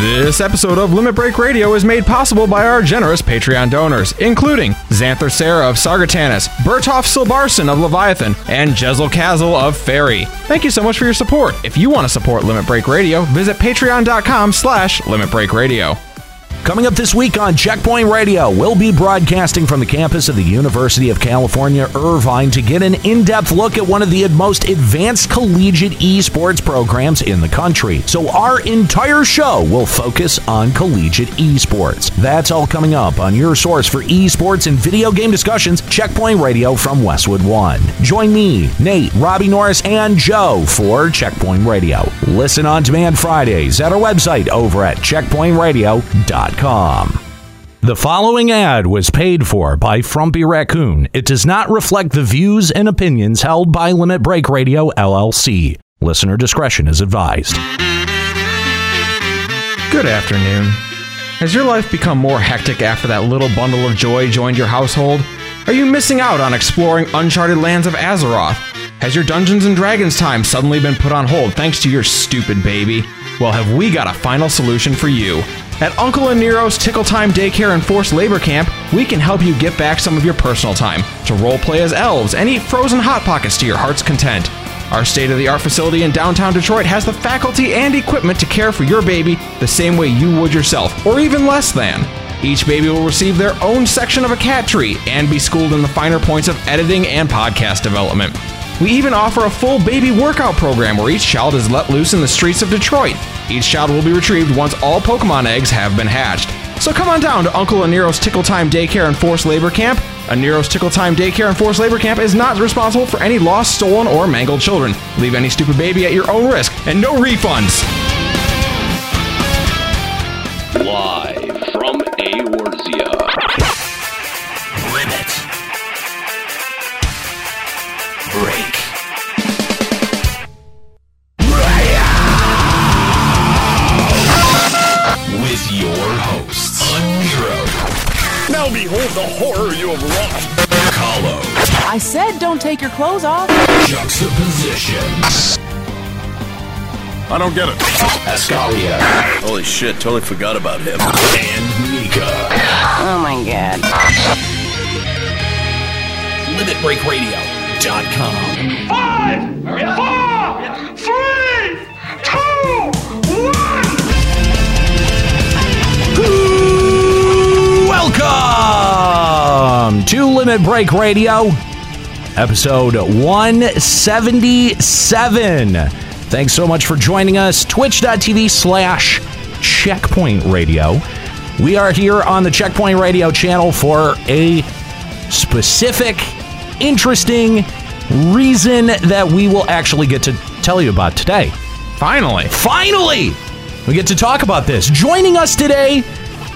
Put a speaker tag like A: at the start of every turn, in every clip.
A: This episode of Limit Break Radio is made possible by our generous Patreon donors, including Xanthar Sarah of Sargatanis, Bertov Silbarson of Leviathan, and Jezel Kazel of Fairy. Thank you so much for your support. If you want to support Limit Break Radio, visit patreon.com slash Limit Break Radio.
B: Coming up this week on Checkpoint Radio, we'll be broadcasting from the campus of the University of California, Irvine, to get an in depth look at one of the most advanced collegiate esports programs in the country. So, our entire show will focus on collegiate esports. That's all coming up on your source for esports and video game discussions, Checkpoint Radio from Westwood One. Join me, Nate, Robbie Norris, and Joe for Checkpoint Radio. Listen on demand Fridays at our website over at checkpointradio.com. The following ad was paid for by Frumpy Raccoon. It does not reflect the views and opinions held by Limit Break Radio LLC. Listener discretion is advised.
A: Good afternoon. Has your life become more hectic after that little bundle of joy joined your household? Are you missing out on exploring uncharted lands of Azeroth? Has your Dungeons and Dragons time suddenly been put on hold thanks to your stupid baby? Well, have we got a final solution for you? At Uncle and Nero's Tickle Time Daycare and Forced Labor Camp, we can help you get back some of your personal time to roleplay as elves and eat frozen Hot Pockets to your heart's content. Our state of the art facility in downtown Detroit has the faculty and equipment to care for your baby the same way you would yourself, or even less than. Each baby will receive their own section of a cat tree and be schooled in the finer points of editing and podcast development. We even offer a full baby workout program where each child is let loose in the streets of Detroit. Each child will be retrieved once all Pokemon eggs have been hatched. So come on down to Uncle Aniro's Tickle Time Daycare and Forced Labor Camp. Aniro's Tickle Time Daycare and Forced Labor Camp is not responsible for any lost, stolen, or mangled children. Leave any stupid baby at your own risk, and no refunds.
C: Live from Aorzia.
D: Limit. Break. With your hosts, Unero,
E: Now behold the horror you have wrought.
D: Kahlo,
F: I said don't take your clothes off.
D: Juxtaposition,
E: I don't get it.
D: Ascalia,
C: Holy shit, totally forgot about him.
D: and Nika.
G: Oh my god.
D: LimitBreakRadio.com.
H: Five, four, three, two, one.
B: Welcome to Limit Break Radio, episode 177. Thanks so much for joining us. Twitch.tv slash Checkpoint Radio. We are here on the Checkpoint Radio channel for a specific, interesting reason that we will actually get to tell you about today.
A: Finally.
B: Finally, we get to talk about this. Joining us today,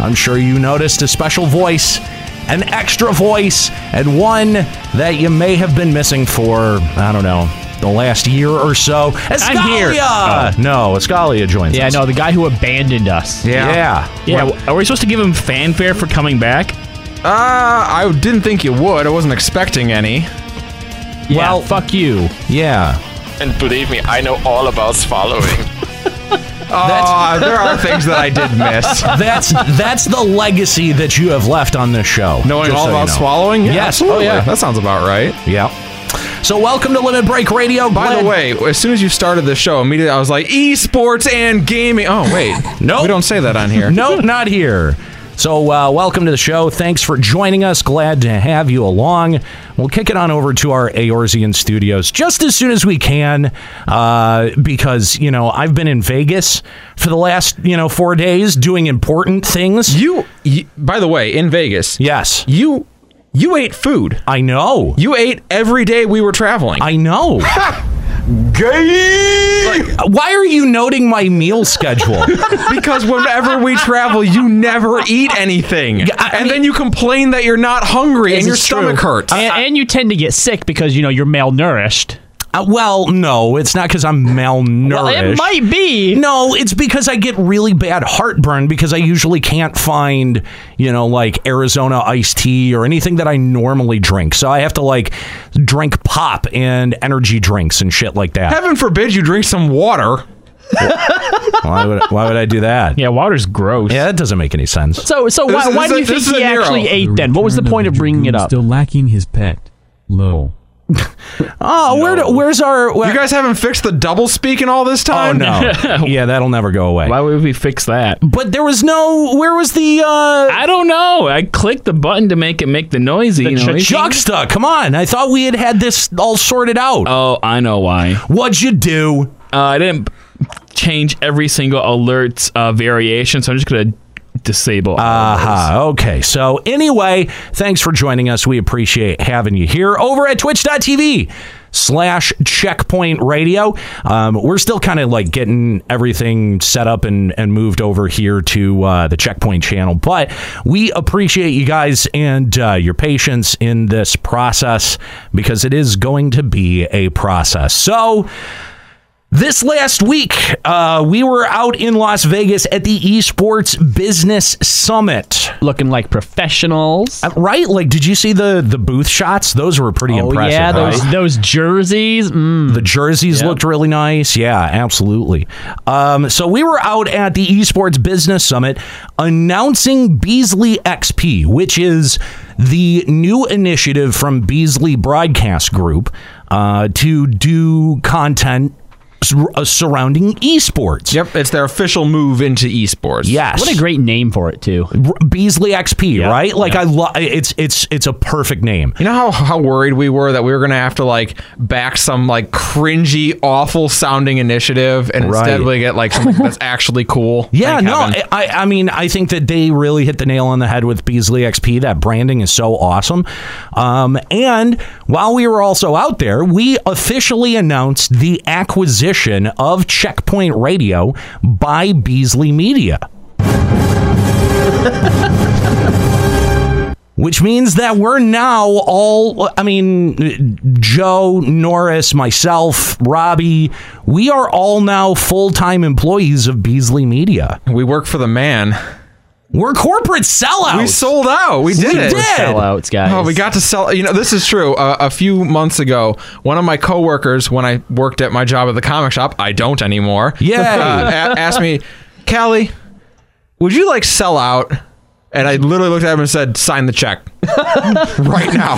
B: I'm sure you noticed a special voice, an extra voice, and one that you may have been missing for, I don't know, the last year or so. Escalia!
I: here.
B: No, Escalia joins
I: Yeah,
B: us.
I: no, the guy who abandoned us.
B: Yeah.
I: Yeah, w- are we supposed to give him fanfare for coming back?
A: Uh, I didn't think you would. I wasn't expecting any.
I: well, fuck you.
B: Yeah.
J: And believe me, I know all about swallowing.
A: Uh, there are things that I did miss.
B: That's that's the legacy that you have left on this show.
A: Knowing
B: just
A: all
B: so you
A: about
B: know.
A: swallowing?
B: Yes.
A: absolutely.
B: Oh, yeah.
A: That sounds about right.
B: Yeah. So welcome to Limit Break Radio.
A: By
B: Glad-
A: the way, as soon as you started the show, immediately I was like, esports and gaming. Oh, wait.
B: Nope.
A: We don't say that on here.
B: nope, not here. So, uh, welcome to the show. Thanks for joining us. Glad to have you along. We'll kick it on over to our Aorzean studios just as soon as we can, uh, because you know I've been in Vegas for the last you know four days doing important things.
A: You, you, by the way, in Vegas,
B: yes,
A: you you ate food.
B: I know.
A: You ate every day we were traveling.
B: I know. Why are you noting my meal schedule?
A: because whenever we travel, you never eat anything.
B: I- I
A: and
B: mean-
A: then you complain that you're not hungry and your
B: is true.
A: stomach hurts.
I: And, and you tend to get sick because, you know, you're malnourished.
B: Uh, well, no, it's not because I'm malnourished.
I: Well, it might be.
B: No, it's because I get really bad heartburn because I usually can't find, you know, like Arizona iced tea or anything that I normally drink. So I have to like drink pop and energy drinks and shit like that.
A: Heaven forbid you drink some water.
B: why would I, why would I do that?
I: Yeah, water's gross.
B: Yeah, that doesn't make any sense.
G: So, so why,
A: This is
G: why do
A: a-
G: you think
A: this is
G: he
A: a Nero.
G: actually ate then? What was the point of bringing it up?
K: lacking his pet. Lo.
B: Oh, where do, where's our?
A: You guys haven't fixed the double speak in all this
B: oh
A: time?
B: no. yeah, that'll never go away.
I: Why would we fix that?
B: But there was no. Where was the? uh
I: I don't know. Oh, I clicked the button to make it make the noisy. noise.
B: Juxta, come on! I thought we had had this all sorted out.
I: Oh, I know why.
B: What'd you do?
I: Uh, I didn't change every single alert's uh, variation, so I'm just gonna disable. all of those.
B: Aha. Okay. So, anyway, thanks for joining us. We appreciate having you here over at twitch.tv slash checkpoint radio. Um, we're still kind of like getting everything set up and, and moved over here to uh, the checkpoint channel, but we appreciate you guys and uh, your patience in this process because it is going to be a process. So, this last week, uh, we were out in Las Vegas at the Esports Business Summit. Uh,
G: Looking like professionals.
B: Right? Like, did you see the the booth shots? Those were pretty
G: Oh
B: impressive.
G: yeah, those
B: right?
G: those jerseys. Mm.
B: the jerseys looked really nice. Yeah, absolutely. Um, so we were out at the Esports Business Summit announcing Beasley XP, which is the new initiative from Beasley Broadcast Group uh, to do content sur- uh, surrounding esports.
A: Yep, it's their official move into esports.
B: Yes.
G: What a great name for it too.
B: Beasley XP, right? Like I love it's it's it's a perfect name.
A: You know how, how worried we were that we were gonna have to like back some like cringy, awful sounding initiative, and instead
B: Right.
A: we get like something that's actually cool.
B: Yeah,
A: Thank
B: no,
A: heaven.
B: I, I I mean I think that they really hit the nail on the head with Beasley XP. That branding is so awesome. Um, and while we were also out there, we officially announced the acquisition of Checkpoint Radio by Beasley Media. Which means that we're now all, I mean, Joe, Norris, myself, Robbie, we are all now full time employees of Beasley Media.
A: we work for the man.
B: We're corporate sellouts.
A: We sold out. We did it.
B: did.
G: Sellouts, guys.
A: Oh, we got to sell. You know, this is true. Uh, a few months ago, one of my coworkers, when I worked at my job at the comic shop, I don't anymore.
B: Yay.
A: uh, a- asked me, Callie, would you like sell out? And I literally looked at him and said, "Sign the check right now.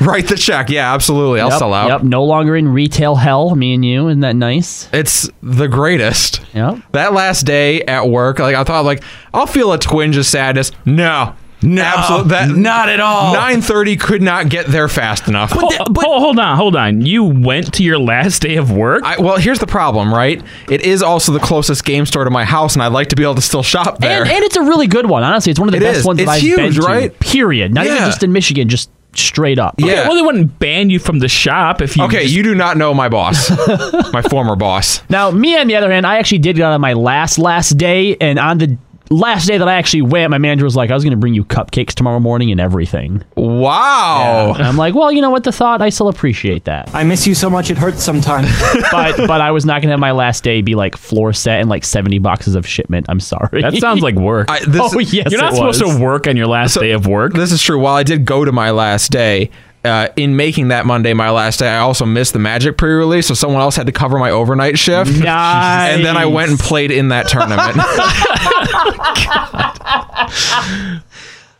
A: Write the check. Yeah, absolutely. I'll
G: Yep,
A: sell out.
G: Yep. No longer in retail hell. Me and you. Isn't that nice?
A: It's the greatest.
G: Yep.
A: That last day at work, like I thought, like I'll feel a twinge of sadness. No,
B: No, not at all.
A: Nine thirty could not get there fast enough.
B: But, th- but
I: Ho- hold on, hold on. You went to your last day of work.
A: I, well, here's the problem, right? It is also the closest game store to my house, and I'd like to be able to still shop there.
G: And, and it's a really good one. Honestly, it's one of the
A: It
G: best
A: is.
G: ones that
A: It's
G: I've been
A: huge,
G: to.
A: right?
G: Period. Not even
A: Yeah.
G: just in Michigan. Just straight up.
A: yeah.
I: Well, they wouldn't ban you from the shop if you.
A: okay,
I: just-
A: you do not know my boss, my former boss.
G: Now, me on the other hand, I actually did get on my last last day, and on the last day that I actually went, my manager was like, "I was going to bring you cupcakes tomorrow morning and everything."
A: Wow.
G: And I'm like, "Well, you know what? The thought, I still appreciate that,
K: I miss you so much it hurts sometimes.
G: but but I was not going to have my last day be like floor set and like 70 boxes of shipment. I'm sorry.
I: That sounds like work.
A: I, this,
G: oh yes,
I: You're not
G: it
I: supposed
G: was.
I: to work on your last day of work.
A: This is true. While I did go to my last day, uh, in making that Monday my last day, I also missed the Magic pre-release, so someone else had to cover my overnight shift.
G: Nice.
A: And then I went and played in that tournament. uh,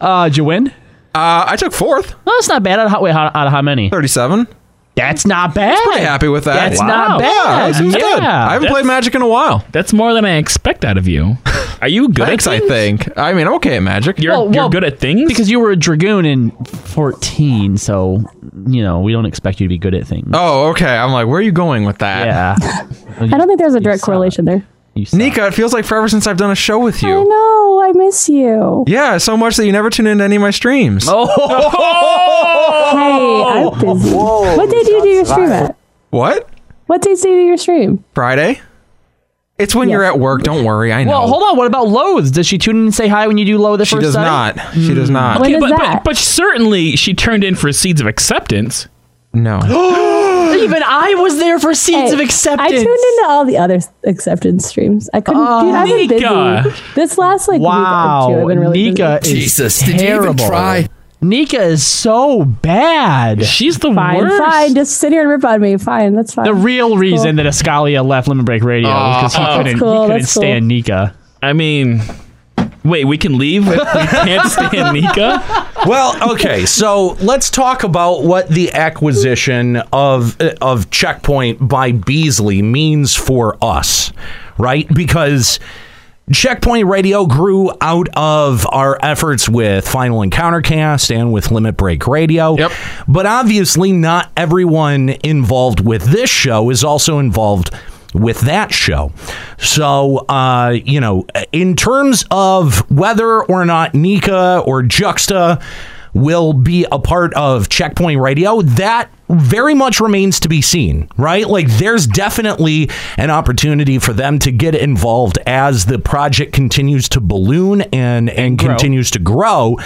G: Uh, did you win?
A: Uh, I took fourth,
G: No, that's not bad. Out of how, wait, out, out of how many?
A: thirty-seven.
G: That's not bad.
A: Pretty happy with that.
G: That's
I: Wow.
G: not
I: Yeah,
A: Yeah,
G: bad.
A: that seems good. I haven't played Magic in a while.
I: That's more than I expect out of you. Are you good
A: Thanks,
I: at
A: I
I: things?
A: think. I mean, I'm okay at Magic.
I: You're,
G: Well,
I: you're
G: well,
I: good at things?
G: because you were a dragoon in 14 so you know we don't expect you to be good at things
A: Oh, okay. I'm like, where are you going with that?
G: yeah
K: I don't think there's a direct
G: suck.
K: correlation there.
G: you suck.
A: Nika, it feels like forever since I've done a show with
K: I
A: you.
K: know, I miss you.
A: Yeah, so much that you never tune into any of my streams. Oh.
G: Oh!
K: Hey, I'm busy. what day do you do your stream at?
A: What?
K: What days do you do your stream?
A: Friday? It's when you're at work. Don't worry. I know.
G: well hold on what about loathes does she tune in and say hi when you do low the
A: she
G: first
A: does
G: time
A: not. She
G: Hmm.
A: does not.
K: When is
I: but,
K: that?
I: but, but certainly she turned in for seeds of acceptance.
A: No.
G: even i was there for seeds
K: Hey,
G: of acceptance
K: I tuned into all the other s- acceptance streams. I couldn't. dude,
G: Ah,
K: I've been
I: Nika.
K: busy. This last like week or two,
G: wow
K: I've been really
G: nika
K: busy.
G: is terrible
K: try?
G: Nika is so bad. She's the
K: Fine, fine. Just sit here and rip on me. Fine, that's fine.
G: The real
K: That's cool.
G: reason that Ascalia left Lemon Break Radio
A: Uh,
G: was because
I: Aw.
G: he couldn't,
I: That's
K: cool,
G: he couldn't
K: that's cool.
G: stand Nika.
I: Oh. I mean, wait, we can leave. if we can't stand Nika.
B: well, okay, so let's talk about what the acquisition of uh, of Checkpoint by Beasley means for us, right? Because Checkpoint Radio grew out of our efforts with Final Encountercast and with Limit Break Radio. Yep. But obviously, not everyone involved with this show is also involved with that show. So, uh, you know, in terms of whether or not Nika or Juxta will be a part of Checkpoint Radio, that very much remains to be seen, right? Like there's definitely an opportunity for them to get involved as the project continues to balloon and and continues to grow.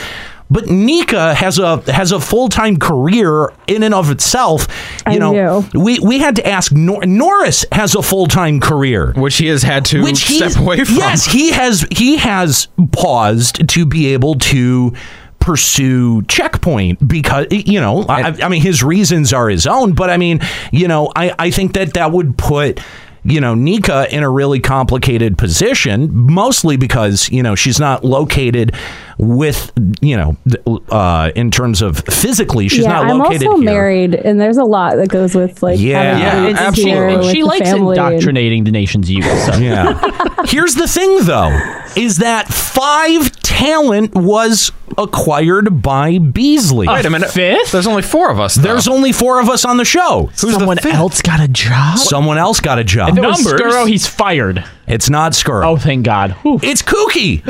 B: But Nika has a has a full time career in and of itself. You
K: I
B: know, we we had to ask Nor- Norris has a full time career,
A: which he has had to
B: which he
A: step away from.
B: Yes, he has he has paused to be able to pursue checkpoint because you know I, I mean his reasons are his own but i mean you know i i think that that would put you know nika in a really complicated position mostly because you know she's not located with you know th- uh in terms of physically she's
K: yeah,
B: not
K: I'm
B: located
K: also
B: here
K: married, and there's a lot that goes with like
B: Yeah.
K: having
B: Yeah,
K: kids
G: and she,
K: here
G: and
K: with
G: she
K: the
G: likes
K: family and-
G: indoctrinating the nation's youth. so.
B: Yeah. Here's the thing, though, is that five talent was acquired by Beasley.
A: Wait a minute.
G: Fifth?
A: There's only four of us. Though.
B: There's only four of us on the show.
G: Someone else got a job.
B: Someone else got a job.
G: If it was Skuro, he's fired.
B: It's not Skuro.
G: Oh, thank God. Whew.
B: It's Kooky.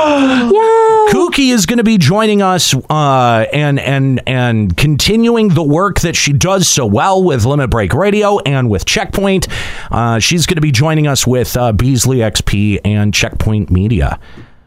K: Yay!
B: Kooky is going to be joining us uh, and and and continuing the work that she does so well with Limit Break Radio and with Checkpoint. Uh, she's going to be joining us with uh, Beasley XP and Checkpoint Media.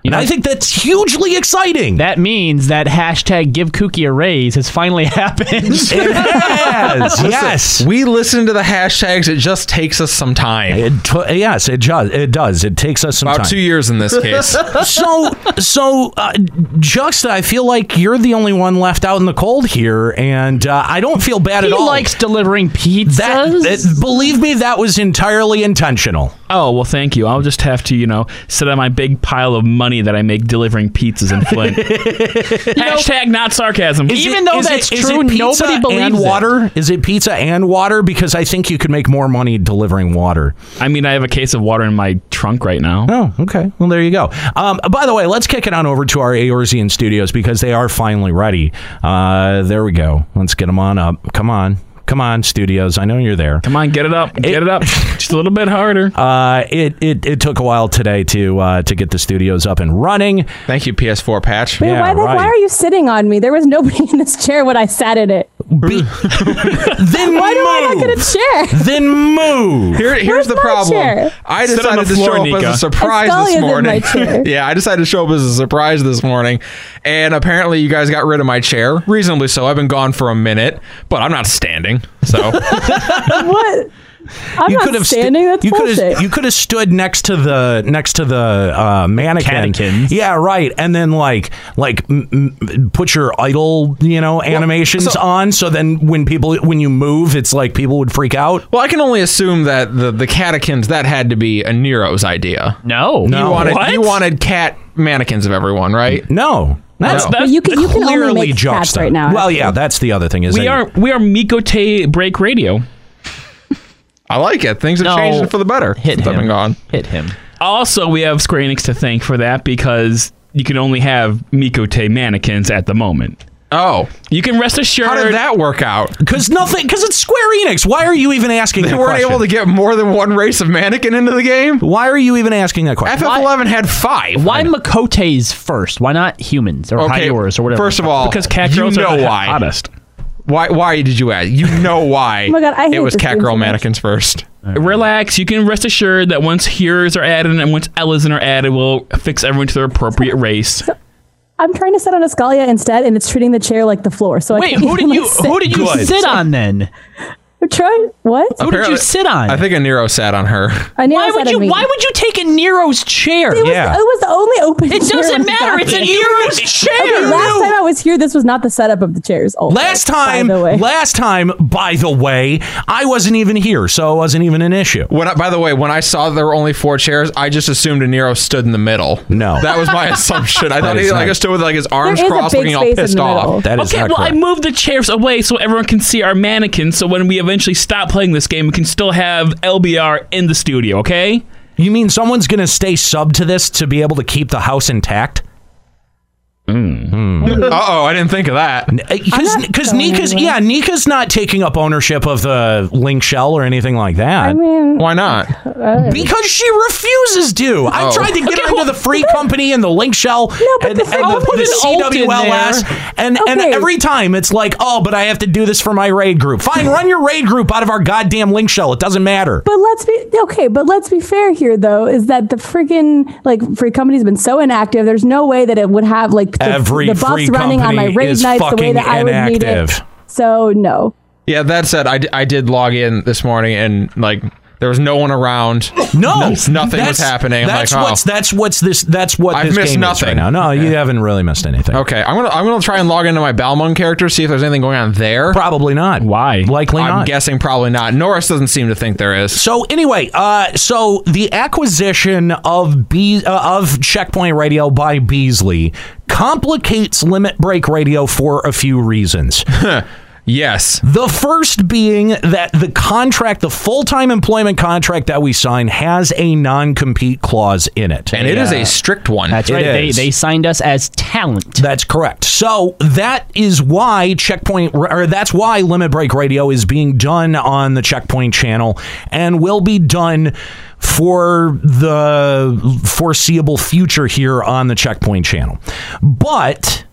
B: and I think that's hugely exciting.
G: That means that hashtag give Kookie a raise has finally happened.
B: It has. yes.
A: We listen to the hashtags. It just takes us some time.
B: It t- yes, it does. It does. It takes us some
A: About two
B: time.
A: years in this case.
B: so, so uh, Juxta, I feel like you're the only one left out in the cold here, and uh, I don't feel bad
G: he
B: at all.
G: likes delivering pizzas.
B: that, that- Believe me, that was entirely intentional.
I: Oh well, thank you. I'll just have to, you know, sit on my big pile of money that I make delivering pizzas in Flint. Hashtag not sarcasm.
B: Is
G: Even though
B: is
G: that's
B: is
G: true,
B: it pizza
G: nobody
B: and
G: believes it.
B: water. Is it pizza and water? Because I think you could make more money delivering water.
I: I mean, I have a case of water in my trunk right now.
B: Oh, okay. Well, there you go. Um, by the way, let's kick it on over to our Aorzean studios because they are finally ready. Uh, there we go. Let's get them on up. Come on. Come on, studios. I know you're there.
I: Come on, get it up, get it up, just a little bit harder.
B: Uh, it, it, it took a while today to uh, to get the studios up and running.
A: Thank you, PS4 patch.
K: Wait,
B: Yeah,
K: why, the-
B: right.
K: why are you sitting on me? There was nobody in this chair when I sat in it.
B: Be- then
K: Why do I not
B: move.
K: get a chair?
B: then move.
A: Here, here's
K: Where's
A: the
K: my
A: problem.
K: chair?
A: I
I: Sit on
A: decided
I: the
A: to show
I: floor,
A: up
I: Nika.
A: as a surprise
K: Escalia's
A: this
K: in my
A: morning.
K: chair.
A: yeah, I decided to show up as a surprise this morning, and apparently you guys got rid of my chair. Reasonably so. I've been gone for a minute, but I'm not standing. So
K: What? I'm not
B: stu-
K: standing. That's
B: you could
K: bullshit.
B: have you could have stood next to the next to the uh, mannequin.
G: Catechins.
B: Yeah, right. And then like like m- m- put your idle you know animations
A: so-
B: on. So then when people when you move, it's like people would freak out.
A: Well, I can only assume that the the catechins that had to be a Nero's idea.
G: no.
A: you wanted
I: What?
A: you wanted cat mannequins of everyone, right?
B: No, that's
A: No.
K: But you can, you can only
B: clearly
K: make cats
B: Juxta.
K: right now.
B: Well, yeah, that's the other thing is
I: we
B: that-
I: are we are Mikote Break Radio.
A: I like it. Things have
G: No.
A: changed for the better.
G: Hit
A: since I've
G: him.
A: been gone.
G: Hit him.
I: Also, we have Square Enix to thank for that because you can only have Mikote mannequins at the moment.
A: Oh,
I: You can rest assured.
A: how did that work out?
B: Cause nothing, cause it's Square Enix. Why are you even asking?
A: They
B: that
A: weren't
B: question?
A: able to get more than one race of mannequin into the game.
B: Why are you even asking that question?
A: FF11 had five. Oh,
G: Why Makotes first? Why not humans or
A: Okay,
G: Hyoras or whatever?
A: first of all,
I: Because cat
A: you
I: girls
A: know
I: are the
A: why.
I: hottest.
A: Why? Why did you ask? You know why?
K: Oh my God, I
A: it
K: hate
A: was
K: this
A: cat
K: game
A: girl
K: so much.
A: mannequins first.
I: Relax. You can rest assured that once hearers are added and once Ellison are added, we'll fix everyone to their appropriate race.
K: I'm trying to sit on a Scalia instead, and it's treating the chair like the floor. So I
G: Wait,
K: can't
G: who
K: even,
G: did
K: like,
G: you
K: sit.
G: who did you
B: Good.
G: sit on then?
K: We're trying. What?
G: Who did you sit on?
A: I think a Nero sat on her.
K: I knew
G: Why
K: I
G: would you? Why would you take a Nero's chair?
K: It was, it was the only open.
G: It
K: chair
G: doesn't
K: on
G: matter. It's a
K: docket.
G: Nero's chair.
K: Okay, last time I was here, this was not the setup of the chairs. Also,
B: Last time,
K: by the way.
B: last time, by the way, I wasn't even here, so it wasn't even an issue.
A: When I, by the way, when I saw there were only four chairs, I just assumed a Nero stood in the middle.
B: No,
A: That was my assumption. I
B: That
A: thought he
B: is
A: like
B: not-
A: stood with like his arms
K: There is a
A: crossed,
K: big
A: looking all
K: space in
A: pissed
K: the middle.
A: off.
B: That is
I: Okay,
B: not
I: well, I
B: correct.
I: moved the chairs away so everyone can see our mannequins. So when we eventually stop playing this game, we can still have LBR in the studio. Okay?
B: you mean someone's going to stay sub to this to be able to keep the house intact? Hmm.
A: Uh oh, I didn't think of that.
B: Because
K: I'm not
B: because
K: going
B: Nika's
K: anywhere.
B: yeah Nika's not taking up ownership of the link shell or anything like that.
K: I mean, uh,
A: Why not?
B: because she refuses to. I
A: Oh.
B: tried to get her into the free company and the link shell
K: but
B: and,
K: the
B: and
K: thing
B: the,
K: is-
B: the
G: I'll put an alt in
B: CWLS. And, and
K: Okay.
B: every time it's like, oh, but I have to do this for my raid group. Fine, run your raid group out of our goddamn link shell. It doesn't matter.
K: But let's be okay. But let's be fair here, though, is that the friggin' like free company's been so inactive. There's no way that it would have like the,
B: Every
K: the buffs
B: free
K: running on my
B: company
K: raid
B: is
K: nights the way
B: fucking
K: that I would need it.
B: inactive.
K: So no,
A: Yeah, that said, I, d- I did log in this morning and like there was no one around.
B: No,
A: nothing was
B: that's-
A: happening. I'm
B: That's
A: like, oh.
B: what's that's what's this that's what
A: I've
B: this
A: missed
B: game is right
A: nothing.
B: now. No, you haven't really missed anything.
A: Okay, I'm gonna I'm gonna try and log into my Balmung character, see if there's anything going on there.
B: Probably not.
I: Why?
B: Likely
A: I'm
B: not.
A: guessing probably not. Norris doesn't seem to think there is.
B: So anyway, uh, so the acquisition of Be- uh, of Checkpoint Radio by Beasley complicates Limit Break Radio for a few reasons.
A: Yes.
B: the first being that the contract, the full time employment contract that we sign, has a non compete clause in it.
A: And it is a strict one.
G: That's
B: It
G: right. They,
B: is.
G: they signed us as talent.
B: That's correct. So that is why Checkpoint, or that's why Limit Break Radio is being done on the Checkpoint channel and will be done for the foreseeable future here on the Checkpoint channel. But.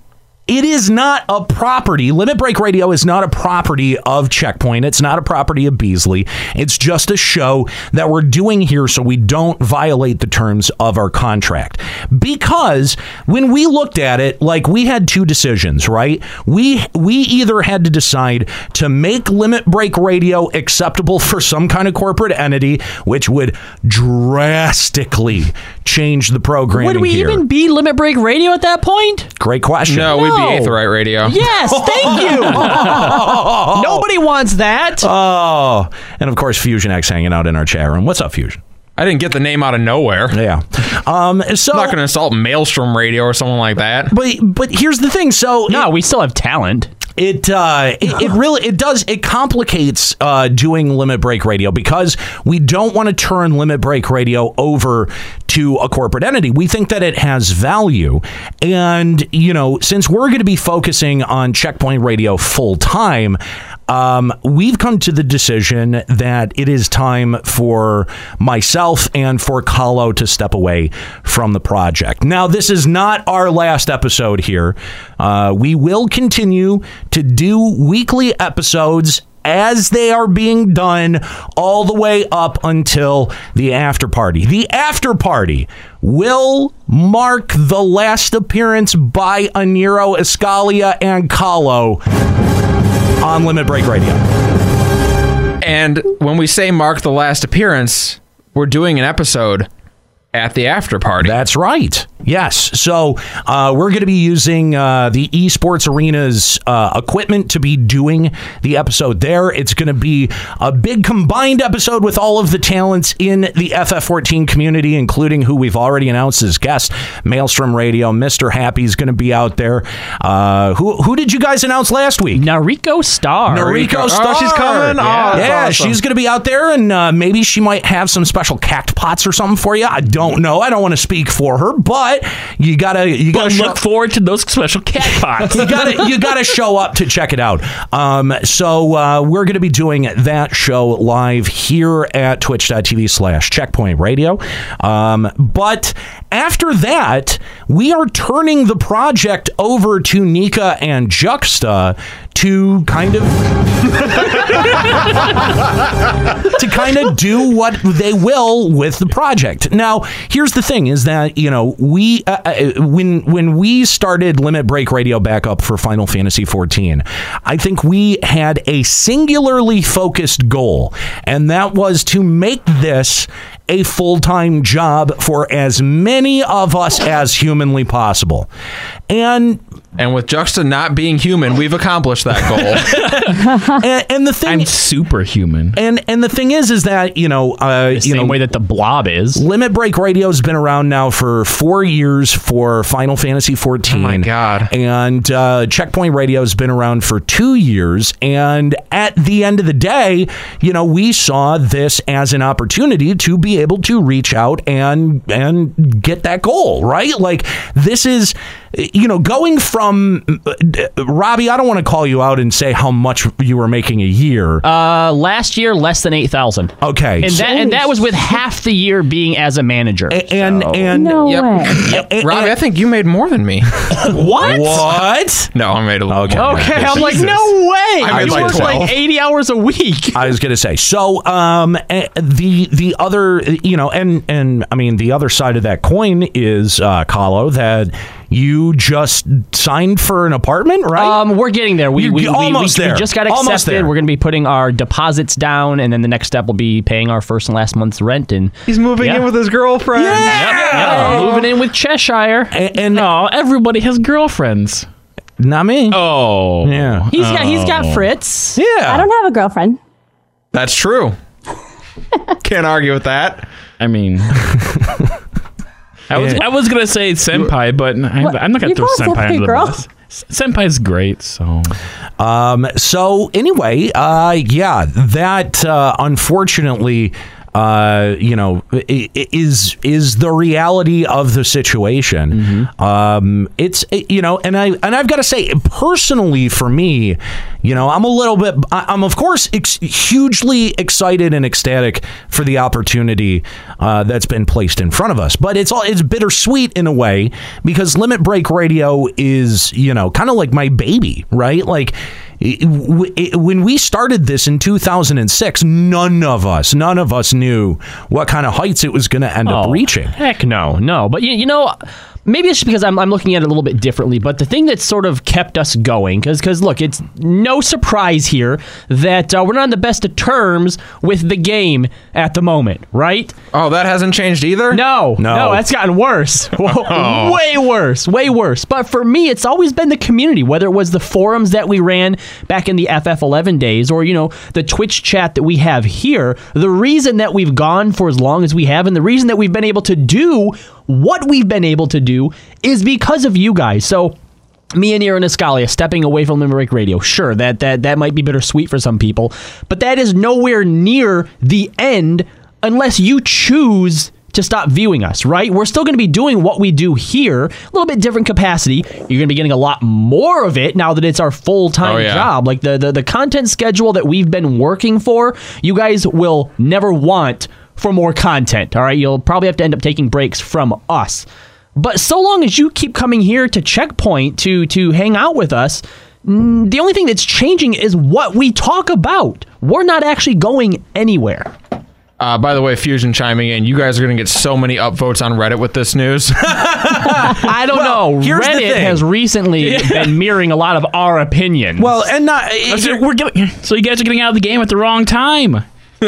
B: It is not a property. Limit Break Radio is not a property of Checkpoint. It's not a property of Beasley. It's just a show that we're doing here so we don't violate the terms of our contract. Because when we looked at it, like we had two decisions, right? We we either had to decide to make Limit Break Radio acceptable for some kind of corporate entity, which would drastically change the programming
G: Would we
B: here.
G: even be Limit Break Radio at that point?
B: Great question.
A: no, we'd
G: No.
A: be Aetherite Radio.
G: Yes, thank you. Nobody wants that.
B: Oh, and of course, Fusion X hanging out in our chat room. What's up, Fusion?
A: I didn't get the name out of nowhere.
B: Yeah. Um. So,
A: I'm not going to insult Maelstrom Radio or someone like that.
B: but but here's the thing. So
G: no, we still have talent.
B: it uh, it, it really it does it complicates uh, doing limit break radio because we don't want to turn limit break radio over to a corporate entity. We think that it has value, and you know since we're going to be focusing on Checkpoint Radio full time. Um, we've come to the decision that it is time for myself and for Kahlo to step away from the project. Now, this is not our last episode here. Uh, we will continue to do weekly episodes as they are being done all the way up until the after party. The after party will mark the last appearance by Aniro Escalia and Kahlo on Limit Break Radio.
A: And when we say mark the last appearance, we're doing an episode at the after party.
B: That's right. Yes. So uh, we're going to be using uh, the esports arena's uh, equipment to be doing the episode there. It's going to be a big combined episode with all of the talents in the FF14 community, including who we've already announced as guests. Maelstrom Radio, Mr. Happy is going to be out there. Uh, who who did you guys announce last week?
G: Nariko Star.
A: Nariko.
B: Noriko
A: Oh,
B: Star.
A: she's coming? Oh,
B: Yeah,
A: that's
B: Yeah,
A: awesome.
B: she's going to be out there, and uh, maybe she might have some special cact pots or something for you. I don't know. I don't want to speak for her, but you gotta you gotta
I: But
B: show-
I: look forward to those special cat pots.
B: you gotta you gotta show up to check it out. Um, so uh, we're gonna be doing that show live here at twitch.tv slash checkpoint radio. Um, but after that, we are turning the project over to Nika and Juxta to kind
D: Uh,
B: of to kind of do what they will with the project. Now, here's the thing: is that you know we uh, uh, when when we started Limit Break Radio back up for Final Fantasy 14, I think we had a singularly focused goal, and that was to make this a full time job for as many of us as humanly possible. And
A: and with Juxta not being human, we've accomplished that goal.
B: and, and the thing I'm
I: superhuman.
B: And and the thing is is that, you know, uh you
G: same
B: know,
G: way that the blob is.
B: Limit Break Radio's been around now for 4 years for Final Fantasy 14. Oh my
A: god.
B: And uh Checkpoint Radio's been around for 2 years and at the end of the day, you know, we saw this as an opportunity to be able to reach out and and get that goal, right? Like this is you know, going from uh, Robbie, I don't want to call you out and say how much you were making a year.
G: Uh, last year, less than eight thousand.
B: Okay,
G: and that and that was with half the year being as a manager.
B: and and
K: No way.
A: Robbie, I think you made more than me.
G: what?
B: what?
A: No, I made a little okay. more.
G: Okay, I'm like,
A: Jesus.
G: no way.
A: I made
G: you
A: like
G: work
A: 12.
G: like 80 hours a week.
B: I was gonna say. So, um, eh, the the other, you know, and and I mean, the other side of that coin is uh, Kahlo that you just signed for an apartment, right?
G: Um, we're getting there. We
B: You're
G: we, we-
B: almost
G: we, we
B: there.
G: just got
B: Almost
G: accepted.
B: there.
G: We're going to be putting our deposits down, and then the next step will be paying our first and last month's rent. And
A: He's moving
G: Yeah.
A: in with his girlfriend.
I: Uh,
G: yeah, we're moving in with Cheshire.
B: and, and
I: No, everybody has girlfriends.
B: not me.
I: Oh.
B: Yeah.
G: He's got he's got Fritz.
K: I
B: Oh. Yeah.
K: don't have a girlfriend.
A: That's true. Can't argue with that.
I: I mean. I was, I was gonna say senpai, but I'm,
K: What?
I: I'm not gonna
K: You
I: throw
K: call yourself
I: senpai
K: a
I: under the
K: girl?
I: bus. Senpai's great, so
B: Um, so anyway, uh, yeah, that uh, unfortunately, uh, you know, i- i- is is the reality of the situation.
I: Mm-hmm.
B: Um, it's it- you know, and I and I've got to say, personally, for me, you know, I'm a little bit, I- I'm of course ex- hugely excited and ecstatic for the opportunity uh, that's been placed in front of us. But it's all it's bittersweet in a way because Limit Break Radio is you know kind of like my baby, right? Like it- w- it- when we started this in 2006, none of us, none of us knew what kind of heights it was going to end up
G: Oh,
B: reaching.
G: Heck no, no. But you, you know, maybe it's just because I'm, I'm looking at it a little bit differently. But the thing that sort of kept us going, because look, it's no surprise here that uh, we're not on the best of terms with the game at the moment, right?
A: Oh, that hasn't changed either?
G: No,
B: No.
G: no, that's gotten worse. way worse, way worse. But for me, it's always been the community, whether it was the forums that we ran back in the FF11 days or, you know, the Twitch chat that we have here. The reason that we've gone for as long as we have and the reason that we've been able to do what we've been able to do is because of you guys. So me and Aaron Escalia stepping away from Limerick Radio. Sure, that that that might be bittersweet for some people, but that is nowhere near the end unless you choose to stop viewing us, right? We're still going to be doing what we do here, a little bit different capacity. You're going to be getting a lot more of it now that it's our full-time
A: Oh, yeah.
G: job. Like the, the the content schedule that we've been working for, you guys will never want for more content. All right, you'll probably have to end up taking breaks from us. But so long as you keep coming here to checkpoint to to hang out with us, mm, the only thing that's changing is what we talk about. We're not actually going anywhere.
A: Uh, by the way, Fusion chiming in. You guys are going to get so many upvotes on Reddit with this news.
G: I don't know.
B: here's the
G: Reddit
B: thing.
G: has recently been mirroring a lot of our
I: Mm.
G: opinions.
B: Well, and not
I: so we're getting, so you guys are getting out of the game at the wrong time.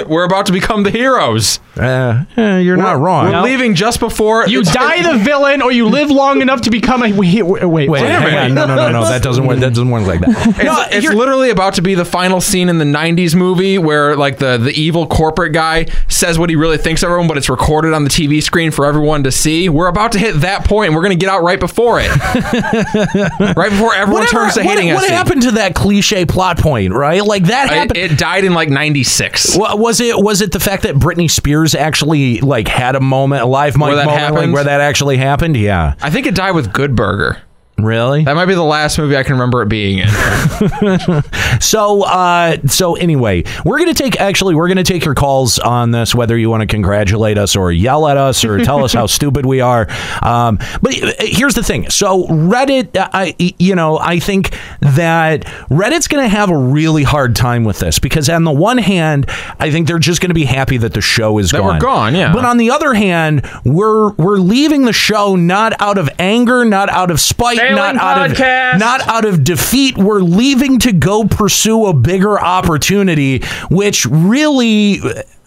A: We're about to become the heroes.
B: uh, eh, you're not wrong.
A: We're leaving just before
G: you
A: it's-
G: die the villain, or you live long enough to become a wait. Wait,
B: Wait,
A: Damn
B: hang
A: it.
B: on. No, no, no, no. That doesn't work. That doesn't work like that.
A: It's, it's literally about to be the final scene in the '90s movie where, like, the the evil corporate guy says what he really thinks of everyone, but it's recorded on the TV screen for everyone to see. We're about to hit that point, and we're going to get out right before it, right before everyone turns to
B: what,
A: hating us.
B: what happened to that cliche plot point, right? Like that
A: It,
B: happened.
A: it died in like '96.
B: Wa- was it was it the fact that Britney Spears actually like had a moment, a live mic
A: Where that
B: moment, like
A: happened?
B: where that actually happened? Yeah.
A: I think it died with Good Burger.
B: Really?
A: That might be the last movie I can remember it being in.
B: so uh so anyway we're gonna take actually we're gonna take your calls on this whether you want to congratulate us or yell at us or tell us how stupid we are um but uh, here's the thing so reddit uh, i you know i think that reddit's gonna have a really hard time with this because on the one hand i think they're just gonna be happy that the show is
A: That we're
B: gone
A: gone, yeah.
B: but on the other hand we're we're leaving the show not out of anger not out of spite not
I: Failing
B: out of
I: podcast.
B: not out of defeat. We're leaving to go pursue a bigger opportunity, which really,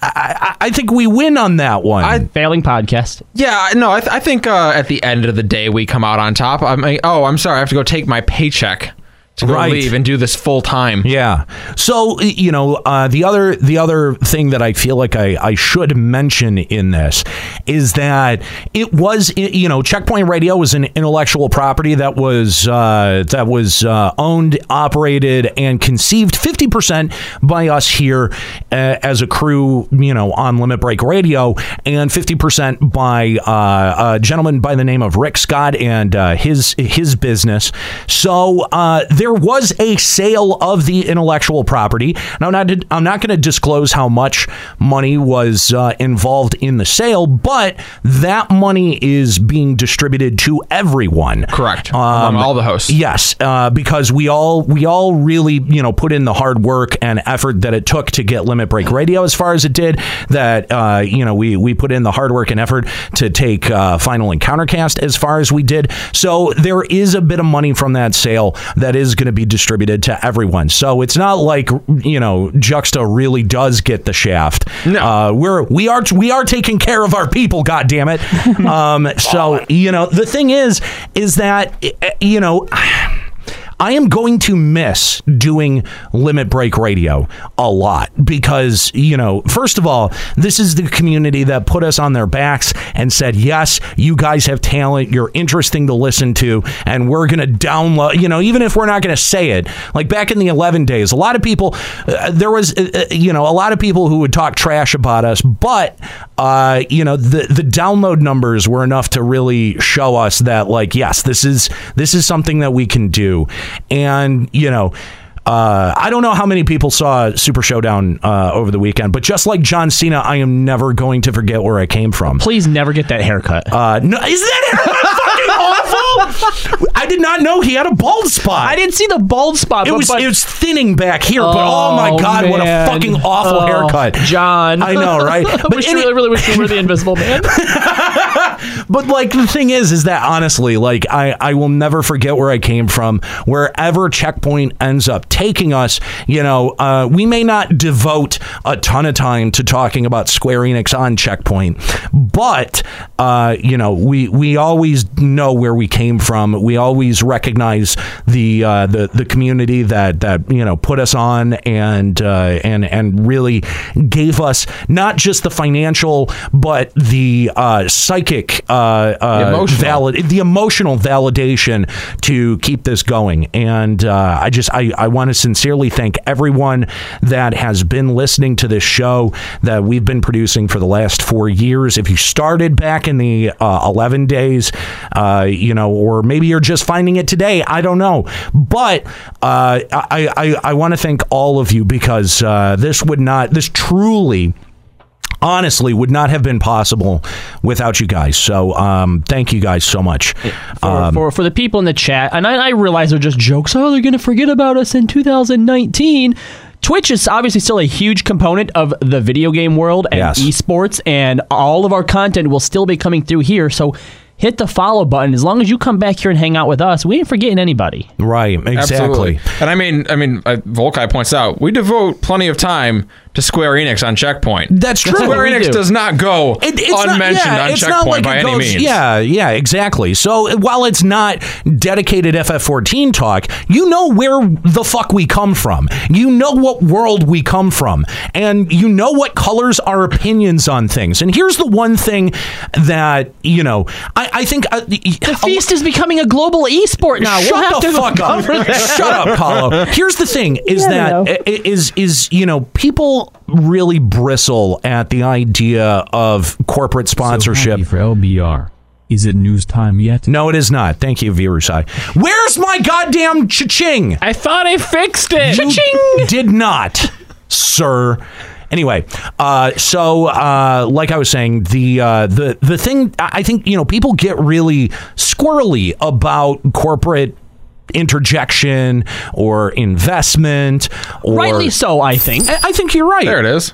B: I, I- I think we win on that one.
G: Failing podcast.
A: Yeah, I- no, I, th- I think uh, at the end of the day we come out on top. I mean, oh, I'm sorry, I have to go take my paycheck to go
B: Right.
A: leave and do this full time.
B: Yeah. So y- you know, uh, the other the other thing that I feel like I, I should mention in this is that it was i- you know Checkpoint Radio was an intellectual property that was uh, that was uh, owned, operated, and conceived fifty percent by us here uh, as a crew. You know, on Limit Break Radio, and fifty percent by uh, a gentleman by the name of Rick Scott and uh, his his business. So uh, there was a sale of the intellectual property. Now, I'm not I'm not going to disclose how much money was uh, involved in the sale, but that money is being distributed to everyone. Correct.
A: Among all the hosts.
B: Yes, uh, because we all we all really you know put in the hard work and effort that it took to get Limit Break Radio as far as it did. That uh, you know we we put in the hard work and effort to take uh, Final Encountercast as far as we did. So there is a bit of money from that sale that is going to be distributed to everyone. So it's not like you know Juxta really does get the shaft. No, uh, we're we are we are taking care of our people. God damn it. um, so you know the thing is is that eh, you know. I am going to miss doing Limit Break Radio a lot because, you know, first of all, this is the community that put us on their backs and said, yes, you guys have talent. You're interesting to listen to. And we're going to download, you know, even if we're not going to say it, like back in the 11 days, a lot of people, uh, there was, uh, uh, you know, a lot of people who would talk trash about us, but, uh, you know, the, the download numbers were enough to really show us that, like, yes, this is, this is something that we can do. And, you know, uh, I don't know how many people saw Super Showdown uh, over the weekend, but just like John Cena, I am never going to forget where I came from.
G: Please never get that haircut.
B: Uh, no, is that haircut fucking awful? I did not know he had a bald spot.
G: I didn't see the bald spot.
B: It
G: but,
B: was
G: but-
B: it was thinning back here, but oh my
G: Oh,
B: god, what a
G: man.
B: fucking awful
G: Oh,
B: haircut, John. I know, right? But
G: wish,
B: any-
G: really, really wish we were the Invisible Man.
B: But like the thing is, is that honestly, like I, I will never forget where I came from. Wherever checkpoint ends up taking us, you know, uh, we may not devote a ton of time to talking about Square Enix on checkpoint, but uh, you know, we we always know where we came from. We always recognize the uh, the the community that that you know put us on and uh, and and really gave us not just the financial but the uh, psychic uh, uh,
A: emotional.
B: valid the emotional validation to keep this going. And uh, I just I, I want to sincerely thank everyone that has been listening to this show that we've been producing for the last four years. If you started back in the uh, eleven days, uh, you know, or maybe you're just finding it today, I don't know. But uh, I I, I want to thank all of you because uh, this would not this truly honestly would not have been possible without you guys. So um, thank you guys so much. Um,
G: for for the people in the chat, and I, I realize they're just jokes. Oh, they're gonna forget about us in 2019. Twitch is obviously still a huge component of the video game world and
B: Yes.
G: esports, and all of our content will still be coming through here. So hit the follow button. As long as you come back here and hang out with us, we ain't forgetting anybody.
B: right, exactly.
A: Absolutely. And I mean, I mean, uh, Volkai points out we devote plenty of time to Square Enix on Checkpoint.
B: That's true.
A: Square
B: We
A: Enix
B: do.
A: does not go
B: It-
A: unmentioned
B: yeah,
A: on
B: it's
A: Checkpoint
B: it
A: by any
B: goes-
A: means.
B: Yeah, yeah, exactly. So while it's not dedicated FF14 talk, you know where the fuck we come from. You know what world we come from, and you know what colors our opinions on things. And here's the one thing that you know. I, I think uh, the
G: Feast is becoming a global esport now.
B: Shut
G: we'll have
B: the
G: to
B: fuck up!
G: cover that.
B: Shut up, Paulo. Here's the thing: is
K: Yeah, I
B: that
K: know.
B: i- i- is is you know people really bristle at the idea of corporate sponsorship
L: for LBR.
B: Is it news time yet? No, it is not. Thank you, Virusai. Where's my goddamn cha-ching? I thought I fixed it. Cha-ching! Did not, sir. Anyway, uh, so uh, like I was saying, the uh, the the thing I I think you know people get really squirrely about corporate interjection or investment. Or,
G: Rightly so, I think.
B: I, I think you're right. There it
A: is.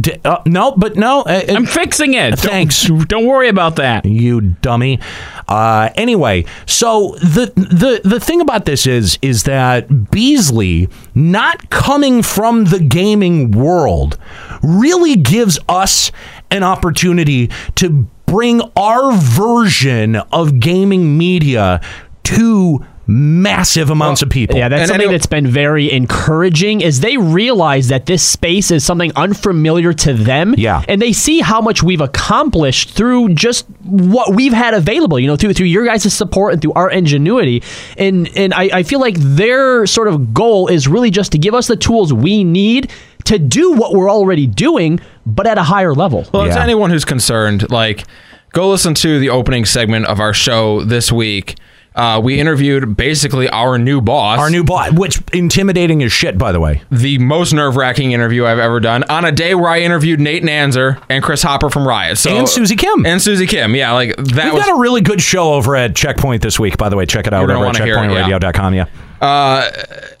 B: D- uh, no, but no. Uh, I'm
I: fixing it.
B: Thanks. Don't, worry about that. You dummy. Uh, anyway, so the the the thing about this is is that Beasley, not coming from the gaming world, really gives us an opportunity to bring our version of gaming media to massive amounts of people.
G: Yeah, that's something that's been very encouraging is they realize that this space is something unfamiliar to them. Yeah. And they see how much we've accomplished through just what we've had available, you know, through through your guys' support and through our ingenuity. And and I, I feel like their sort of goal is really just to give us the tools we need to do what we're already doing, but at a higher level.
A: Well, to anyone who's concerned, like, go listen to the opening segment of our show this week. Uh, we interviewed basically our new boss. Our
B: new boss, which intimidating as shit, by the way.
A: The most nerve wracking interview I've ever done on a day where I interviewed Nate Nanzer and Chris Hopper from Riot. So,
B: And Susie Kim.
A: And Susie Kim. Yeah, like that
B: We've
A: was.
B: got a really good show over at Checkpoint this week, by the way. Check it out
A: You're gonna
B: over at
A: wanna hear it, yeah.
B: checkpointradio.com. Yeah.
A: Uh,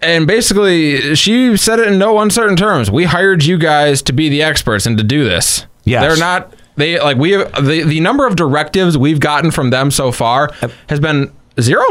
A: and basically, she said it in no uncertain terms. We hired you guys to be the experts and to do this.
B: Yes.
A: they're not. They like we have the the number of directives we've gotten from them so far has been zero.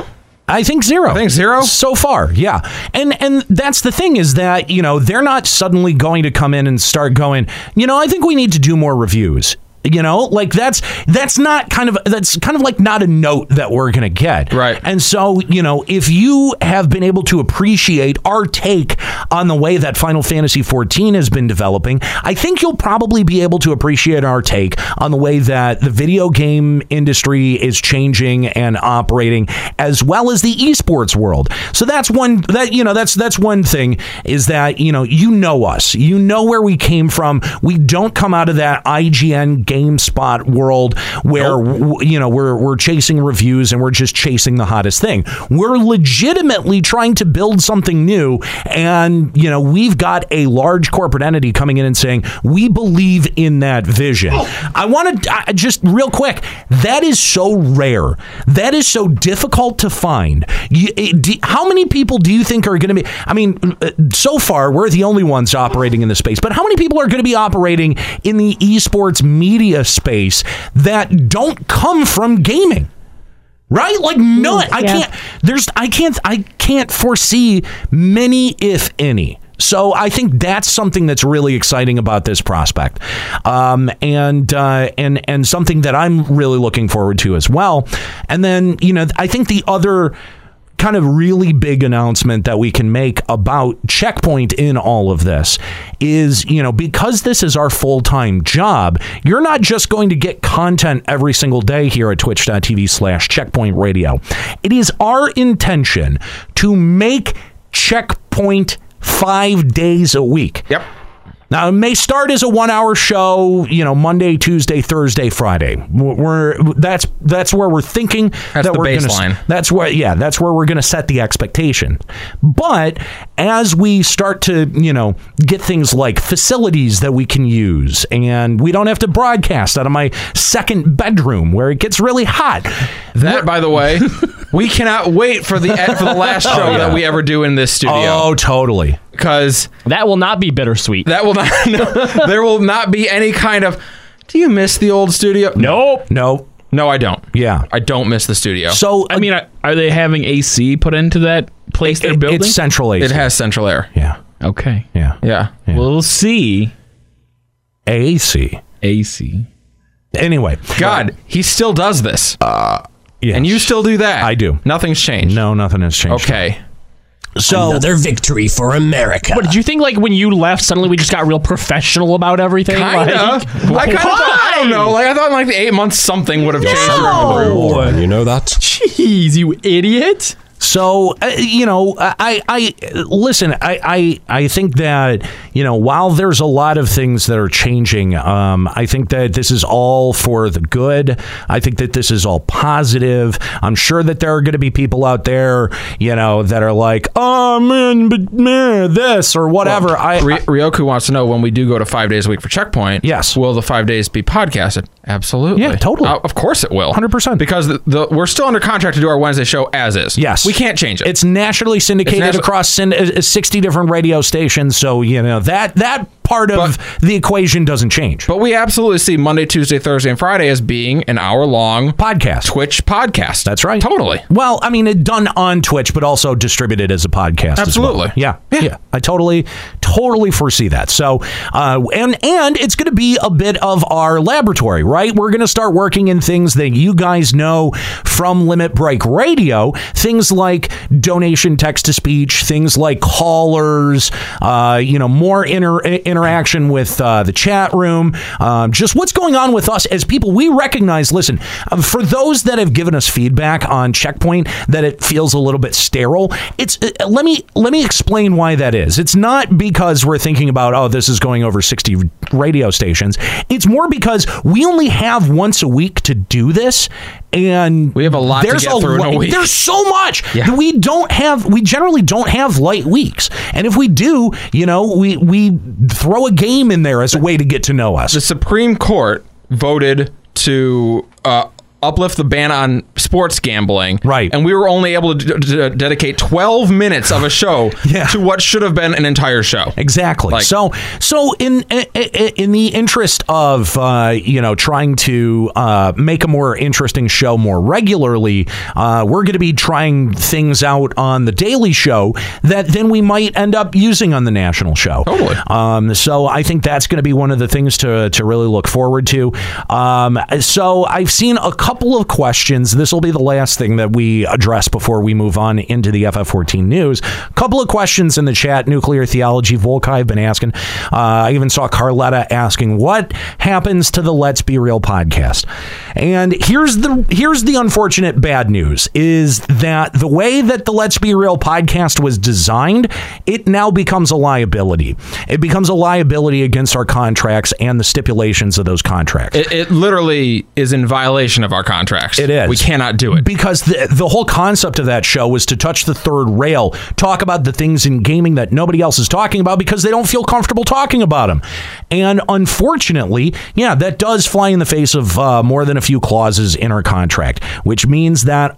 B: I think zero. I
A: think zero
B: so far. Yeah. And and that's the thing is that, you know, they're not suddenly going to come in and start going, you know, I think we need to do more reviews. You know, like that's that's not kind of that's kind of like not a note that we're going to get. Right. And so, you know, if you have been able to appreciate our take on the way that Final Fantasy 14 has been developing, I think you'll probably be able to appreciate our take on the way that the video game industry is changing and operating as well as the esports world. So that's one that you know that's that's one thing is that you know you know us. You know where we came from. We don't come out of that IGN GameSpot world where w you know we're we're chasing reviews and we're just chasing the hottest thing. We're legitimately trying to build something new and you know we've got a large corporate entity coming in and saying we believe in that vision. I want to just real quick. That is so rare. That is so difficult to find. You, it, do- how many people do you think are going to be? I mean, uh, so far we're the only ones operating in the space. But how many people are going to be operating in the esports media space that don't come from gaming? Right? Like no, I can't there's I can't I can't foresee many if any. So I think that's something that's really exciting about this prospect, um, and uh, and and something that I'm really looking forward to as well. And then you know I think the other kind of really big announcement that we can make about checkpoint in all of this is you know because this is our full-time job you're not just going to get content every single day here at twitch.tv slash checkpoint radio it is our intention to make checkpoint five days a week yep now it may start as a one-hour show, you know, Monday, Tuesday, Thursday, Friday. We're that's that's where we're thinking
A: That's
B: that
A: the
B: we're gonna-
A: baseline.
B: that's where yeah, that's where we're going to set the expectation. But as we start to, you know, get things like facilities that we can use and we don't have to broadcast out of my second bedroom where it gets really hot.
A: That, by the way, we cannot wait for the e, for the last show
B: Oh, yeah.
A: that we ever do in this studio.
B: Oh, totally.
A: Because
G: that will not be bittersweet.
A: That will not. no, there will not be any kind of. Do you miss the old studio?
I: Nope.
B: No.
A: No, I don't.
B: Yeah,
A: I don't miss the studio.
B: So
I: I mean, are- are they having AC put into that place they're building?
A: It has central air.
B: Yeah.
I: Okay.
B: Yeah.
A: Yeah.
I: We'll see.
B: AC.
I: AC.
B: Anyway,
A: God, he still does this.
B: Uh, yeah.
A: And you still do that. I
B: do.
A: Nothing's changed.
B: No, nothing has changed.
A: Okay. Oh.
B: So
G: another
B: victory for America.
G: What did you think? Like when you left, suddenly we just got real professional about everything.
A: Kinda.
G: Like,
A: I kind of thought, I don't know. Like I thought, in like
B: Oh.
A: the eight months, something would have changed.
G: No.
A: around the group.
L: You know that?
G: Jeez, you idiot.
B: So uh, you know, I, I listen. I, I I think that you know, while there's a lot of things that are changing, um, I think that this is all for the good. I think that this is all positive. I'm sure that there are going to be people out there, you know, that are like, oh man, but man, eh, this or whatever. I,
A: Ry- Ryoku wants to know when we do go to five days a week for checkpoint. Yes, will the five days be podcasted? Absolutely. Yeah, totally. of course it will. Hundred percent. Because the, the we're still under contract to do our Wednesday show as is. Yes, we can't change it.
B: It's nationally syndicated
A: national-
B: across syn- uh, uh, 60 different radio stations so you know that that part of the equation doesn't change
A: But we absolutely see Monday, Tuesday, Thursday, and Friday as being an hour long
B: podcast,
A: Twitch podcast.
B: That's right.
A: Totally.
B: well i mean it done on twitch but also distributed as a podcast as well.
A: Absolutely.
B: yeah, yeah i totally totally foresee that so uh, and and it's going to be a bit of our laboratory right we're going to start working in things that you guys know from limit break radio things like donation text to speech things like callers uh, you know more inter- interaction with uh, the chat room um, just what's going on with us as people we recognize listen um, for those that have given us feedback on checkpoint that it feels a little bit sterile it's uh, let me let me explain why that is it's not because we're thinking about oh this is going over 60 radio stations it's more because we only have once a week to do this and we have a
A: lot to get through in a week.
B: there's so much
A: Yeah.
B: that we don't have we generally don't have light weeks and if we do you know we we throw a game in there as a way to get to know us
A: The Supreme Court voted to uh, uplift the ban on sports gambling. Right. And we were only able to d- d- dedicate 12 minutes of a show to what should have been an entire show.
B: Exactly.
A: Like-
B: so, so in i- i- in the interest of uh, you know trying to uh, make a more interesting show more regularly, uh, we're going to be trying things out on the Daily Show that then we might end up using on the national show. Totally. Um, so I think that's going to be one of the things to to really look forward to. Um, so I've seen a couple of questions. This will be the last thing that we address before we move on into the FF14 news. Couple of questions in the chat. Nuclear theology. Volkai have been asking. Uh, I even saw Carletta asking, "What happens to the Let's Be Real podcast?" And here's the here's the unfortunate bad news is that the way that the Let's Be Real podcast was designed, it now becomes a liability. It becomes a liability against our contracts and the stipulations of those contracts.
A: It, it literally is in violation of our contracts. It is. We cannot do it.
B: Because the, the whole concept of that show was to touch the third rail, talk about the things in gaming that nobody else is talking about because they don't feel comfortable talking about them. And unfortunately, yeah, that does fly in the face of uh, more than a few clauses in our contract, which means that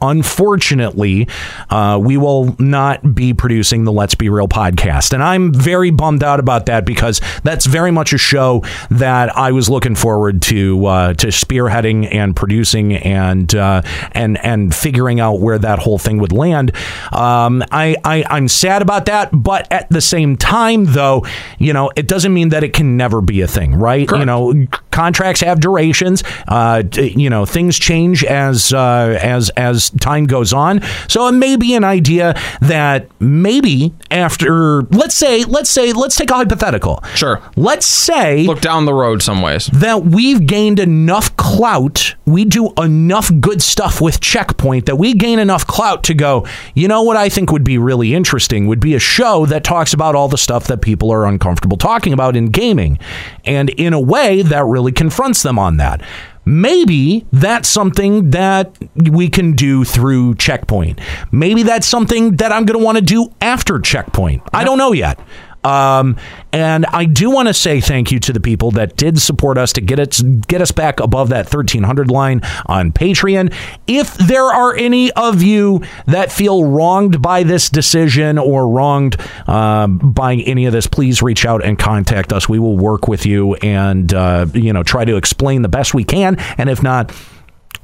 B: unfortunately, uh, we will not be producing the Let's Be Real podcast. And I'm very bummed out about that because that's very much a show that I was looking forward to uh, to spearheading and producing and uh, and and figuring out where that whole thing would land. Um, I, I I'm sad about that, but at the same time, though, you know, it doesn't mean that it can never be a thing, right? You know, c- contracts have durations. Uh, d- you know, things change as uh, as as time goes on. So it may be an idea that maybe after let's say let's say let's take a hypothetical. Sure. Let's say
A: look down the road some ways
B: that we've gained enough clout. We do enough good stuff with Checkpoint that we gain enough clout to go. You know what I think would be really interesting would be a show that talks about all the stuff that people are uncomfortable talking about in gaming, and in a way that really confronts them on that maybe that's something that we can do through checkpoint maybe that's something that i'm going to want to do after checkpoint i don't know yet um, and I do want to say thank you to the people that did support us to get it get us back above that 1300 line on Patreon. If there are any of you that feel wronged by this decision or wronged um, by any of this, please reach out and contact us. We will work with you and uh, you know try to explain the best we can. And if not,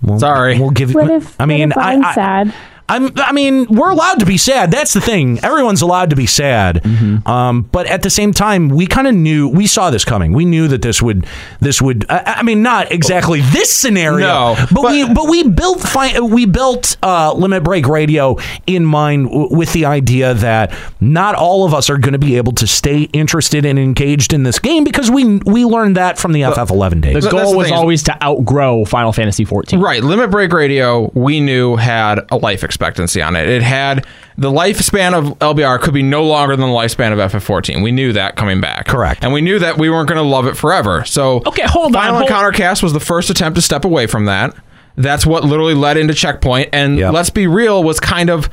B: we'll, sorry, we'll give you.
K: What if-
B: I
K: what
B: mean,
K: if
B: I-
K: I'm
B: I-
K: sad?
B: I'm, I mean, we're allowed to be sad. That's the thing. Everyone's allowed to be sad. Um, but at the same time, we kind of knew we saw this coming. We knew that this would this would. I, I mean, not exactly this scenario.
A: No,
B: but, we but we built fi- we built uh, Limit Break Radio in mind w- with the idea that not all of us are going to be able to stay interested and engaged in this game because we we learned that from the FF11
G: The
B: days.
G: goal was always to outgrow Final Fantasy 14.
A: Right. Limit Break Radio, we knew had a life expectancy on it. It had the lifespan of LBR could be no longer than the lifespan of FF14. We knew that coming back. Correct. And we knew that we weren't going to love it forever. So okay, hold Final
G: hold-
A: Encounter Cast was the first attempt to step away from that. That's what literally led into Checkpoint. And let's be real, was kind of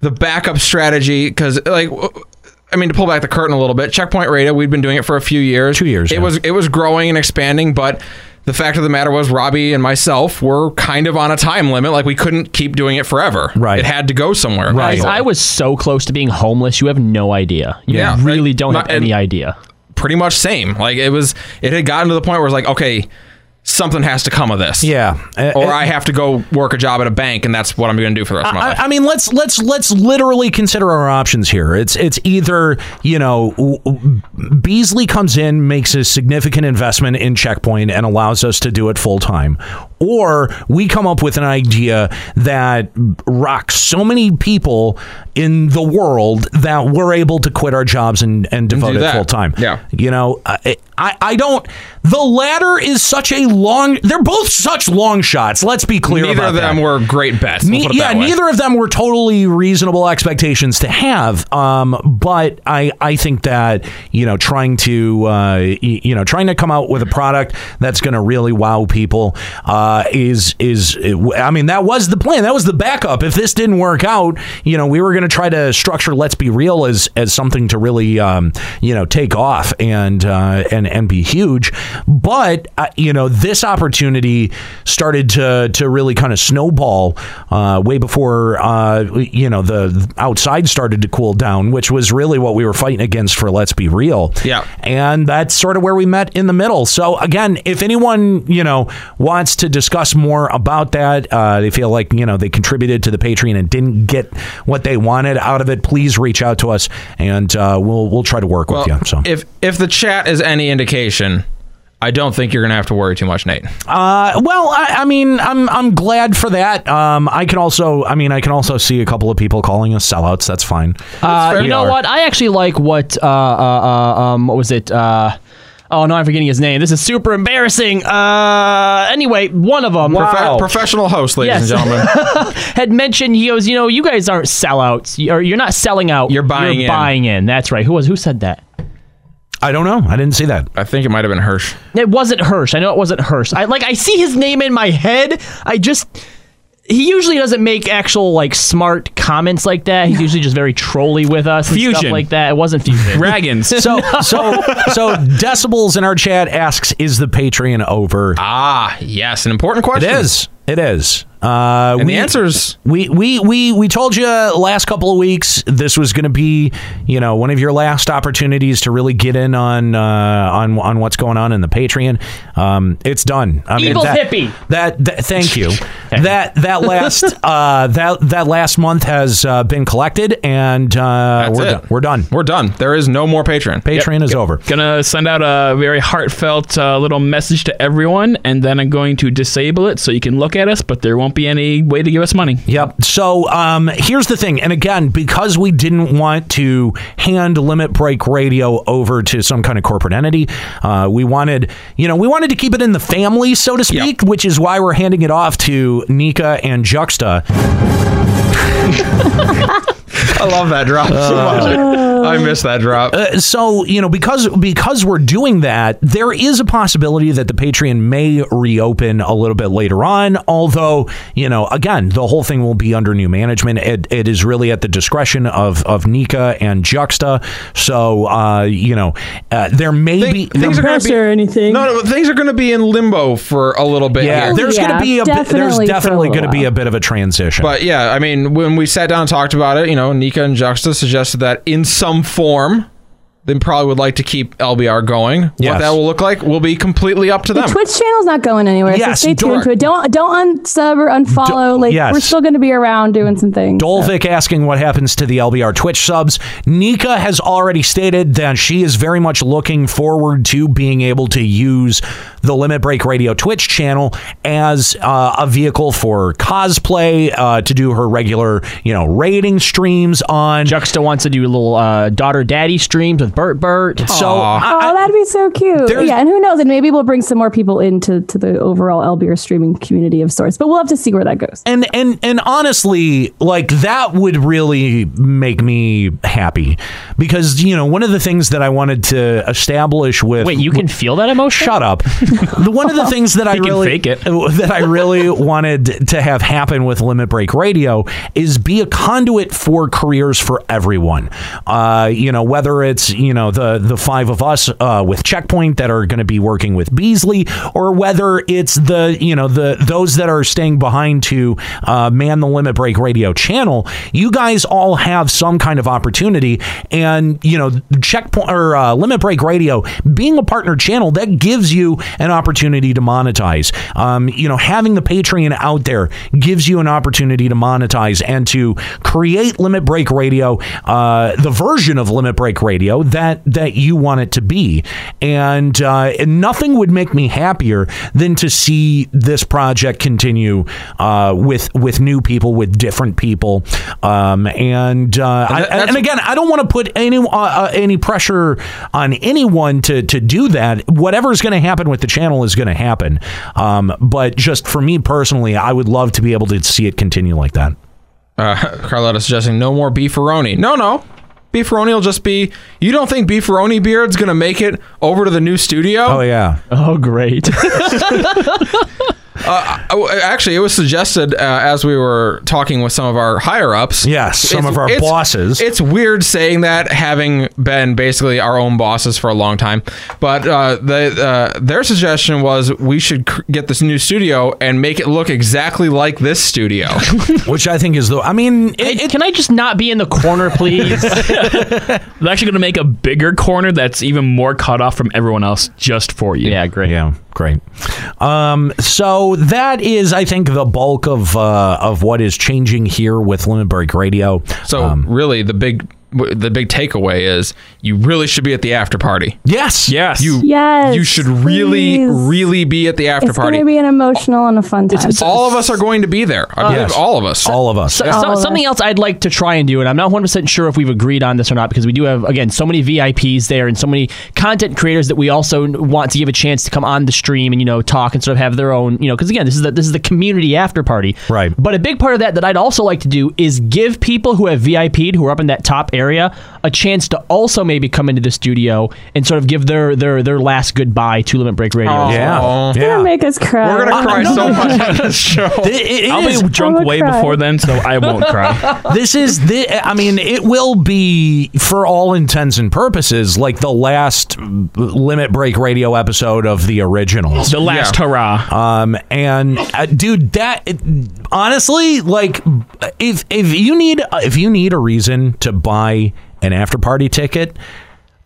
A: the backup strategy because like. I mean, to pull back the curtain a little bit, Checkpoint Radio, we'd been doing it for a few years. Two years. It was it was growing and expanding, but the fact of the matter was Robbie and myself were kind of on a time limit. Like we couldn't keep doing it forever. Right. It had to go somewhere.
G: Guys, I was so close to being homeless. You have no idea. You
A: Yeah.
G: really don't have
A: My- and-
G: any idea.
A: pretty much same. Like it was it had gotten to the point where it was like, okay, something has to come of this.
B: Yeah.
A: or I have to go work a job at a bank and that's what I'm gonna do for the rest of my life.
B: I, I mean, let's let's let's literally consider our options here. It's it's either you know w- w- Beasley comes in, makes a significant investment in Checkpoint, and allows us to do it full time, or we come up with an idea that rocks so many people in the world that we're able to quit our jobs and and devote it
A: that.
B: full time.
A: Yeah.
B: You know, I, I I don't. The latter is such a long. They're both such long shots. Let's be clear.
A: Neither
B: about
A: of them
B: that.
A: were great bets.
B: Ne-
A: we'll put it
B: yeah,
A: that way.
B: neither of them were totally reasonable expectations to have. Um, but I, I think that you know, trying to uh, y- you know, trying to come out with a product that's going to really wow people uh, is is I mean, that was the plan. That was the backup. If this didn't work out, you know, we were going to try to structure "Let's Be Real" as as something to really um, you know take off and uh, and and be huge. But uh, you know, this opportunity started to to really kind of snowball uh, way before uh, you know the outside started to cool down, which was really what we were fighting against for "Let's Be Real."
A: Yeah.
B: and that's sort of where we met in the middle. So again, if anyone you know wants to discuss more about that, uh, they feel like you know they contributed to the Patreon and didn't get what they wanted out of it, please reach out to us and uh, we'll we'll try to work with you. So
A: If if the chat is any indication, I don't think you're gonna have to worry too much, Nate.
B: Uh, well, I, I mean, I'm I'm glad for that. Um, I can also, I mean, I can also see a couple of people calling us sellouts. That's fine.
G: Uh,
B: fair.
G: you know
B: We are.
G: what? I actually like what uh, uh, uh, um, what was it? Uh, oh no, I'm forgetting his name. This is super embarrassing. Uh, anyway, one of them,
A: Profe- professional host, ladies and gentlemen.
G: had mentioned he goes, you know, you guys aren't sellouts. You're, you're not selling out. You're
A: buying
G: You're
A: in."
G: buying in. That's right. Who was who said that?
B: I don't know. I didn't see that.
A: I think it might have been Hirsch.
G: It wasn't Hirsch. I know it wasn't Hirsch. I like I see his name in my head. I just he usually doesn't make actual like smart comments like that. He's usually just very trolly with us and stuff
I: Fusion.
G: like that. It wasn't fusion.
I: Dragons.
B: So so so decibels in our chat asks, is the Patreon over?
A: Ah, yes, an important question.
B: It is. It is. Uh,
A: And the answers.
B: We we we we told you last couple of weeks this was going to be you know one of your last opportunities to really get in on uh, on on what's going on in the Patreon. Um, it's done. I
G: Evil
B: that,
G: hippie.
B: That, that thank you. that that last uh, that that last month has uh, been collected and uh,
A: That's
B: we're
A: it.
B: done. We're done.
A: We're done. There is no more Patreon.
B: Patreon is over.
I: Gonna send out a very heartfelt uh, little message to everyone, and then I'm going to disable it so you can look at us, but there won't be any way to give us money.
B: Yep. So um, here's the thing, and again, because we didn't want to hand Limit Break Radio over to some kind of corporate entity, uh, we wanted, you know, we wanted to keep it in the family, so to speak, which is why we're handing it off to Nika and Juxta.
A: I love that drop so much. I miss that drop.
B: Uh, so you know because because we're doing that there is a possibility that the patreon may reopen a little bit later on although you know again the whole thing will be under new management it, it is really at the discretion of of nika and juxta so uh you know uh, there may be
A: Things are gonna
K: pressure
A: be,
K: or anything.
A: no, no, things are going to be in limbo for a little bit.
B: yeah,
A: here.
B: there's
K: Yeah,
B: gonna be a bit- there's
K: definitely for a
B: definitely
K: little
B: gonna be
K: while.
B: a bit of a transition
A: But yeah, I mean, when we sat down and talked about it, you know, Nika and Juxta suggested that in some form, they probably would like to keep LBR going.
B: Yes.
A: What that will look like will be completely up to them.
K: The Twitch channel's not going anywhere,
B: Yes,
K: so stay tuned
B: Dor-
K: to it. Don't don't unsub or unfollow.
B: Do-
K: like
B: yes.
K: we're still going to be around doing some things.
B: Dolvik asking what happens to the LBR Twitch subs. Nika has already stated that she is very much looking forward to being able to use the Limit Break Radio Twitch channel as uh, a vehicle for cosplay uh, to do her regular, you know, rating streams on.
G: Juxta wants to do little uh, daughter daddy streams with Bert Bert.
K: So oh, that'd be so cute. Yeah, and who knows? And maybe we'll bring some more people into to the overall L beer streaming community of sorts. But we'll have to see where that goes.
B: And and and honestly, like that would really make me happy because you know one of the things that I wanted to establish with wait, you
G: can feel that emotion.
B: Shut up. the, one of the things that I
I: He can
B: really
I: fake it.
B: that I really wanted to have happen with Limit Break Radio is be a conduit for careers for everyone. Uh, you know, whether it's you know the the five of us uh, with Checkpoint that are going to be working with Beasley, or whether it's the you know the those that are staying behind to uh, man the Limit Break Radio channel. You guys all have some kind of opportunity, and you know Checkpoint or uh, Limit Break Radio being a partner channel that gives you an opportunity to monetize. Um, you know, having the Patreon out there gives you an opportunity to monetize and to create Limit Break Radio, uh, the version of Limit Break Radio that that you want it to be. And, uh, and nothing would make me happier than to see this project continue uh, with with new people, with different people. Um, and uh, I,
I: that's-
B: and again, I don't want to put any uh, uh, any pressure on anyone to to do that. Whatever's going to happen with the channel is going to happen. Um, but just for me personally, I would love to be able to see it continue like that.
A: Uh, Carlotta suggesting no more beefaroni. No, no. Beefaroni will just be. You don't think beefaroni beard's gonna make it over to the new studio?
B: Oh yeah.
G: Oh great.
A: Uh, oh, actually, it was suggested uh, as we were talking with some of our higher ups.
B: Yes, some of our bosses.
A: It's weird saying that, having been basically our own bosses for a long time. But uh, the, uh, their suggestion was we should cr- get this new studio and make it look exactly like this studio.
B: Which I think is though. I mean, it,
G: Can I just not be in the corner, please?
I: They're actually going to make a bigger corner that's even more cut off from everyone else just for you.
G: yeah, great.
B: Yeah, great. Um, so that is, I think, the bulk of uh, of what is changing here with Lunenberg Radio.
A: So Um, really, the big w- the big takeaway is you really should be at the after party.
B: Yes,
I: Yes.
A: You
K: Yes,
A: you should really
K: please.
A: really be at the after
K: It's going
A: party.
K: to be an emotional and a fun time.
A: all of us are going to be there. I believe
B: Yes.
A: all of us.
B: all of us.
G: So, so-
K: of
G: something else I'd like to try and do, and I'm not 100% sure if we've agreed on this or not because we do have, again, so many VIPs there and so many content creators that we also want to give a chance to come on the stream and, you know, talk and sort of have their own, you know, because again, this is, the, this is the community after party.
B: Right.
G: But a big part of that that I'd also like to do is give people who have VIP'd, who are up in that top area, a chance to also maybe come into the studio and sort of give their their, their last goodbye to Limit Break Radio.
B: yeah,
K: It's gonna make us cry.
A: Oh. We're gonna cry so much on this show.
B: It- it
I: I'll
B: is-
I: be drunk
K: I'm
I: way
K: gonna cry.
I: before then, so I won't cry.
B: this is the i mean it will be for all intents and purposes like the last limit break radio episode of the originals
I: The last hurrah.
B: um and uh, dude that it, honestly like if if you need if you need a reason to buy an after party ticket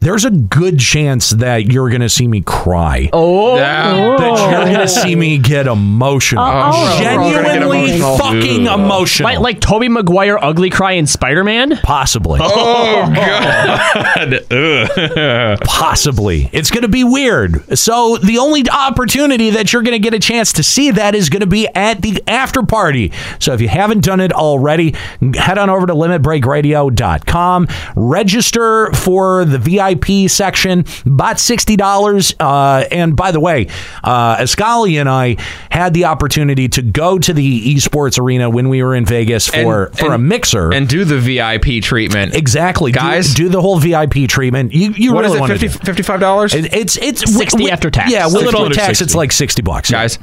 B: there's a good chance that you're gonna see me cry oh
A: Yeah.
B: that you're
G: Oh.
B: gonna see me get emotional
K: Oh,
A: we're all gonna get
B: genuinely
A: emotional.
B: fucking emotional
G: Like, like Toby Maguire ugly cry in Spider Man?
B: possibly
A: Oh,
G: Oh,
B: Possibly. It's going to be weird. So, the only opportunity that you're going to get a chance to see that is going to be at the after party. So, if you haven't done it already, head on over to limitbreakradio.com, register for the VIP section, about $60. Uh, and by the way, uh, Ascali and I had the opportunity to go to the esports arena when we were in Vegas for,
A: And-
B: for a
A: and-
B: mixer.
A: and do the VIP treatment.
B: Exactly, Do-
A: Guys?
B: Do, the whole VIP treatment. You you
A: What is
B: really want
A: it? 50, 55 dollars,
B: it, it's it's
G: 60
B: with-
G: after tax.
B: Yeah, with
I: Little
B: little
I: under
B: tax,
I: 60.
B: it's like sixty bucks.
A: guys.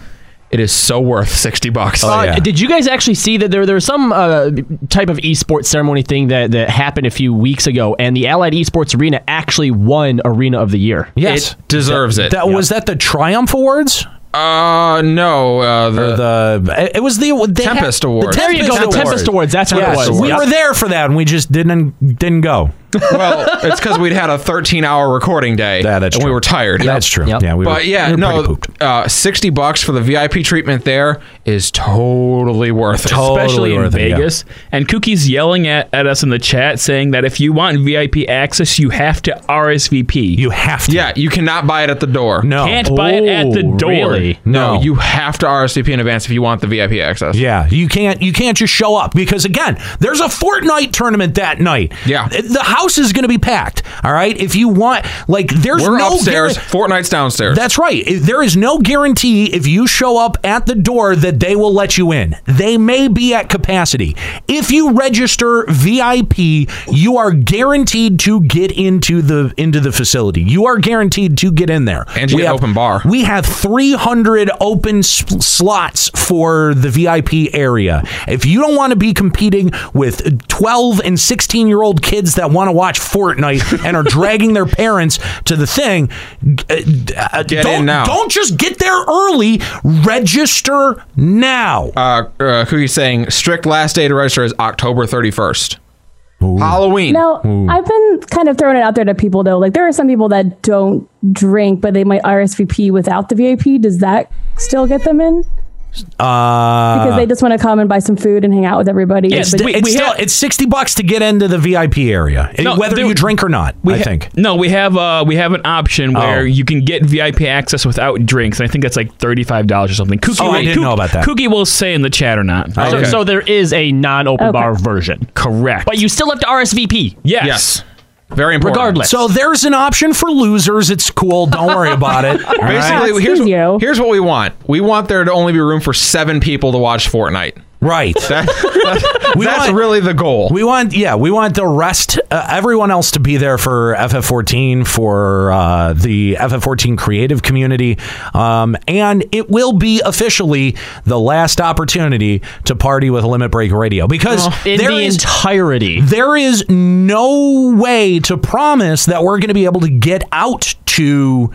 A: It is so worth sixty bucks.
B: Oh, yeah.
G: Uh, Did you guys actually see that there there was some uh, type of esports ceremony thing that, that happened a few weeks ago, and the Allied Esports Arena actually won Arena of the Year.
B: Yes.
A: It deserves it.
B: that was that the Triumph Awards
A: uh no, uh, the,
B: or the it was the they had-
A: Tempest Awards.
B: The
G: There you go, the Tempest Awards, that's what it
B: Yes,
G: was.
B: We
G: Yep.
B: were there for that, and we just didn't didn't go.
A: well, Oh, it's because we'd had a thirteen-hour recording day,
B: Yeah, that's
A: and
B: true.
A: we were tired.
B: That's true.
G: Yep.
B: Yeah, we were,
A: but yeah,
B: we were pretty
A: no,
B: pooped.
A: uh, sixty bucks for the VIP treatment there, is totally worth it.
I: especially in Vegas. And Kookie's yelling at, at us in the chat saying that if you want VIP access, you have to RSVP.
B: You have to.
A: Yeah, you cannot buy it at the door.
B: No.
I: Can't buy it at the door.
A: No, you have to RSVP in advance if you want the VIP access.
B: Yeah, you can't you can't just show up because again, there's a Fortnite tournament that night.
A: Yeah.
B: the house is going to be packed. All right, if you want, like, there's
A: We're
B: no
A: upstairs.
B: guaran-
A: Fortnite's downstairs.
B: That's right. If- There is no guarantee if you show up at the door that they will let you in. They may be at capacity. If you register VIP, you are guaranteed to get into the into the facility. You are guaranteed to get in there.
A: And you get open bar.
B: We have 300 open s- slots for the VIP area. If you don't want to be competing with 12 and 16 year old kids that want to watch Fortnite and are dragging their parents to the thing, uh,
A: Get
B: don't,
A: in now.
B: Don't just get there early. Register now.
A: Uh, uh, Cookie's saying strict last day to register is October 31st. Halloween.
K: Now, I've been kind of throwing it out there to people though. Like there are some people that don't drink, but they might RSVP without the VIP. Does that still get them in? Because
B: Uh,
K: they just want to come and buy some food and hang out with everybody.
B: it's,
K: But-
B: it's still, it's 60 bucks to get into the VIP area, eh,
I: No,
B: whether
I: dude,
B: you drink or not, I think.
I: No, we have uh we have an option where
B: Oh.
I: you can get VIP access without drinks. And I think that's like thirty five dollars or something. Cookie,
B: Oh, I didn't
I: Kook-
B: know about that.
I: Cookie will say in the chat or not.
G: So, so there is a non-open
K: Okay.
G: bar version,
I: Correct.
G: but you still have to RSVP.
I: yes.
A: Yes. Very important.
G: Regardless.
B: So there's an option for losers. It's cool. Don't worry about it. All right?
A: Basically,
K: Excuse
A: here's,
K: you.
A: here's what we want. We want there to only be room for seven people to watch Fortnite.
B: Right.
A: That, that's
B: We
A: that's
B: want-
A: really the goal.
B: We want, yeah, we want the rest, uh, everyone else to be there for FF14, for uh, the FF14 creative community. Um, and it will be officially the last opportunity to party with Limit Break Radio because
G: Oh, in
B: there
G: the
B: is-
G: entirety.
B: there is no way to promise that we're going to be able to get out to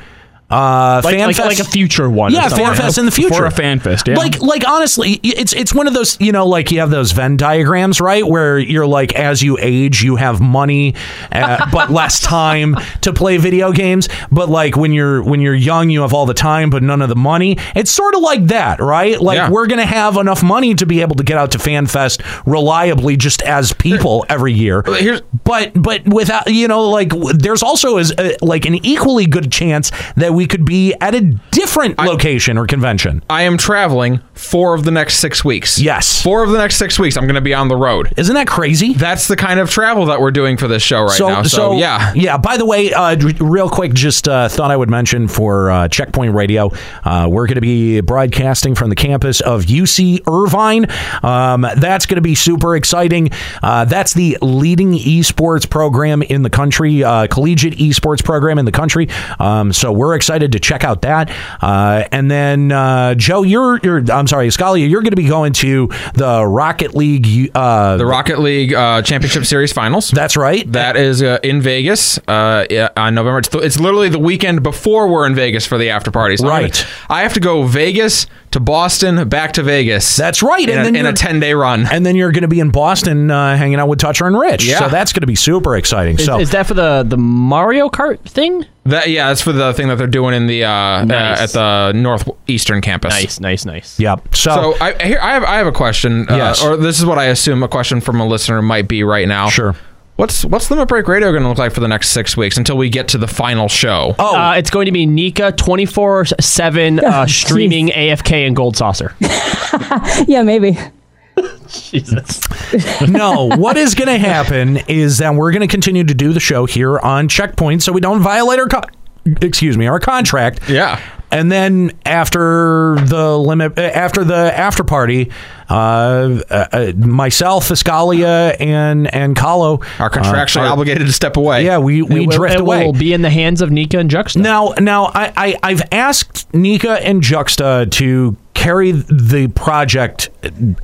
B: uh,
G: Like-
B: fan
G: like-
B: fest.
G: like a future one or
B: Yeah,
G: something.
B: fan fest in the future
I: For a fan fest, yeah.
B: Like, like honestly, y- it's it's one of those you know, like you have those Venn diagrams, right? Where you're like, as you age, you have money, uh, but less time to play video games. But like when you're when you're young, you have all the time, but none of the money. It's sort of like that, right? Like
A: Yeah.
B: we're gonna have enough money to be able to get out to fan fest reliably, just as people every year
A: Here's-
B: but but without you know like w- there's also is uh like an equally good chance that we could be at a different location or convention
A: I am traveling four of the next six weeks.
B: Yes.
A: Four of the next six weeks, I'm going to be on the road.
B: isn't that crazy
A: That's the kind of travel that we're doing for this show right now. So, yeah.
B: yeah. By the way, uh, d- real quick, just uh, thought I would mention for uh, Checkpoint Radio, uh, we're going to be broadcasting from the campus of UC Irvine. Um, that's going to be super exciting. Uh, that's the leading esports program in the country, uh, collegiate esports program in the country. Um, so we're excited to check out that. Uh, and then uh, Joe, you're, you're I'm sorry, Scalia, you're going to be going to the Rocket League. Uh,
A: The Rocket League uh, Championship Series Finals.
B: that's right.
A: That is uh, in Vegas uh, yeah, on November. It's, th- it's literally the weekend before we're in Vegas for the after party. So I'm gonna-
B: Right.
A: I have to go Vegas to Boston, back to Vegas.
B: That's right,
A: In,
B: and
A: a,
B: then
A: in a
B: you're-
A: ten day run.
B: and then you're going to be in Boston uh, hanging out with Toucher and Rich.
A: Yeah.
B: So that's going to be super exciting.
G: Is,
B: so
G: is that for the the Mario Kart thing?
A: That yeah, that's for the thing that they're doing in the uh,
G: Nice.
A: uh, at the northeastern campus.
G: nice, nice.
B: yep. So,
A: So I here I have I have a question. uh,
B: Yes.
A: or this is what I assume a question from a listener might be right now.
B: Sure.
A: What's what's the Break Radio going to look like for the next six weeks until we get to the final show?
B: oh,
G: Uh, it's going to be Nika 24 7 uh,
K: Oh,
G: streaming AFK and Gold Saucer.
K: yeah, maybe.
G: Jesus.
B: no. What is going to happen is that we're going to continue to do the show here on Checkpoint, so we don't violate our co- excuse me our contract.
A: Yeah.
B: And then after the limit, uh, after the after party, uh, uh, uh, myself, Escalia, and and Kahlo
A: Are contractually
B: uh, are-
A: obligated to step away.
B: Yeah, we we
G: it will,
B: drift
G: it
B: away.
G: will be in the hands of Nika and Juxta.
B: Now, now I, I I've asked Nika and Juxta to carry the project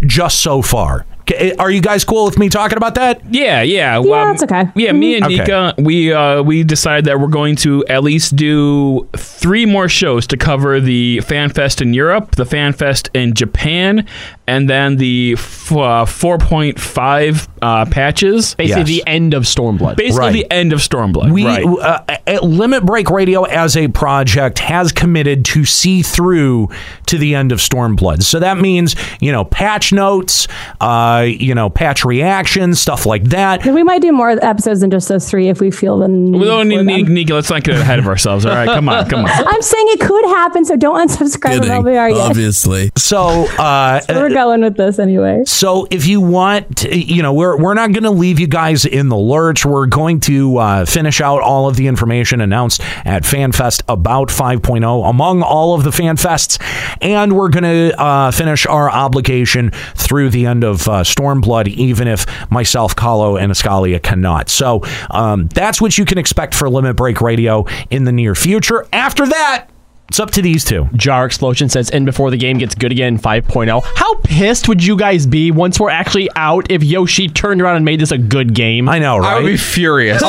B: just so far. K- Are you guys cool with me talking about that?
I: Yeah, yeah. Yeah,
K: that's okay.
I: Yeah, me and
B: Mhm. Okay.
I: Nika, we uh, we decided that we're going to at least do three more shows to cover the Fan Fest in Europe, the Fan Fest in Japan, and then the f- uh, 4.5 uh, patches.
G: Basically Yes. the end of Stormblood.
I: Basically
B: Right.
I: the end of Stormblood.
B: We uh, at Limit Break Radio as a project has committed to see through to the end of Stormblood. So that means you know patch notes, uh, you know patch reactions, stuff like that.
K: We might do more episodes than just those three if we feel the need.
I: We don't need, need Nika. Let's not get ahead of ourselves. All right, come on, come on.
K: I'm saying it could happen, so don't unsubscribe from LBR yet.
B: Obviously. So uh,
K: We're going with this anyway.
B: So if you want, to, you know, we're we're not going to leave you guys in the lurch. We're going to uh, finish out all of the information announced at FanFest about 5.0 among all of the FanFests, and we're going to uh, finish our obligation through the end of uh, Stormblood, even if myself, Kahlo, and Ascalia cannot. So um, that's what you can expect for Limit Break Radio in the near future. After that. It's up to these two.
G: Jar Explosion says, and before the game gets good again, 5.0. How pissed would you guys be once we're actually out if Yoshi turned around and made this a good game? I
B: know,
A: I would be furious.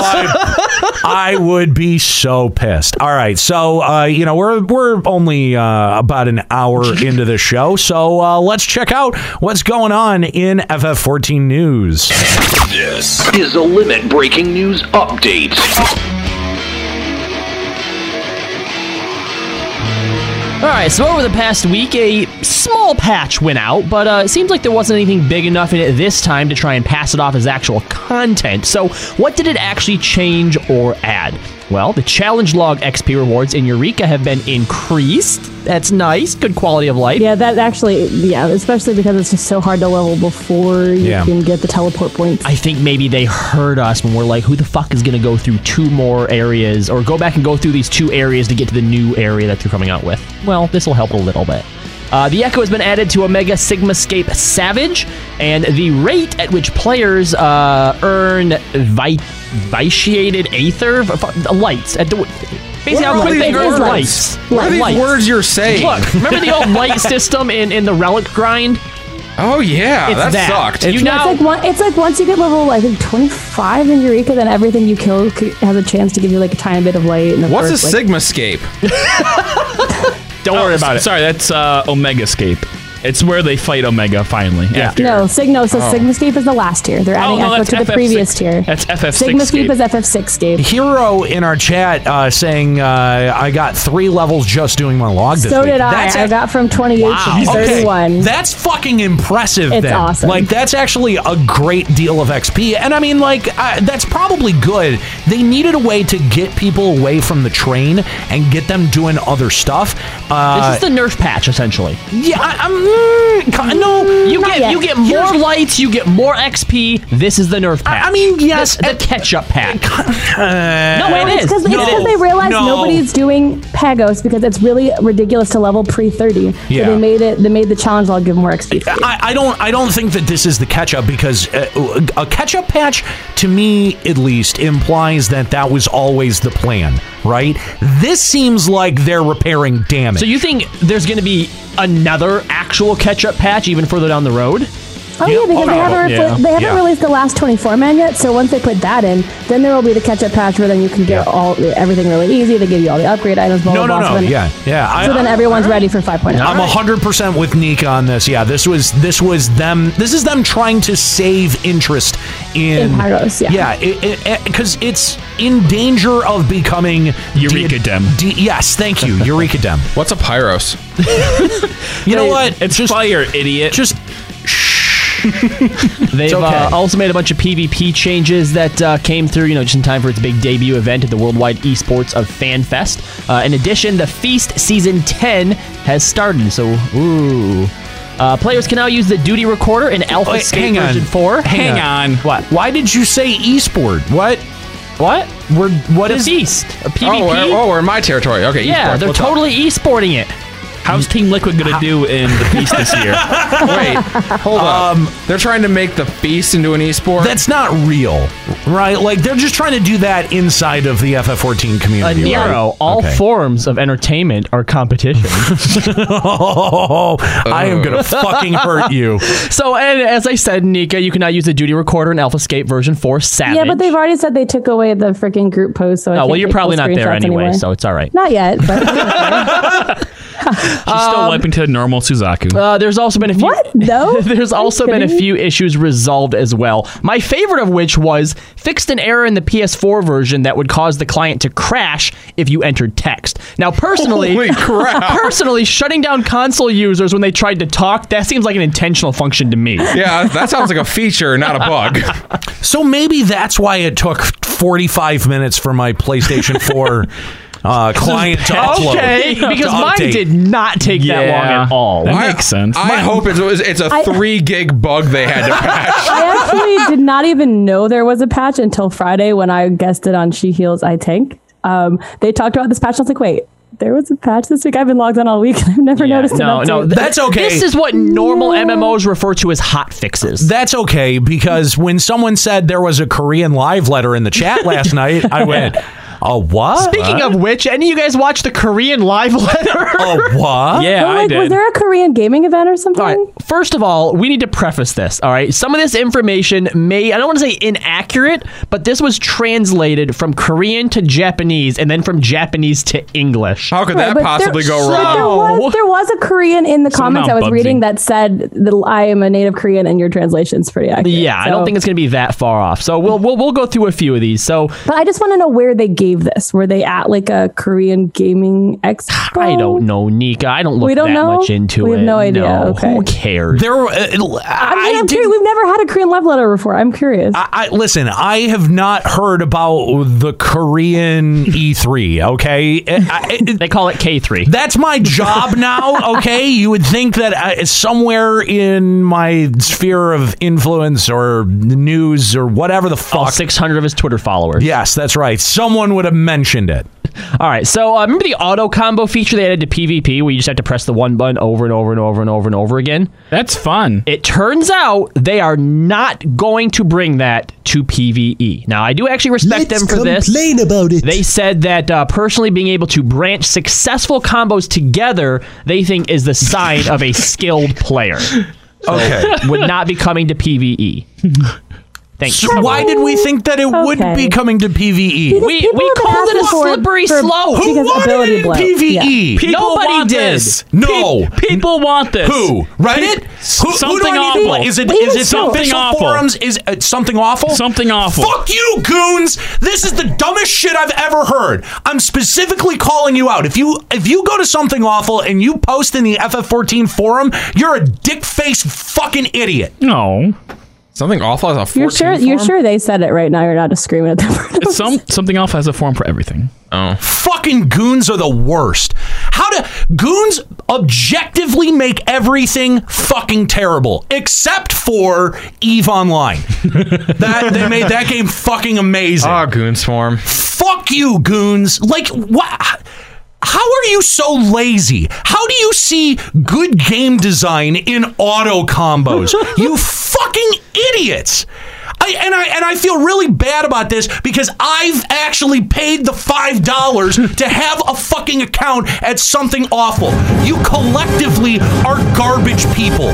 B: I would be so pissed. All right, so uh, you know we're we're only uh, about an hour into the show, so uh, let's check out what's going on in FF14 news.
D: This is a limit breaking news update.
G: All right, so over the past week, a small patch went out, but uh, it seems like there wasn't anything big enough in it this time to try and pass it off as actual content. So, what did it actually change or add? Well, the challenge log XP rewards in Eureka have been increased. That's nice. Good quality of life.
K: Yeah, that actually, yeah, especially because it's just so hard to level before you
G: Yeah.
K: can get the teleport points.
G: I think maybe they heard us when we're like, who the fuck is going to go through two more areas or go back and go through these two areas to get to the new area that they're coming out with? Well, this will help a little bit. Uh, the Echo has been added to Omega Sigmascape Savage, and the rate at which players uh, earn vi- vitiated aether f- lights at the. Basically, how
A: What are
G: quick they
A: these
G: earn
A: words?
G: lights.
A: What are these
G: Lights.
A: words you're saying?
G: Look, remember the old light system in, in the relic grind?
A: Oh yeah,
G: It's
A: that,
G: that.
A: sucked.
G: It's-
K: You know, it's like one, it's like once you get level, I think twenty five in Eureka, then everything you kill c- has a chance to give you like a tiny bit of light. And the
A: What's a
K: first, like,
A: Sigma scape?
I: Don't worry about it. Oh, Sorry, that's uh, Omega Scape. It's where they fight Omega finally. After.
K: No, Sig, no. So
I: Oh.
K: Sigmascape is the last tier. They're adding
I: no,
K: Echo
I: that's
K: to the
I: FF6.
K: previous tier.
I: That's FF6
K: Sigmascape is FF6 scape.
B: Hero in our chat uh, saying uh, I got three levels just doing my log. This
K: So
B: week.
K: did I.
B: That's
K: I
B: a-
K: got from twenty eight
B: Wow.
K: to
B: Okay.
K: thirty one.
B: That's fucking impressive.
K: It's
B: then.
K: awesome.
B: Like that's actually a great deal of XP, and I mean, like uh, that's probably good. They needed a way to get people away from the train and get them doing other stuff. Uh,
G: This is the nerf patch, essentially.
B: yeah, I, I'm mm, ki- no.
G: You get you get more lights, you get more XP. This is the nerf patch. I, mean, yes, the, catch up pack.
B: uh,
G: no,
K: Well,
G: it
K: it's
G: is.
K: because
G: No.
K: they realized
G: No.
K: nobody's doing Pagos because it's really ridiculous to level pre thirty.
B: Yeah.
K: So they made it. They made the challenge log give more XP. for you.
B: I, I don't. I don't think that this is the catch-up because uh, a catch-up patch, to me at least, implies that that was always the plan, right? This seems like they're repairing damage.
G: So you think there's going to be another actual catch up patch even further down the road?
K: Oh yeah, because
G: Oh,
K: they haven't
G: yeah.
K: repli- they haven't
G: Yeah.
K: released the last 24 man yet. So once they put that in, then there will be the catch up patch where then you can get all everything really easy. They give you all the upgrade items. Blah,
B: No, no,
K: blah, blah,
B: no.
K: So then,
B: Yeah, yeah. I-
K: so then
B: I-
K: everyone's ready for oh. 5.0.
B: I'm hundred percent with Nika on this. Yeah, this was this was them. This is them trying to save interest in,
K: In Pyros, yeah.
B: yeah, because it's in danger of becoming Eureka Dem. yes, thank you, Eureka Dem.
A: What's a Pyros?
B: you know what? It's just
I: fire, idiot.
B: Just
G: They've uh, also made a bunch of PvP changes that uh, came through, you know, just in time for its big debut event at the Worldwide Esports of FanFest. Uh, in addition, the Feast Season 10 has started, so ooh. Uh, players can now use the duty recorder in Alpha
B: Wait,
G: Skate
B: hang on.
G: version 4.
B: Hang on.
G: What?
B: Why did you say esport? What?
G: What?
B: We're what
G: the
B: is-
G: Feast. A PvP?
A: Oh, we're, oh, we're in my territory. Okay.
G: yeah,
A: esports,
G: they're
A: what's up?
G: totally esporting it.
I: How's Team Liquid gonna do in the feast this year? Um,
A: Wait, hold up. They're trying to make the feast into an esport.
B: That's not real, right? Like they're just trying to do that inside of the FF14
G: A
B: community.
G: Nero,
B: right?
G: all
B: Okay.
G: forms of entertainment are competition.
B: oh, I am gonna fucking hurt you.
G: So, and as I said, Nika, you cannot use the duty recorder in AlphaScape version 4 Savage.
K: Yeah, but they've already said they took away the freaking group post. So I
G: Oh,
K: can't
G: well, you're
K: take
G: probably
K: full
G: not there
K: screenshots
G: anyway, so it's all right.
K: Not yet, but
I: She's still wiping to normal Suzaku.
G: Um, Uh, there's also been a few. What?
K: No.
G: there's also been a few issues resolved as well. My favorite of which was fixed an error in the PS4 version that would cause the client to crash if you entered text. Now, personally,
A: Holy crap.
G: personally, shutting down console users when they tried to talk that seems like an intentional function to me.
A: yeah, that sounds like a feature, not a bug.
B: So maybe that's why it took 45 minutes for my PlayStation 4 uh, client to upload.
G: Okay,
B: to
G: because mine
B: update.
G: did not take that long at all.
I: That makes sense.
A: I hope it's it's a
K: I-
A: three gig bug they had to patch.
K: I actually did not even know there was a patch until Friday when I guessed it on She Heals I Tank. Um, they talked about this patch. I was like, wait, there was a patch this week. I've been logged on all week and I've never noticed it.
G: no, no, th-
B: That's okay.
G: This is what normal MMOs refer to as hot fixes.
B: That's okay because when someone said there was a Korean live letter in the chat last night, I went, "A what?
G: Speaking of which, any of you guys watch the Korean live letter?
B: a what?
I: yeah,
K: But,
I: I
K: like,
I: did.
K: was there a Korean gaming event or something?
G: All right. First of all, we need to preface this. All right. Some of this information may, I don't want to say inaccurate, but this was translated from Korean to Japanese and then from Japanese to English.
A: How could
K: Right,
A: that
K: but
A: possibly
K: there-
A: go
K: but
A: wrong?
K: There was, there was a Korean in the comments I
I: now
K: was
I: Bubsy.
K: reading that said that I am a native Korean and your translation's pretty accurate.
G: Yeah, I don't
K: So-
G: think it's going to be that far off. So we'll, we'll we'll go through a few of these. So
K: But I just want to know where they gave this. Were they at like a Korean gaming expo?
G: I don't know, Nika. I don't look
K: We don't
G: that
K: know?
G: much into
K: We
G: it.
K: have no idea. Okay.
G: Who cares?
B: There, uh, I,
K: I mean, I am
B: didn't-
K: curious. We've never had a Korean love letter before. I'm curious.
B: I, I listen. I have not heard about the Korean E3. Okay, I- I-
G: they call it K three.
B: that's my job now. Okay, you would think that I, somewhere in my sphere of influence or news or whatever the
G: All
B: fuck.
G: six hundred of his Twitter followers.
B: Yes, that's right. Someone would have mentioned it.
G: All right. So uh, remember the auto combo feature they added to PvP, where you just have to press the one button over and over and over and over and over again.
I: That's fun.
G: It turns out they are not going to bring that to PVE. Now, I do actually respect them for this. Complain about it. They said that uh, personally, being able to branch successful combos together, they think is the sign of a skilled player.
B: Okay.
G: Would not be coming to PVE. Thanks.
B: So why did we think that it would
K: Okay.
B: be coming to PVE?
K: Because
G: we-
K: people
G: we
K: have been
G: called it a
K: asking for
G: slippery
K: for-
G: slope.
B: Who
K: because
B: wanted
K: ability
B: it in E?
K: blow. Yeah.
B: PVE?
G: Nobody
I: want
G: did.
I: this.
B: No.
I: Pe- people want this.
B: Who? Reddit? Who, who do
I: Something
B: I need to-
I: awful.
B: Is it,
K: But
B: is
K: even
B: it
K: so-
B: something
I: Something
B: awful?
I: awful.
B: Forums? Is it something awful?
I: Something awful.
B: Fuck you, goons! This is the dumbest shit I've ever heard. I'm specifically calling you out. If you if you go to something awful and you post in the FF14 forum, you're a dick faced fucking idiot.
I: No.
A: Something awful as a 14
K: You're sure? You're
A: form?
K: sure they said it right now? You're not just screaming at them.
I: It's some something else has a form for everything.
A: Oh.
B: fucking goons are the worst. How do goons objectively make everything fucking terrible except for Eve Online? that they made that game fucking amazing.
A: Ah, goons form.
B: Fuck you, goons. Like what? How are you so lazy? How do you see good game design in auto combos? you fucking idiots. I, and I and I feel really bad about this because I've actually paid the five dollars to have a fucking account at something awful. You collectively are garbage people.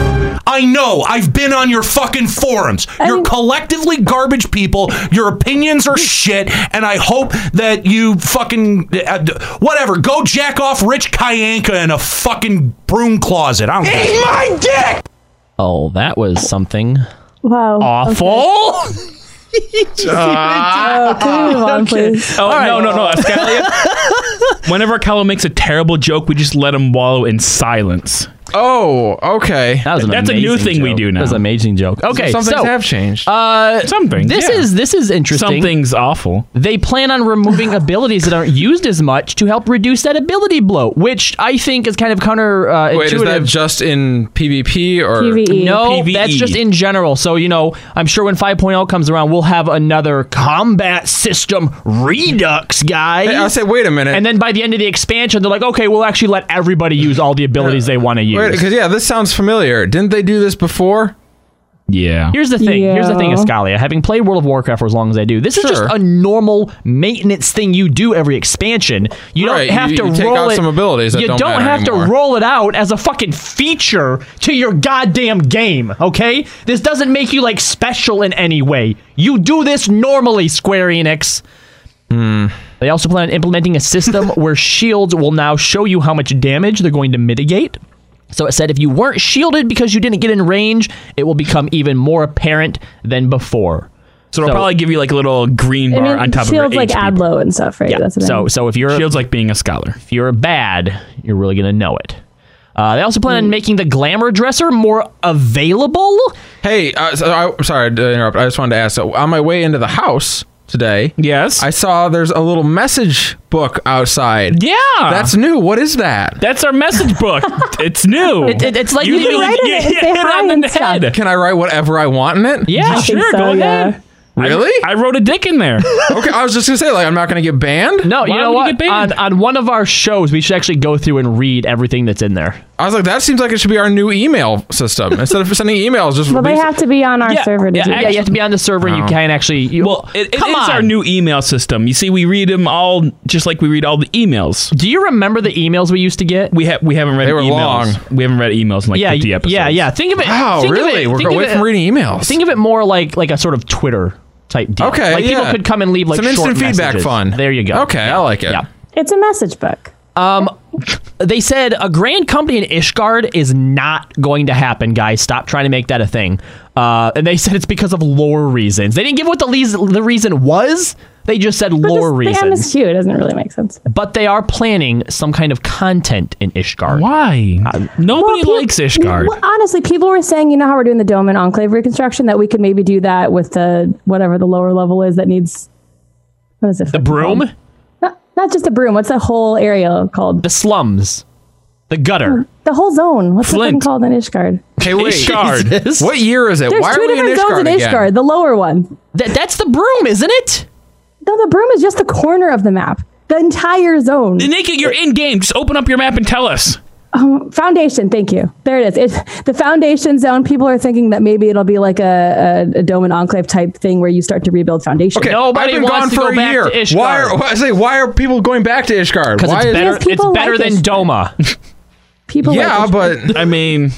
B: I know. I've been on your fucking forums. You're
K: mean-
B: collectively garbage people. Your opinions are shit, and I hope that you fucking uh, d- whatever. Go jack off Rich Kyanka in a fucking broom closet. I don't care.
G: Oh, that was something
K: wow.
G: awful.
K: Oh, can we move on, please?
I: Oh no no no! Scalia. Whenever Kala makes a terrible joke, we just let him wallow in silence.
A: Oh, okay. That
G: was an
I: That's a new
G: amazing
I: thing we
G: joke.
I: do now.
G: That was an amazing joke. Okay,
I: some things
G: so,
I: have
A: changed.
G: Uh,
I: Some things,
G: This
I: yeah.
G: is this is interesting.
I: Something's awful.
G: They plan on removing abilities that aren't used as much to help reduce that ability bloat, which I think is kind of counter uh,
A: Wait, is
G: intuitive.
A: that just in PvP or
I: E.
G: No,
A: E.
G: that's just in general. So, you know, I'm sure when 5.0 comes around, we'll have another combat system redux, guys.
A: Hey, I said, wait a minute.
G: And then by the end of the expansion, they're like, okay, we'll actually let everybody use all the abilities they want to use.
A: Because yeah, this sounds familiar. Didn't they do this before?
I: Yeah.
G: Here's the thing. Here's the thing,
A: Yeah.
G: Escalia. Having played World of Warcraft for as long as I do, this is
A: Sure.
G: just a normal maintenance thing you do every expansion. You
A: Right,
G: don't have
A: you-
G: to
A: you take
G: roll
A: out
G: it-
A: some abilities that
G: you
A: don't
G: don't,
A: matter
G: have
A: anymore.
G: to roll it out as a fucking feature to your goddamn game. Okay, this doesn't make you like special in any way. You do this normally, Square Enix.
A: Hmm.
G: They also plan on implementing a system where shields will now show you how much damage they're going to mitigate. So it said if you weren't shielded because you didn't get in range, it will become even more apparent than before.
I: So it'll probably give you like a little green
K: I
I: bar
K: mean,
I: on top of your
K: shields like
I: HP.
K: Adlo and stuff, right?
G: Yeah.
K: That's what I
G: so
K: mean.
G: so if you're
I: Shields like being a scholar.
G: if you're bad, you're really gonna know it. Uh, they also
K: Mm.
G: plan on making the glamour dresser more available.
A: Hey, uh, so I, am sorry to interrupt. I just wanted to ask. So on my way into the house today,
I: yes,
A: I saw there's a little message book outside.
I: Yeah,
A: that's new. What is that?
I: That's our message book. it's new.
A: It-
G: it- it's like
K: you can write in it and say hi and stuff.
A: Can I write whatever I want in it?
I: Yeah,
K: I think
I: sure.
K: so,
I: go
K: yeah.
I: ahead.
A: Really?
I: I, I wrote a dick in there.
A: okay, I was just gonna say like I'm not gonna get banned.
G: No,
I: Why
G: you know
I: would Oh, you
G: what?
I: get banned?
G: on, on one of our shows, we should actually go through and read everything that's in there.
A: I was like, that seems like it should be our new email system. Instead of sending emails, just
K: Well, they
A: release it.
K: have to be on our server to do
G: yeah, you
K: that.
G: have to be on the server. You
A: Oh.
G: can actually. You,
I: Well, it, it-
G: Come
I: it's our
G: on.
I: new email system. You see, we read them all just like we read all the emails.
G: do you remember the emails we used to get?
I: We have we haven't read
A: They were
I: emails.
A: long.
I: We haven't read emails in like
G: yeah,
I: fifty
G: y-
I: episodes.
G: yeah, yeah. Think of it.
A: Wow,
G: think of
A: really?
G: it-
A: We're
G: think of
A: away
G: it-
A: from reading emails.
G: Think of it more like like a sort of Twitter type deal.
A: Okay,
G: like people
A: yeah.
G: could come and leave like
A: Some
G: short
A: instant feedback
G: messages.
A: fun.
G: There you go.
A: Okay, I like it.
G: Yeah.
K: It's a message book.
G: Um, They said a grand company in Ishgard is not going to happen, guys. Stop trying to make that a thing. Uh, and they said it's because of lore reasons. They didn't give what the, leas- the reason was. They just said
K: But
G: lore
K: just
G: reasons.
K: The MSQ doesn't really make sense.
G: but they are planning some kind of content in Ishgard. Uh,
I: Why? Nobody
K: Well,
I: likes
K: peop-
I: Ishgard.
K: Well, honestly, people were saying, you know how we're doing the dome and enclave reconstruction, that we could maybe do that with the whatever the lower level is that needs what is it?
G: The
A: Um,
G: broom,
K: Not, not just the broom. What's that whole area called? Oh,
G: the slums, the
I: uh,
G: gutter.
K: The whole zone. What's that thing
I: Flint.
K: called in Ishgard?
A: Okay, wait.
I: Ishgard.
G: Jesus.
A: What year is it?
K: There's
A: Why
K: two
A: are we in
K: different zones
A: Ishgard
K: in
A: again?
K: Ishgard. The lower one.
G: Th- that's the broom, isn't it?
K: No, the broom is just the corner of the map. The entire zone.
I: Naked, you're in game. Just open up your map and tell us.
K: Oh, Foundation, thank you. There it is. It, the foundation zone. People are thinking that maybe it'll be like a, a, a dome and enclave type thing where you start to rebuild foundation.
A: Okay,
G: Nobody
A: I've been
G: wants
A: gone
G: to
A: for
G: go
A: a
G: back
A: year.
G: to Ishgard.
A: Why are why- I say why are people going back to Ishgard? Why
G: Because it's
A: is
G: better. it's
K: Because people
G: better
K: like
G: than
K: Ishgard.
G: Doma.
K: People,
A: Yeah,
K: like
A: but
I: I mean,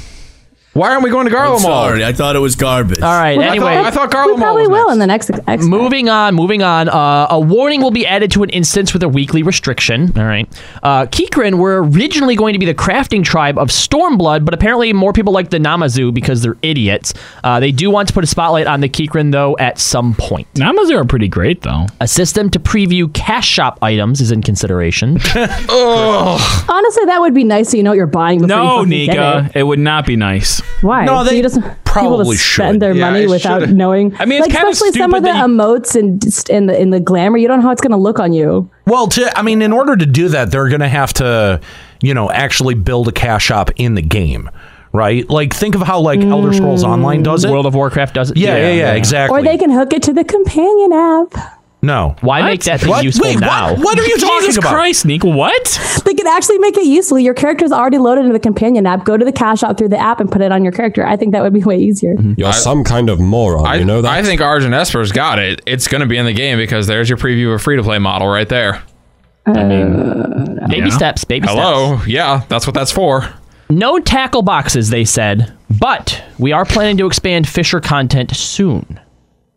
A: why aren't we going to Garlemald?
L: Sorry, I thought it was garbage.
G: All right.
A: I
G: anyway,
A: thought, I thought
K: we
A: Garlemald
K: probably
A: was
K: will
A: next.
K: in the next. X-
G: Moving on, moving on. Uh, a warning will be added to an instance with a weekly restriction. All right. Uh, Kikrin were originally going to be the crafting tribe of Stormblood, but apparently more people like the Namazu because they're idiots. Uh, they do want to put a spotlight on the Kikrin, though, at some point.
I: Namas are pretty great though.
G: A system to preview cash shop items is in consideration.
L: Oh.
K: Honestly, that would be nice so you know what you're buying. Before you
I: No,
K: fucking get
I: Nika,
K: it.
I: it would not be nice.
K: Why?
L: No,
K: So
L: they
K: you just people
L: probably
K: to spend
L: should.
K: their
A: Yeah,
K: money
A: it
K: without
A: should've.
K: knowing.
I: I mean, it's
K: like,
I: kinda
K: especially some
I: stupid
K: of the
I: that you-
K: emotes and just in the in the glamour, you don't know how it's going to look on you.
B: Well, to I mean, in order to do that, they're going to have to, you know, actually build a cash shop in the game, right? Like, think of how like Elder Scrolls Online does it.
G: World of Warcraft does it.
B: yeah, yeah, yeah, exactly.
K: Or they can hook it to the companion app.
B: no.
G: Why make that thing
B: What?
G: useful
B: Wait, what?
G: now?
B: What? are you talking
I: Jesus
B: about?
I: Christ, Nika, what?
K: They can actually make it useful. Your character's already loaded into the companion app. Go to the cash out through the app and put it on your character. I think that would be way easier.
B: Mm-hmm.
L: You're some kind of moron.
A: I,
L: you know that.
A: I think Arjun Esper's got it. It's going to be in the game because there's your preview of free to play model right there.
G: Uh, Baby steps, baby steps.
A: Hello. Yeah, that's what that's for.
G: No tackle boxes, they said, but we are planning to expand Fisher content soon.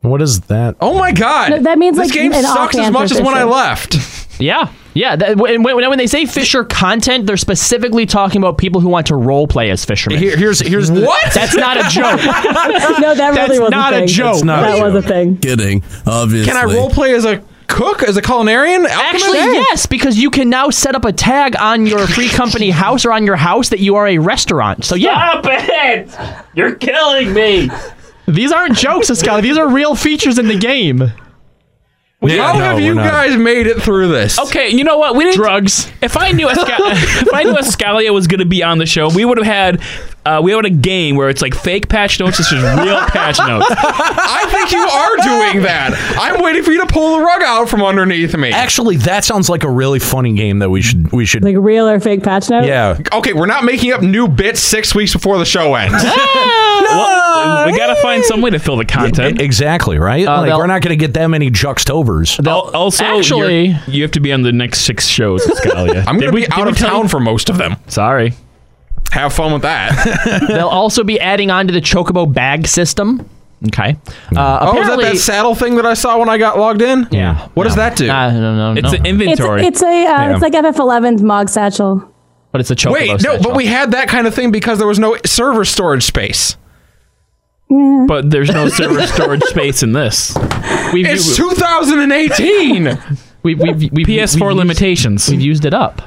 B: What is that?
A: Oh my god.
K: No, that means,
A: this
K: like,
A: game
K: an
A: sucks as
K: offhand
A: much as when I
K: position.
A: left.
G: Yeah, yeah. That, when, when, when they say Fisher content, they're specifically talking about people who want to role play as fishermen.
B: Here, here's here's the,
A: What?
G: That's not a joke.
K: no, that
G: That's
K: really was
G: not
K: a,
G: a
K: thing.
G: joke.
B: It's not
K: that
B: a
K: was
B: joke.
K: a thing.
L: kidding. Obviously.
A: Can I role play as a cook as a culinarian? Alchemist?
G: Actually, yes, because you can now set up a tag on your free company house or on your house that you are a restaurant. So yeah,
M: Stop it! You're killing me.
G: these aren't jokes, Escala. These are real features in the game.
A: How have you guys made it through this?
I: Okay, you know what? We didn't
G: drugs.
I: If I knew Esca- if I knew Escalia was going to be on the show, we would have had uh, we would have a game where it's like fake patch notes, it's just real patch notes.
A: I think you are doing that. I'm waiting for you to pull the rug out from underneath me.
B: Actually, that sounds like a really funny game that we should we should
K: Like real or fake patch note?
B: Yeah.
A: Okay, we're not making up new bits six weeks before the show ends.
G: Ah!
I: Ah!
A: Oh,
I: Well, we gotta find some way to fill the content.
B: e-, exactly right.
I: Uh,
B: like
I: they'll-
B: we're not going to get that many juxtovers.
I: Al- also, you're-
G: Actually-
I: you have to be on the next six shows, Scalia.
A: I'm
I: Did
A: going to
I: we-
A: be
I: did
A: out
I: we
A: of
I: tell
A: town
I: you-
A: for most of them.
I: Sorry.
A: Have fun with that.
G: They'll also be adding on to the Chocobo bag system. Okay. Uh,
A: oh, is that
G: apparently,
A: that saddle thing that I saw when I got logged in? Yeah. What does that do?
G: I don't know.
I: It's an
K: It's,
I: inventory.
K: it's a uh, it's like FF11's Mog Satchel.
G: but it's a Chocobo.
A: Wait, no, but we had that kind of thing because there was no server storage space.
I: But there's no server storage space in this.
G: We've,
A: It's 2018.
G: we we we we
I: PS4 limitations.
G: We've used it up.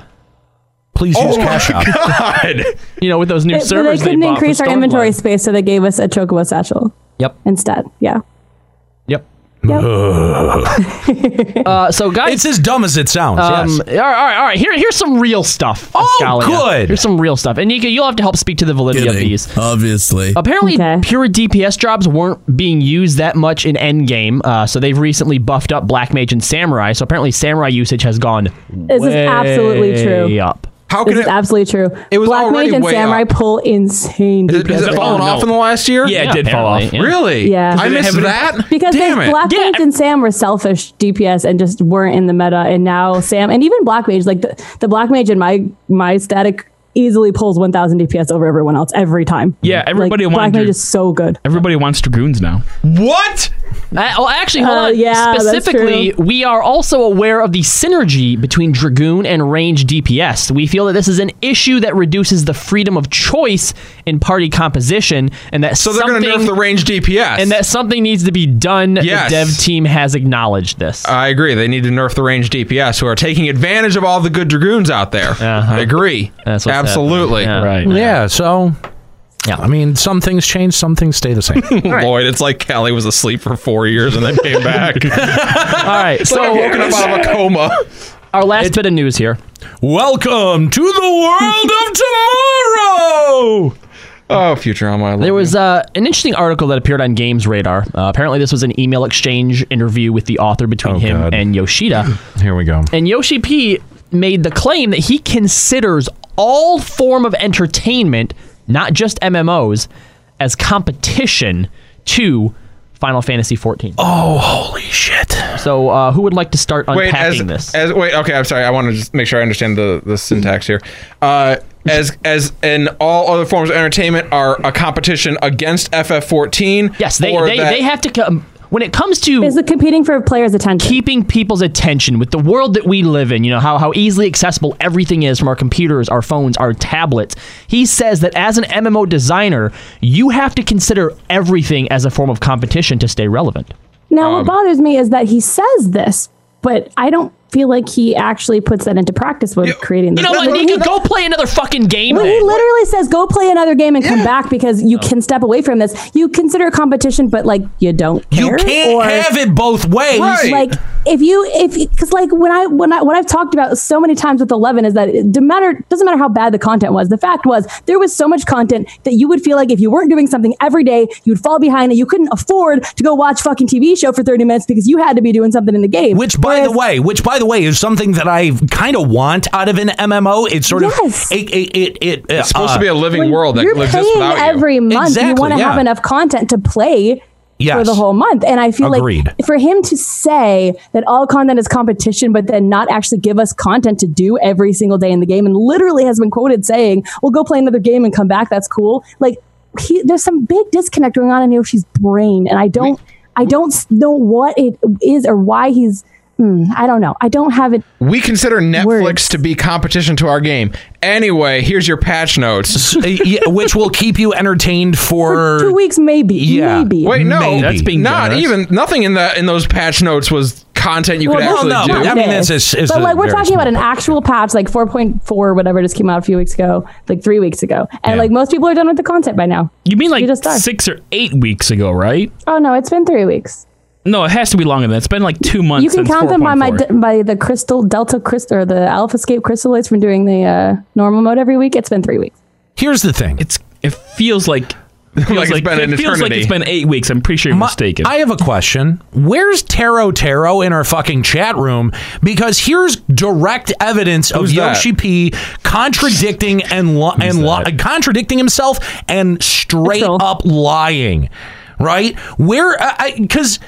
B: Please
I: Oh
B: use Cash App.
A: God.
G: You know, with those new
K: They, but they
G: servers,
K: couldn't
G: bought for
K: increase our
G: Stormlight.
K: inventory space, so they gave us a Chocobo Satchel.
G: Yep.
K: Instead, yeah.
G: Yep.
B: Ugh.
G: Uh, so guys,
B: it's as dumb as it sounds.
G: Um,
B: yes.
G: All right, all right, all right. Here, here's some real stuff.
B: Oh,
G: Scalia.
B: good.
G: Here's some real stuff, and Nika, you'll have to help speak to the validity of these.
L: Obviously.
G: Apparently, pure DPS jobs weren't being used that much in Endgame, uh, so they've recently buffed up Black Mage and Samurai. So apparently, Samurai usage has gone.
K: This is absolutely true.
G: way Up.
A: How
K: This
A: can
K: is
A: it?
K: absolutely true.
A: It was
K: Black
A: already
K: Mage and
A: way
K: Samurai
A: up.
K: pull insane
A: Is it,
K: DPS.
A: has it
K: right
A: fallen
I: no.
A: off in the last year?
I: Yeah, it did fall
G: apparently,
I: off.
G: yeah.
A: Really?
K: Yeah.
A: I
I: Did it
A: missed
I: have
A: that.
K: Because
A: Damn
K: they-
A: it.
K: Black Mage and Sam were selfish DPS and just weren't in the meta, and now Sam and even Black Mage, like the, the Black Mage in my my static easily pulls 1,000 DPS over everyone else every time.
I: Yeah, everybody
K: like,
I: wanted
K: Black Mage
I: to-
K: is so good.
I: Everybody wants dragoons now.
A: What?
G: Uh, well, actually, hold
K: Uh,
G: on.
K: yeah, that's
G: Specifically, we are also aware of the synergy between Dragoon and Range DPS. We feel that this is an issue that reduces the freedom of choice in party composition, and that
A: So they're going to nerf the range DPS.
G: and that something needs to be done.
A: Yes.
G: The dev team has acknowledged this.
A: I agree. They need to nerf the range DPS who are taking advantage of all the good dragoons out there. I agree.
G: That's what's
A: Absolutely.
I: Right.
B: yeah. So.
G: Yeah.
B: I mean, some things change, some things stay the same.
A: Lloyd, it's like Callie was asleep for four years and then came back.
G: All right.
A: so I've
G: So
A: woken up out of a coma.
G: our last bit of news here.
B: Welcome to the world of tomorrow.
A: Oh, Futurama. I love
G: There was uh, an interesting article that appeared on Games Radar. Uh, apparently, this was an email exchange interview with the author between
B: Oh,
G: him
B: God.
G: and Yoshida.
B: Here we go.
G: And Yoshi P made the claim that he considers all form of entertainment, not just MMOs, as competition to Final Fantasy 14.
B: Oh, holy shit!
G: So, uh, who would like to start
A: you. Wait,
G: unpacking
A: as,
G: this?
A: as wait, okay, I'm sorry. I want to just make sure I understand the, the syntax here. Uh, as as in all other forms of entertainment are a competition against FF14.
G: yes, they
A: or
G: they,
A: that-
G: they have to come when it comes to
K: Is it competing for players' attention?
G: keeping people's attention with the world that we live in, you know, how, how easily accessible everything is from our computers, our phones, our tablets. He says that as an MMO designer, you have to consider everything as a form of competition to stay relevant.
K: Now, what bothers me is that he says this, but I don't feel like he actually puts that into practice when creating this.
G: You know what,
K: Like,
G: Nika?
K: he-
G: Go play another fucking game.
K: Well, he
G: then.
K: literally says, "Go play another game and come back because you can step away from this. You consider it competition, but like you don't.
B: You
K: care,
B: can't
K: or-
B: have it both ways.
A: Right.
K: Like if you if because like when I when I what I've talked about so many times with Eleven is that it doesn't matter doesn't matter how bad the content was. The fact was there was so much content that you would feel like if you weren't doing something every day, you'd fall behind and you couldn't afford to go watch fucking TV show for thirty minutes because you had to be doing something in the game.
B: Which, by the way, which by the way is something that I kind of want out of an MMO. It's sort
K: Yes.
B: of it, it, it, it,
A: it's supposed
B: uh,
A: to be a living
K: When
A: world that
K: you're
A: exists
K: paying
A: without you.
K: every month. you
B: Exactly,
K: want to have
B: yeah.
K: enough content to play for
B: Yes.
K: the whole month. And I feel
B: Agreed.
K: like for him to say that all content is competition, but then not actually give us content to do every single day in the game, and literally has been quoted saying, "Well, go play another game and come back. That's cool." Like he, there's some big disconnect going on in Yoshi's brain, and I don't, I don't s- know what it is or why he's. hmm, I don't know. I don't have it.
A: We consider Netflix
K: Words.
A: to be competition to our game. Anyway, here's your patch notes.
B: Uh, yeah, which will keep you entertained for,
K: Two weeks, maybe.
B: Yeah.
K: Maybe.
A: Wait, no,
B: Maybe. That's
I: being
A: not
I: generous.
A: even nothing in the in those patch notes was content you could
K: Well,
A: actually
K: no,
A: do.
K: but it is. but like we're talking about an actual patch, like 4.4, whatever just came out a few weeks ago, like three weeks ago, and like most people are done with the content by now.
I: You mean like
K: just died.
I: six or eight weeks ago, right?
K: Oh no, it's been three weeks.
I: No, it has to be longer than that. It's been like two months.
K: you can
I: since
K: count them by my
I: 4.4.
K: d- by the crystal delta crystal or the alpha scape crystalloids from doing the uh, normal mode every week. It's been three weeks.
B: Here's the thing.
I: It's it feels like it feels
B: Like it's
I: like,
B: been an
I: it feels like
B: eternity.
I: it's been eight weeks. I'm pretty sure you're
B: My-
I: mistaken.
B: I have a question. Where's Taro Taro in our fucking chat room? Because here's direct evidence
A: Who's
B: of
A: that?
B: Yoshi P contradicting and li- and li- contradicting himself and straight up lying. Right? Where? Because.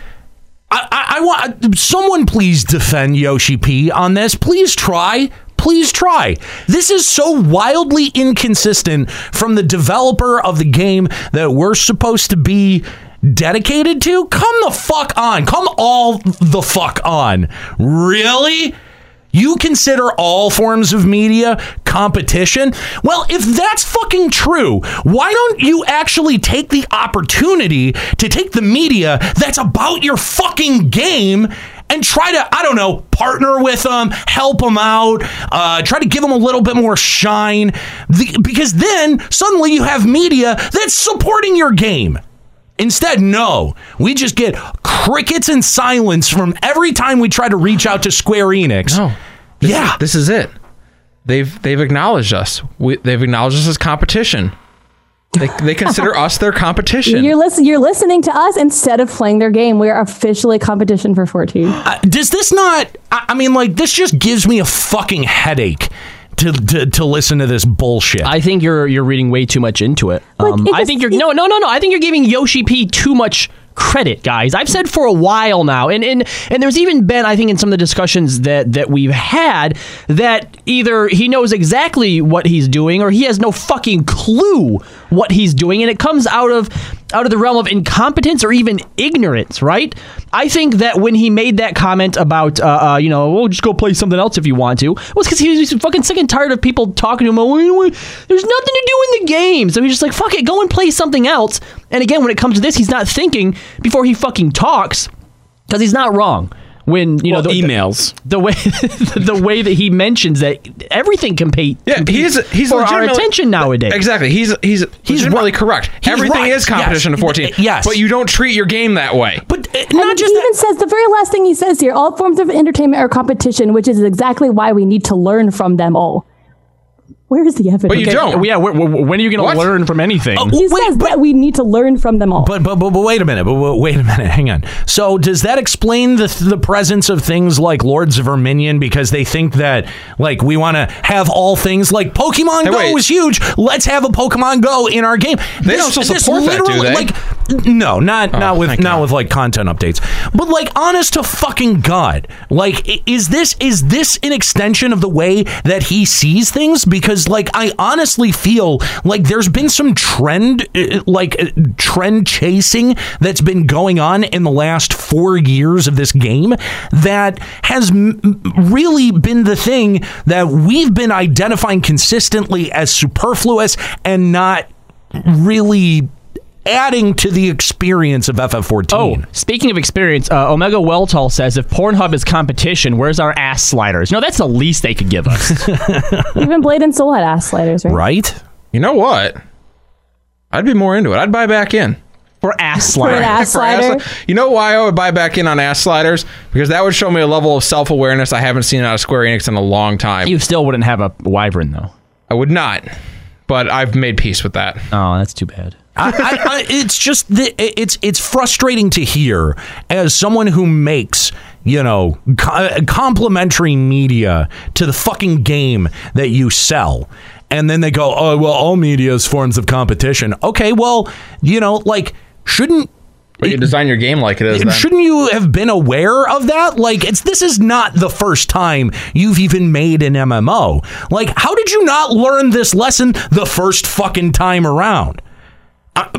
B: I, I, I want someone please defend Yoshi P on this. Please try. Please try. This is so wildly inconsistent from the developer of the game that we're supposed to be dedicated to. Come the fuck on. Come all the fuck on. Really? You consider all forms of media competition? Well, if that's fucking true, why don't you actually take the opportunity to take the media that's about your fucking game and try to, I don't know, partner with them, help them out, uh, try to give them a little bit more shine? The- because then suddenly you have media that's supporting your game. Instead, no. We just get crickets and silence from every time we try to reach out to Square Enix. No. yeah.
A: this is it. They've they've acknowledged us. We, they've acknowledged us as competition. They, they consider us their competition.
K: You're listen. You're listening to us instead of playing their game. We're officially competition for 14.
B: Uh, does this not? I, I mean, like, this just gives me a fucking headache to, to, to listen to this bullshit.
G: I think you're you're reading way too much into it. Um, I think you're no no no no. I think you're giving Yoshi P too much credit, guys. I've said for a while now, and and and there's even been I think in some of the discussions that that we've had that either he knows exactly what he's doing or he has no fucking clue what he's doing, and it comes out of out of the realm of incompetence or even ignorance, right? I think that when he made that comment about, uh, uh, you know, well, just go play something else if you want to, was because he was fucking sick and tired of people talking to him. Oh, you know what? There's nothing to do in the game, so he's just like, fuck it, go and play something else. And again, when it comes to this, he's not thinking before he fucking talks because he's not wrong. When you know the
I: emails,
G: the, way the way that he mentions that everything compete, yeah,
A: he's he's
G: for our
A: legitimately-
G: attention nowadays.
A: Exactly. He's he's he's really correct.
G: He's
A: Everything
G: right.
A: is competition
G: Yes.
A: to fourteen.
G: Yes.
A: but you don't treat your game that way.
B: But
K: and he even says the very last thing he says here: all forms of entertainment are competition, which is exactly why we need to learn from them all. Where is the evidence?
G: Okay, Yeah. wh- wh- when are you going to learn from anything?
K: He says that we need to learn from them all.
B: Oh, But, but but but wait a minute. But, but wait a minute. Hang on. So does that explain the the presence of things like Lords of Verminion because they think that like we want to have all things like Pokemon
A: Hey,
B: Go
A: wait.
B: is huge. Let's have a Pokemon Go in our game.
A: They don't still support that, do
B: literally,
A: they?
B: Like no, not not with not with like content updates. But like honest to fucking god. Like i- is this is this an extension of the way that he sees things because like I honestly feel like there's been some trend uh, like uh, trend chasing that's been going on in the last 4 years of this game that has m- m- really been the thing that we've been identifying consistently as superfluous and not really adding to the experience of FF14.
G: Oh, speaking of experience, uh, Omega Welltall says if Pornhub is competition, where's our ass sliders? No, that's the least they could give us.
K: even Blade and Soul had ass sliders, right?
B: Right?
A: You know what? I'd be more into it. I'd buy back in.
G: For ass
K: slider. an ass slider?
A: You know why I would buy back in on ass sliders? Because that would show me a level of self awareness I haven't seen out of Square Enix in a long time.
G: you still wouldn't have a wyvern though.
A: I would not, but I've made peace with that.
G: Oh, that's too bad.
B: I, I, I, it's just the, it's it's frustrating to hear as someone who makes you know co- complimentary media to the fucking game that you sell. And then they go, oh well, all media is forms of competition. Okay, well, you know, like shouldn't
A: But you design your game like it is. Then.
B: Shouldn't you have been aware of that? Like, it's this is not the first time you've even made an MMO. Like, how did you not learn this lesson the first fucking time around? I-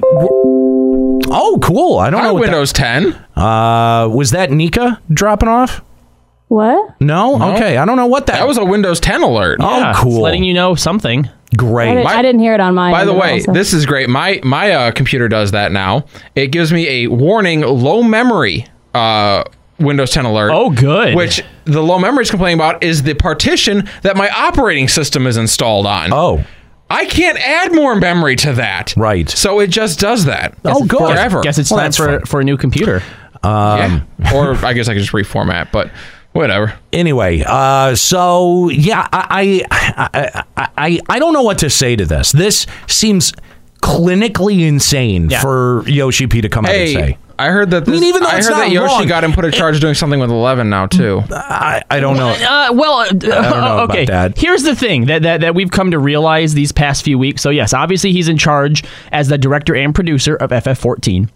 B: w- oh, cool. I don't know.
A: Windows 10.
B: Uh, was that Nika dropping off?
K: What?
B: No? Okay, I don't know what that.
A: That was a Windows 10 alert.
B: Oh, cool.
G: letting you know something.
K: I
B: Great.
K: didn't, I didn't hear it on mine.
A: By the
K: but
A: way,
K: also-
A: this is great. My my uh, computer does that now. It gives me a warning, low memory uh, Windows 10 alert. Oh,
G: good.
A: Which the low memory is complaining about is the partition that my operating system is installed on.
B: Oh.
A: I can't add more memory to that.
B: Right.
A: So it just does that.
G: oh, good.
A: Forever.
G: Guess it's time for, for a new computer.
A: Um, or I guess I could just reformat, but whatever.
B: Anyway, uh, so yeah, I I, I I I don't know what to say to this. This seems clinically insane
A: Yeah.
B: for Yoshi P to come out and
A: Hey,
B: say.
A: I heard that.
B: I
A: This,
B: mean,
A: I,
B: even though
A: heard
B: it's
A: that
B: not
A: Yoshi
B: wrong,
A: got him put a charge doing something with 11 now too.
B: I, I don't know.
G: Uh, well, uh, d-
A: know about
G: okay.
A: that.
G: Here's the thing that, that that we've come to realize these past few weeks. So yes, obviously he's in charge as the director and producer of FF14.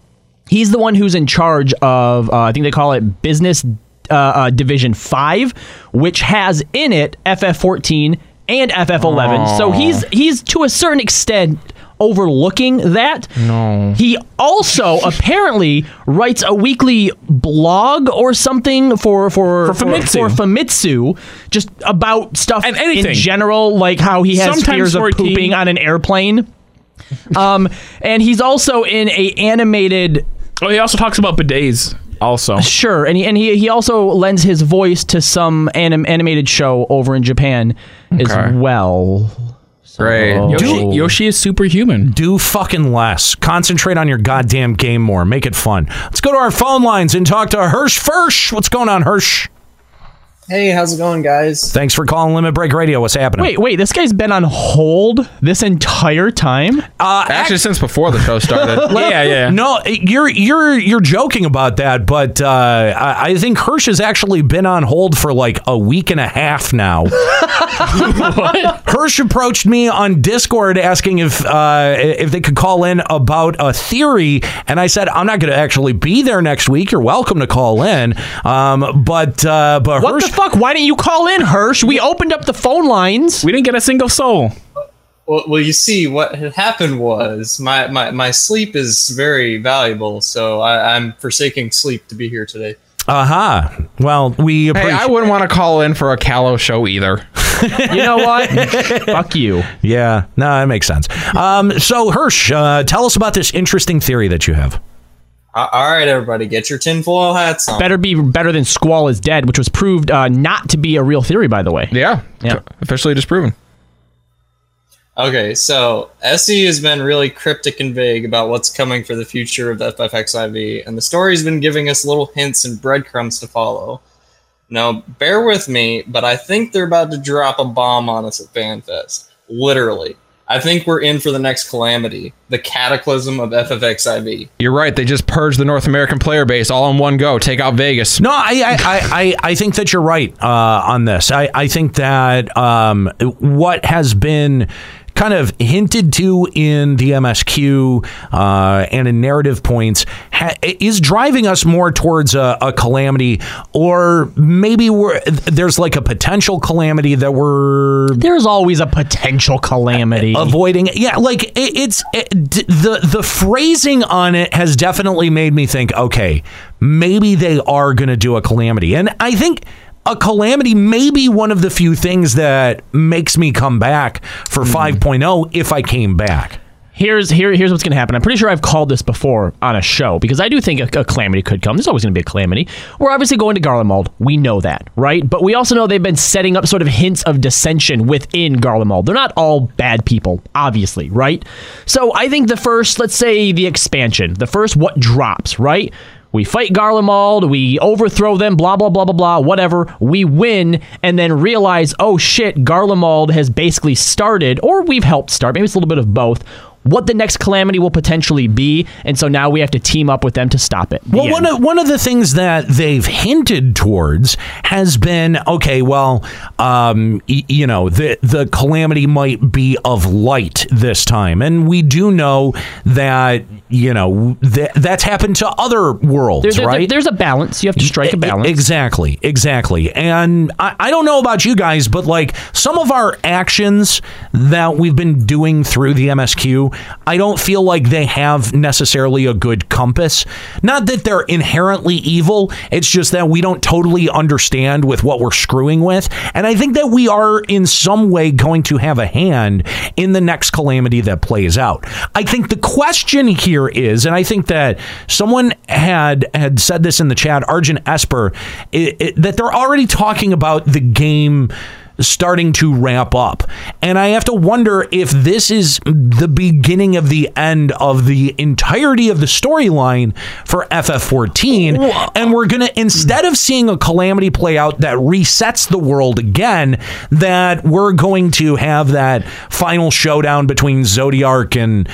G: He's the one who's in charge of uh, I think they call it business uh, uh, division five, which has in it FF14 and FF11. So
A: Aw.
G: he's he's to a certain extent overlooking that.
A: No.
G: He also apparently writes a weekly blog or something for for
I: For Famitsu.
G: for Famitsu, just about stuff
I: And anything.
G: in general, like how he has
I: Sometimes
G: fears of
I: 14.
G: pooping on an airplane. Um, and he's also in a animated.
I: Oh, he also talks about bidets. Also,
G: sure, and he, and he he also lends his voice to some anim, animated show over in Japan as well.
A: Great.
I: Yoshi-
B: is superhuman. Oh. Do fucking less. Concentrate on your goddamn game more. Make it fun. Let's go to our phone lines and talk to Hirsch Firsch. What's going on, Hirsch?
N: Hey, how's it going, guys?
B: Thanks for calling Limit Break Radio. What's happening?
G: Wait, wait, this guy's been on hold this entire time?
B: Uh,
A: Actually, since before the show started.
B: No, you're you're you're joking about that, but uh, I, I think Hirsch has actually been on hold for like a week and a half now. Hirsch approached me on Discord asking if uh, if they could call in about a theory, and I said I'm not going to actually be there next week. You're welcome to call in, um, but uh, but
G: What the fuck? Why didn't you call in, Hirsch? We opened up the phone lines.
I: We didn't get a single soul.
N: Well, well, you see, what had happened was my, my, my sleep is very valuable, so I, I'm forsaking sleep to be here today.
B: Aha. Uh-huh. Well, we
A: Hey, I wouldn't want to call in for a callow show either.
G: you know what? Fuck you.
B: Yeah, no, that makes sense. Um, so Hirsch, uh, tell us about this interesting theory that you have.
N: A- All right, everybody, get your tinfoil hats on.
G: Better be better than Squall is dead, which was proved uh, not to be a real theory, by the way.
A: Yeah.
G: Yeah.
A: Officially disproven.
N: Okay, so SE has been really cryptic and vague about what's coming for the future of FFXIV, and the story's been giving us little hints and breadcrumbs to follow. Now, bear with me, but I think they're about to drop a bomb on us at FanFest. Literally. I think we're in for the next calamity, the cataclysm of FFXIV.
A: You're right. They just purged the North American player base all in one go. Take out Vegas.
B: No, I I, I, I, I think that you're right uh, on this. I, I think that um, what has been kind of hinted to in the MSQ uh, and in narrative points ha- is driving us more towards a, a calamity, or maybe we're, there's like a potential calamity that we're
G: there's always a potential calamity
B: avoiding. Yeah, like it, it's it, d- the the phrasing on it has definitely made me think. Okay, maybe they are going to do a calamity, and I think. A calamity may be one of the few things that makes me come back for
G: Mm-hmm.
B: 5.0 if I came back.
G: Here's here here's what's gonna happen. I'm pretty sure I've called this before on a show because I do think a, a calamity could come. There's always gonna be a calamity. We're obviously going to Garlemald. We know that, right? But we also know they've been setting up sort of hints of dissension within Garlemald. They're not all bad people, obviously, right? So I think the first, let's say the expansion, the first what drops, right? We fight Garlemald, we overthrow them, blah, blah, blah, blah, blah, whatever. We win and then realize, oh shit, Garlemald has basically started, or we've helped start, maybe it's a little bit of both, what the next calamity will potentially be. And so now we have to team up with them to stop it.
B: Well, one of, one of the things that they've hinted towards has been okay. Well, um, y- you know, the the calamity might be of light this time, and we do know that you know that that's happened to other worlds,
G: There- there-
B: right?
G: there's a balance. You have to strike a balance.
B: E-, Exactly, exactly. And I, I don't know about you guys, but like some of our actions that we've been doing through the MSQ do. I don't feel like they have necessarily a good compass. Not that they're inherently evil, it's just that we don't totally understand with what we're screwing with. And I think that we are in some way going to have a hand in the next calamity that plays out. I think the question here is, and I think that someone had had said this in the chat, Arjun Esper, i i that they're already talking about the game starting to ramp up. And I have to wonder if this is the beginning of the end of the entirety of the storyline for FF14. And we're going to, instead of seeing a calamity play out that resets the world again, that we're going to have that final showdown between Zodiac and,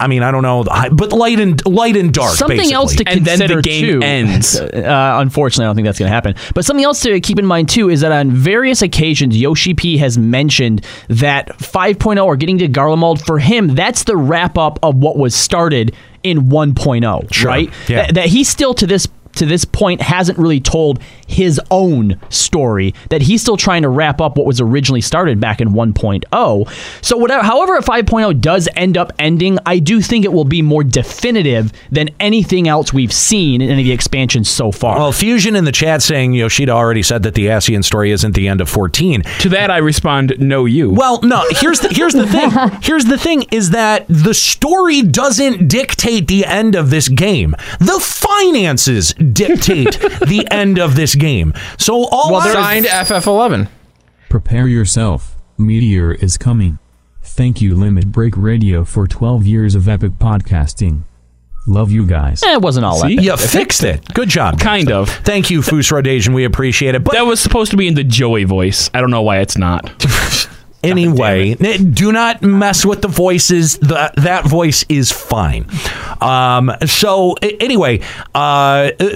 B: I mean, I don't know, but light and light and dark.
G: Something
B: basically.
G: else to consider too. Uh, unfortunately, I don't think that's going to happen. But something else to keep in mind too is that on various occasions, Yoshi P has mentioned that 5.0 or getting to Garlemald for him, that's the wrap up of what was started in 1.0, right?
B: Yeah.
G: That, that he still to this to this point hasn't really told his own story that he's still trying to wrap up what was originally started back in 1.0 so whatever however at 5.0 does end up ending i do think it will be more definitive than anything else we've seen in any of the expansions so far
B: Well, Fusion in the chat saying Yoshida already said that the Asian story isn't the end of 14.
I: To that, I respond, no, you.
B: Well, no, here's the here's the thing. Here's the thing is that the story doesn't dictate the end of this game. The finances dictate the end of this game. So all
A: Well,
B: I-
A: they're- Signed FF11.
O: Prepare yourself. Meteor is coming. Thank you, Limit Break Radio, for 12 years of epic podcasting. Love you guys.
G: Eh, it wasn't all
B: See? You fixed it. Good job.
I: Kind of.
B: Thank you, Foos Rodasian. We appreciate it. But
I: that was supposed to be in the Joey voice. I don't know why it's not.
B: Anyway, n- do not mess with the voices. The, that voice is fine. Um, so a- anyway, uh, uh,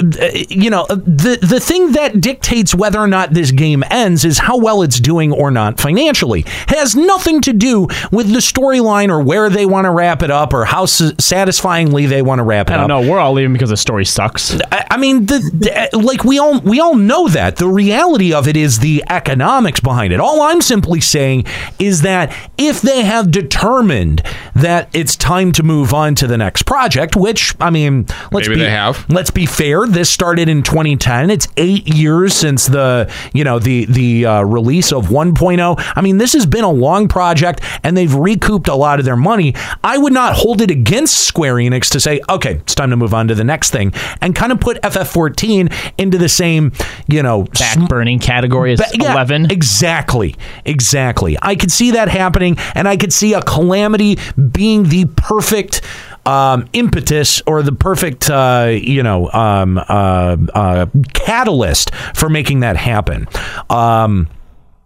B: you know the the thing that dictates whether or not this game ends is how well it's doing or not financially. It has nothing to do with the storyline or where they want to wrap it up or how s- satisfyingly they want to wrap it
G: I
B: up.
G: don't know. We're all leaving because the story sucks.
B: I, I mean, the, the- like we all we all know that the reality of it is the economics behind it. All I'm simply saying is that if they have determined that it's time to move on to the next project, which I mean, let's
A: Maybe
B: be
A: they have.
B: let's be fair. This started in 2010. It's eight years since the you know the the uh, release of 1.0. I mean, this has been a long project, and they've recouped a lot of their money. I would not hold it against Square Enix to say, okay, it's time to move on to the next thing, and kind of put FF14 into the same you know back
G: burning category as
B: 11. Exactly, exactly. I could see that happening, and I could see a calamity being the perfect um, impetus or the perfect, uh, you know, um, uh, uh, catalyst for making that happen. Um,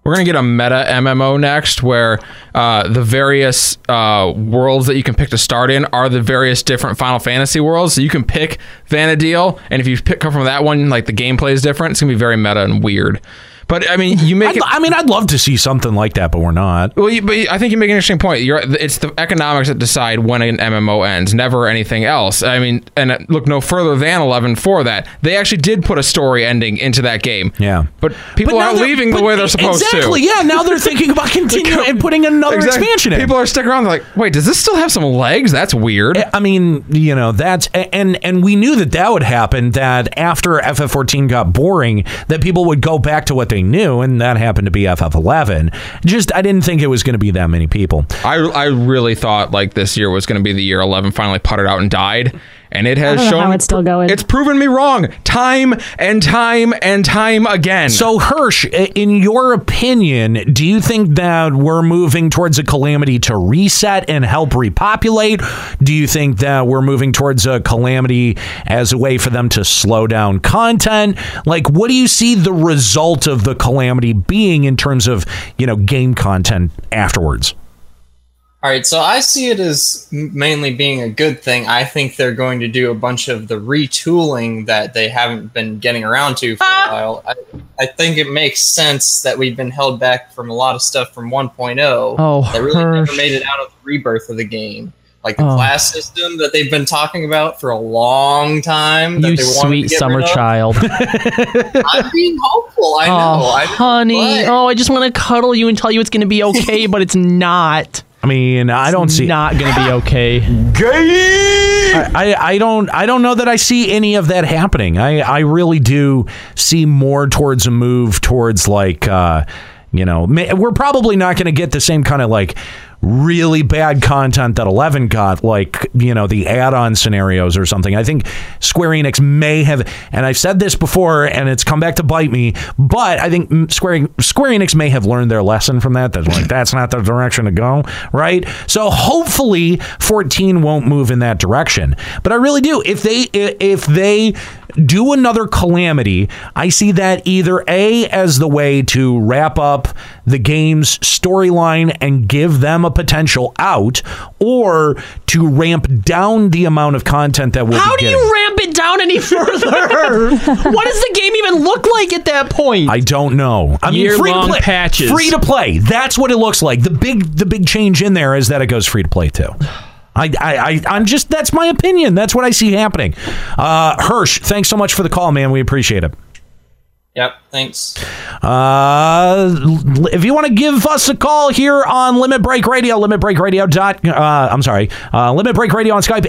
A: We're gonna get a meta MMO next, where uh, the various uh, worlds that you can pick to start in are the various different Final Fantasy worlds. So you can pick Vanadil, and if you pick come from that one, like the gameplay is different. It's gonna be very meta and weird. But I mean, you make. it,
B: I mean, I'd love to see something like that, but we're not.
A: Well, you, but I think you make an interesting point. You're, it's the economics that decide when an MMO ends, never anything else. I mean, and uh, look no further than Eleven for that. They actually did put a story ending into that game.
B: Yeah,
A: but people
B: now
A: aren't
B: they're-
A: leaving the
B: but
A: way they're supposed to.
B: exactly, Yeah, now they're thinking about continuing and putting another
A: Exactly.
B: expansion in.
A: People are sticking around. They're like, wait, does this still have some legs? That's weird.
B: Eh, I mean, you know, that's a- and and we knew that that would happen. That after FF14 got boring, that people would go back to what they knew, and that happened to be FF11. Just I didn't think it was going to be that many people.
A: I, I really thought like this year was going to be the year 11 finally putted out and died, and it has
K: I don't know
A: shown
K: how it's still going.
A: It's proven me wrong time and time and time again.
B: So Hirsch, i- in your opinion, do you think that we're moving towards a calamity to reset and help repopulate? Do you think that we're moving towards a calamity as a way for them to slow down content? Like, what do you see the result of the calamity being in terms of you know game content afterwards?
N: All right, so I see it as m- mainly being a good thing. I think they're going to do a bunch of the retooling that they haven't been getting around to for
G: Ah!
N: a while. I, I think it makes sense that we've been held back from a lot of stuff from 1.0
G: Oh,
N: that really
G: Hirsch.
N: never made it out of the rebirth of the game. Like the
G: Oh.
N: class system that they've been talking about for a long time. That
G: you
N: they wanted to
G: sweet
N: get
G: summer
N: rid of.
G: child
N: I'm being hopeful. I know.
G: oh
N: I know.
G: honey oh i just want to cuddle you and tell you it's going to be okay but it's not
B: I mean, I don't see
G: not going to be okay.
B: I, I, I don't I don't know that I see any of that happening. I, I really do see more towards a move towards like uh, you know ma- we're probably not going to get the same kind of like really bad content that Eleven got like you know the add-on scenarios or something. I think Square Enix may have and I've said this before and it's come back to bite me, but I think mm, Square Square Enix may have learned their lesson from that. That's like that's not the direction to go, right? So hopefully 14 won't move in that direction. But I really do. If they i- if they do another calamity, I see that either A as the way to wrap up the game's storyline and give them a potential out or to ramp down the amount of content that we'll
G: How
B: be
G: do
B: getting.
G: you ramp it down any further? what does the game even look like at that point?
B: I don't know. I mean, free to
I: Year-long
B: play,
I: patches.
B: free to play. That's what it looks like. The big, the big change in there is that it goes free to play too. I, I, I, I'm just. That's my opinion. That's what I see happening. Uh, Hirsch, thanks so much for the call, man. We appreciate it.
N: Yep. Thanks.
B: Uh, l- if you want to give us a call here on Limit Break Radio, Limit Break Radio dot, uh, I'm sorry, uh, Limit Break Radio on Skype,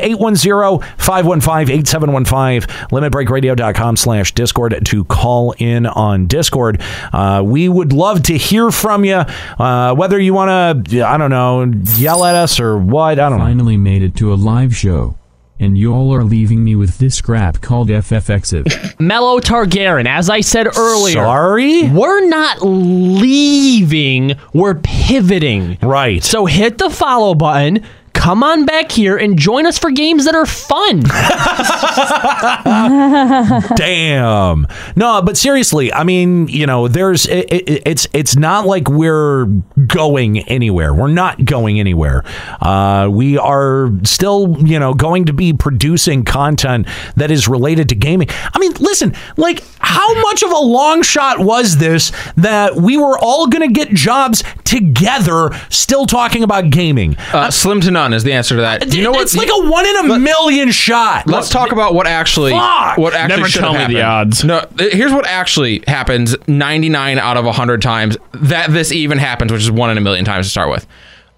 B: 810-515-8715, limitbreakradio.com slash Discord to call in on Discord. Uh, we would love to hear from you, uh, whether you want to, I don't know, yell at us or what, I don't know.
O: Finally made it to a live show. And y'all are leaving me with this crap called FFXiv.
G: Mellow Targaryen, as I said earlier.
B: Sorry?
G: We're not leaving, we're pivoting.
B: Right.
G: So hit the follow button. Come on back here and join us for games that are fun.
B: Damn. No, but seriously, I mean, you know, there's it, it, it's it's not like we're going anywhere. We're not going anywhere. Uh, we are still, you know, going to be producing content that is related to gaming. I mean, listen, like how much of a long shot was this that we were all going to get jobs together still talking about gaming?
A: Uh, slim to none is the answer to
B: Uh,
A: that. You know what?
B: It's like a one in a million shot.
A: Let's talk about what actually
B: Fuck!
A: what actually
I: Never
A: should
I: tell
A: have
I: me the
A: happened.
I: odds.
A: No, th- here's what actually happens 99 out of 100 times that this even happens, which is one in a million times to start with.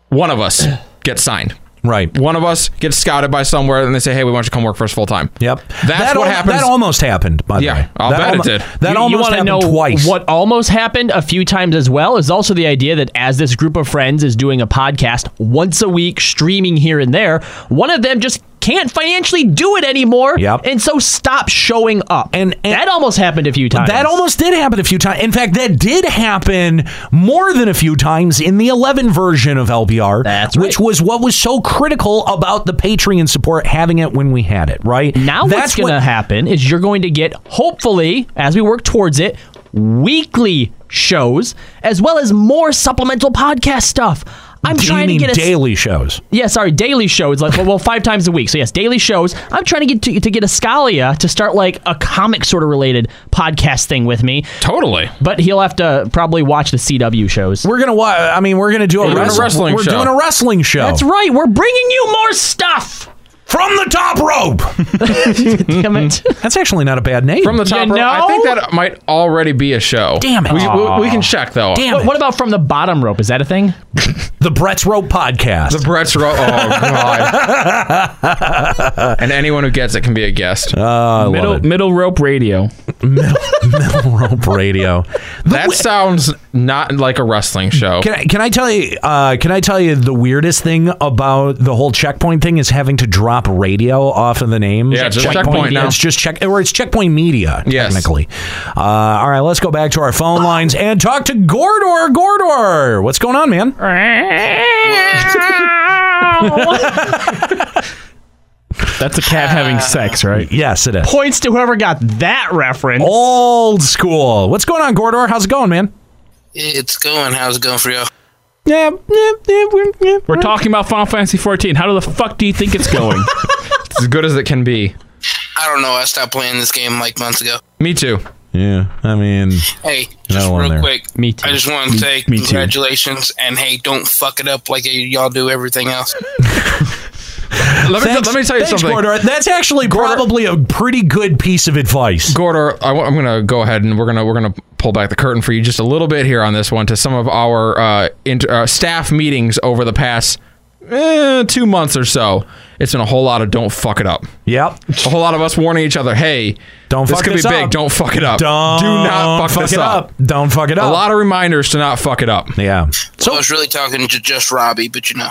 A: One of us gets signed.
B: Right.
A: One of us gets scouted by somewhere and they say, "Hey, we want you to come work for us full time."
B: Yep.
A: That's
B: that
A: what
B: al-
A: happens.
B: That almost happened, by the
A: Yeah,
B: way.
A: I'll
B: that
A: bet it
B: almo-
A: did.
B: That
G: you,
B: almost
G: want to
B: happened
G: know
B: twice.
G: what almost happened a few times as well is also the idea that as this group of friends is doing a podcast once a week, streaming here and there, one of them just can't financially do it anymore.
B: Yep.
G: And so stop showing up. And, that almost happened a few times.
B: That almost did happen a few times. In fact, that did happen more than a few times in the 11 version of LBR, That's which was what was so critical about the Patreon support having it when we had it, right?
G: now what's
B: That's
G: going to
B: what-
G: happen is you're going to get hopefully as we work towards it weekly shows as well as more supplemental podcast stuff. I'm
B: Do you
G: trying
B: mean
G: to get a
B: daily shows.
G: Yeah, sorry, daily show. It's like well, well, five times a week. So yes, daily shows. I'm trying to get to, to get a Scalia to start like a comic sort of related podcast thing with me.
A: Totally.
G: But he'll have to probably watch the CW shows.
B: We're gonna. wa- I mean, we're gonna do a,
A: We're doing a
B: wrestling,
A: wrestling
B: We're
A: show.
B: doing a wrestling show.
G: That's right. We're bringing you more stuff.
B: From the top rope.
G: Damn it.
B: That's actually not a bad name.
A: From the top
G: You
A: row, I think
G: know?
A: that might already be a show.
B: Damn it.
A: We, we, we can check though.
B: Damn
G: What,
B: it.
G: what about from the bottom rope? Is that a thing?
B: the Brett's Rope podcast.
A: The Brett's Row. Oh god. and anyone who gets it can be a guest.
B: Uh, I
I: middle
B: love it.
I: middle rope radio.
B: Middle rope radio.
A: that sounds not like a wrestling show.
B: Can I, can I tell you? Uh, can I tell you the weirdest thing about the whole checkpoint thing is having to drop radio off of the name.
A: Yeah, just Checkpoint now.
B: It's just check, or it's checkpoint media
A: Yes.
B: technically. Uh, all right, let's go back to our phone lines and talk to Gordor. Gordor, what's going on, man?
I: That's a cat having sex, right?
B: Yes, it is
G: Points to whoever got that reference.
B: old school. What's going on, Gordor? How's it going, man?
P: It's going. How's it going for you?
B: Yeah, yeah, yeah, we're, yeah.
I: We're talking about Final Fantasy 14. How the fuck do you think it's going?
A: It's as good as it can be.
P: I don't know. I stopped playing this game like months ago.
A: Me too.
B: Yeah, I mean,
P: Hey,
B: Another
P: just
B: one
P: real
B: there.
P: quick.
G: Me too.
P: I just want to say
I: me too.
P: congratulations and hey, don't fuck it up like y'all do everything else.
A: Let me- let me tell you
B: thanks,
A: something.
B: Gordor. That's actually probably a pretty good piece of advice.
A: Gordor, I w- I'm going to go ahead and we're going to we're going to pull back the curtain for you just a little bit here on this one to some of our uh, inter- uh, staff meetings over the past eh, two months or so. It's been a whole lot of don't fuck it up.
B: Yep,
A: a whole lot of us warning each other, hey,
B: don't
A: this
B: fuck
A: could
B: this
A: be
B: up.
A: big. Don't fuck it up.
B: Don't
A: Do not fuck,
B: fuck
A: this
B: it
A: up.
B: up. Don't fuck it
A: A
B: up.
A: lot of reminders to not fuck it up.
B: Yeah.
P: So I was really talking to just Robbie, but you know.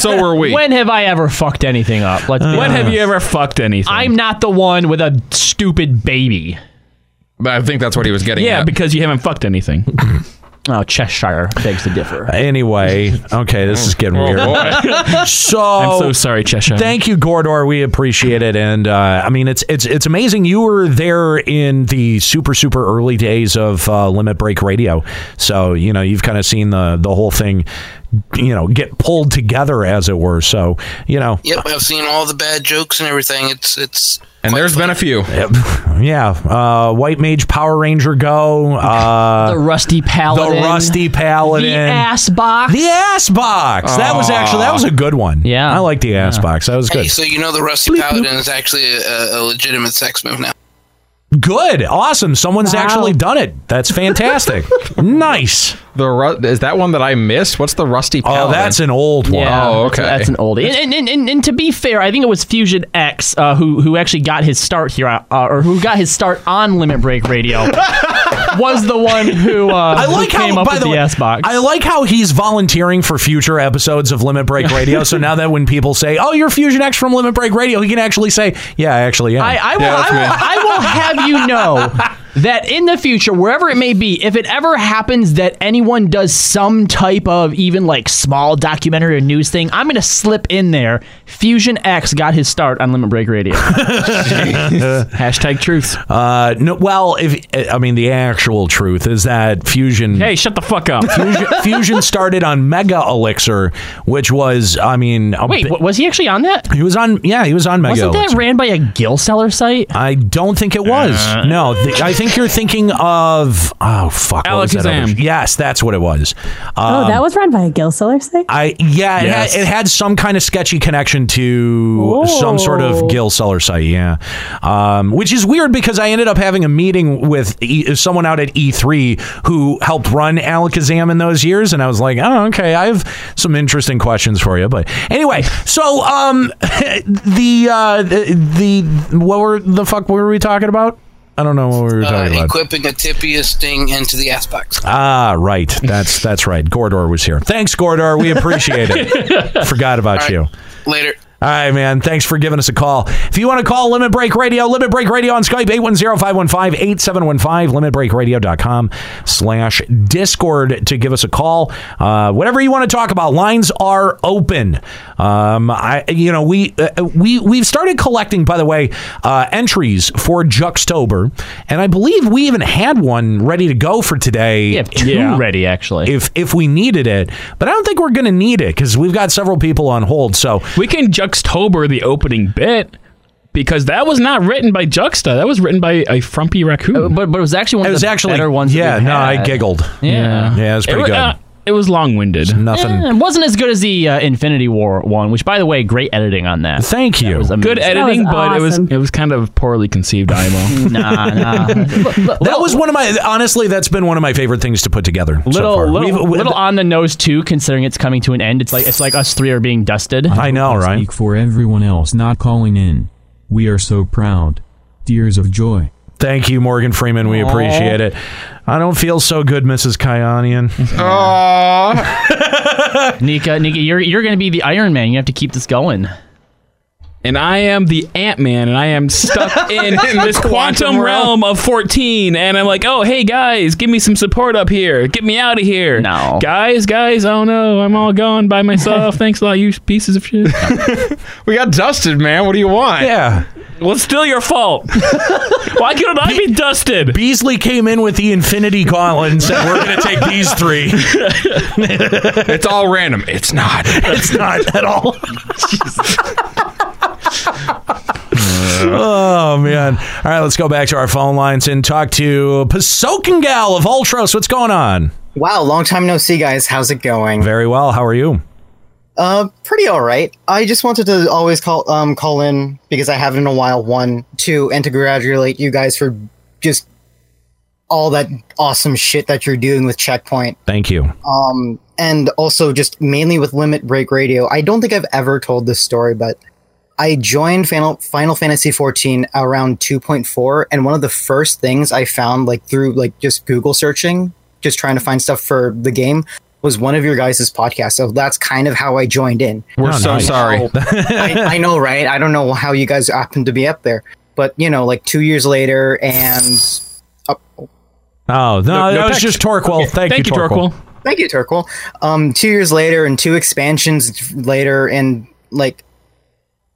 A: so were we.
G: When have I ever fucked anything up? Let's
B: Uh,
G: be
I: When
G: honest.
I: have you ever fucked anything?
G: I'm not the one with a stupid baby.
A: But I think that's what he was getting
I: yeah,
A: at.
I: because you haven't fucked anything.
G: oh, Cheshire begs to differ.
B: Anyway, okay, this is getting weird. so
I: Oh, I'm so sorry, Cheshire.
B: Thank you, Gordor. We appreciate it, and uh, I mean, it's it's it's amazing. You were there in the super super early days of uh, Limit Break Radio, so you know you've kind of seen the the whole thing, you know, get pulled together as it were. So you know,
P: Yep, I've seen all the bad jokes and everything. It's it's
A: and there's been a few.
B: yeah, uh, White Mage, Power Ranger, go uh,
G: The Rusty Paladin.
B: the Rusty Paladin,
G: The ass box.
B: The ass box. That was actually that was a good one. Yeah, I like the ass box. That was
P: Hey,
B: good.
P: so you know the Rusty Paladin is actually a, a legitimate sex move now.
B: Good, awesome. Someone's actually done it. That's fantastic. nice. Oh,
A: The ru- is that one that I missed? What's the rusty? Paladin?
B: that's an old one.
G: Yeah,
A: oh,
G: that's-
A: okay.
G: That's an oldie. And, and, and, and to be fair, I think it was Fusion X uh, who who actually got his start here, uh, or who got his start on Limit Break Radio, was the one who, uh,
B: I
G: who
B: like
G: came
B: how,
G: up
B: by
G: with
B: the way,
G: S box.
B: I like how he's volunteering for future episodes of Limit Break Radio. so now that when people say, "Oh, you're Fusion X from Limit Break Radio," he can actually say, "Yeah, I actually am."
G: I, I, will, I, will, I will have you know that in the future, wherever it may be, if it ever happens that anyone does some type of even like small documentary or news thing, I'm going to slip in there. Fusion X got his start on Limit Break Radio. Hashtag truth.
B: Uh, no, well, if I mean the actual truth is that Fusion.
I: Hey, shut the fuck up.
B: Fusion, Fusion started on Mega Elixir, which was, I mean, a
G: Wait,
B: bi-
G: wa- was he actually on that?
B: he was on. Yeah, he was on Mega.
G: Wasn't that
B: Elixir.
G: ran by a gill seller site?
B: I don't think it was.
G: Uh.
B: no, th- I think you're thinking of oh fuck, what was that other
K: Alakazam.
B: sh- Yes, that's what it was.
K: oh,
B: Um,
K: that was run by a Gil Seller site?
B: I yeah,
K: Yes.
B: it, had, it had some kind of sketchy connection to some sort
K: Oh.
B: of Gil Seller site, yeah. Um, which is weird because I ended up having a meeting with e- someone out at E3 who helped run Alakazam in those years, and I was like, oh, okay, I have some interesting questions for you. But anyway, so um, the uh, the the- what were the fuck were we talking about? I don't know what we were talking
P: Uh,
B: about.
P: equipping a Tipius thing into the ass box.
B: Ah, right. That's that's right. Gordor was here. Thanks, Gordor. We appreciate it. Forgot about you.
P: Later.
B: All right, man. Thanks for giving us a call. If you want to call Limit Break Radio, Limit Break Radio on Skype, 810-515-8715, limitbreakradio.com slash Discord to give us a call. Uh, whatever you want to talk about, lines are open. Um, I, you know, we, uh, we, we've started collecting, by the way, uh, entries for Juxtober, and I believe we even had one ready to go for today. Yeah,
G: two ready, actually.
B: If, if we needed it, but I don't think we're going to need it because we've got several people on hold, so...
I: We can juxtober the opening bit because that was not written by Juxta. That was written by a frumpy raccoon.
G: but but it was actually one
I: of
B: it was
I: the
B: actually
I: better ones that
B: Yeah,
I: we've
B: no, I
I: had.
B: giggled.
G: Yeah.
B: yeah, it was pretty
I: wa-
B: good.
I: uh, it was long-winded.
B: Nothing.
G: Eh, it wasn't as good as the uh, Infinity War one, which, by the way, great editing on that.
B: Thank you.
I: Good editing, but it was it was kind of poorly conceived. IMO.
G: Nah, nah.
B: that was one of my honestly. That's been one of my favorite things to put together.
G: little
B: so far.
G: little,
B: We've- we-
G: little on the nose too, considering it's coming to an end. It's like it's like us three are being dusted.
B: I know,
O: Speak for everyone else not calling in. We are so proud. Tears of joy.
B: Thank you, Morgan Freeman. We appreciate it. I don't feel so good, Mrs. Kyanian.
G: Nika, Nika, you're you're gonna be the Iron Man. You have to keep this going.
I: And I am the Ant Man, and I am stuck in this quantum realm of 14. And I'm like, oh, hey, guys, give me some support up here. Get me out of here. No. Guys, guys, oh no, I'm all gone by myself. Thanks a lot, you pieces of shit.
A: we got dusted, man. What do you want?
B: Yeah.
I: Well, it's still your fault. Why couldn't I be dusted?
B: Beasley came in with the Infinity Gauntlet and said, "We're going to take these three.
A: it's all random. It's not.
B: it's not at all." oh man! All right, let's go back to our phone lines and talk to Pasokengal of Ultros. What's going on?
Q: Wow, long time no see, guys. How's it going?
B: Very well. How are you?
Q: Uh, pretty all right. I just wanted to always call um call in because I haven't in a while. One, two, and to congratulate you guys for just all that awesome shit that you're doing with Checkpoint.
B: Thank you.
Q: Um, and also just mainly with Limit Break Radio. I don't think I've ever told this story, but I joined Final, Final Fantasy 14 around 2.4, and one of the first things I found, like through like just Google searching, just trying to find stuff for the game, was one of your guys' podcasts. So that's kind of how I joined in.
A: We're so sorry.
Q: I, I know, right? I don't know how you guys happened to be up there, but you know, like two years later, and
B: Oh, no,
Q: no
B: that was
Q: text.
B: just Torquil. Thank, you, Torquil.
Q: Thank you, Torquil. Um, two years later and two expansions later, and like,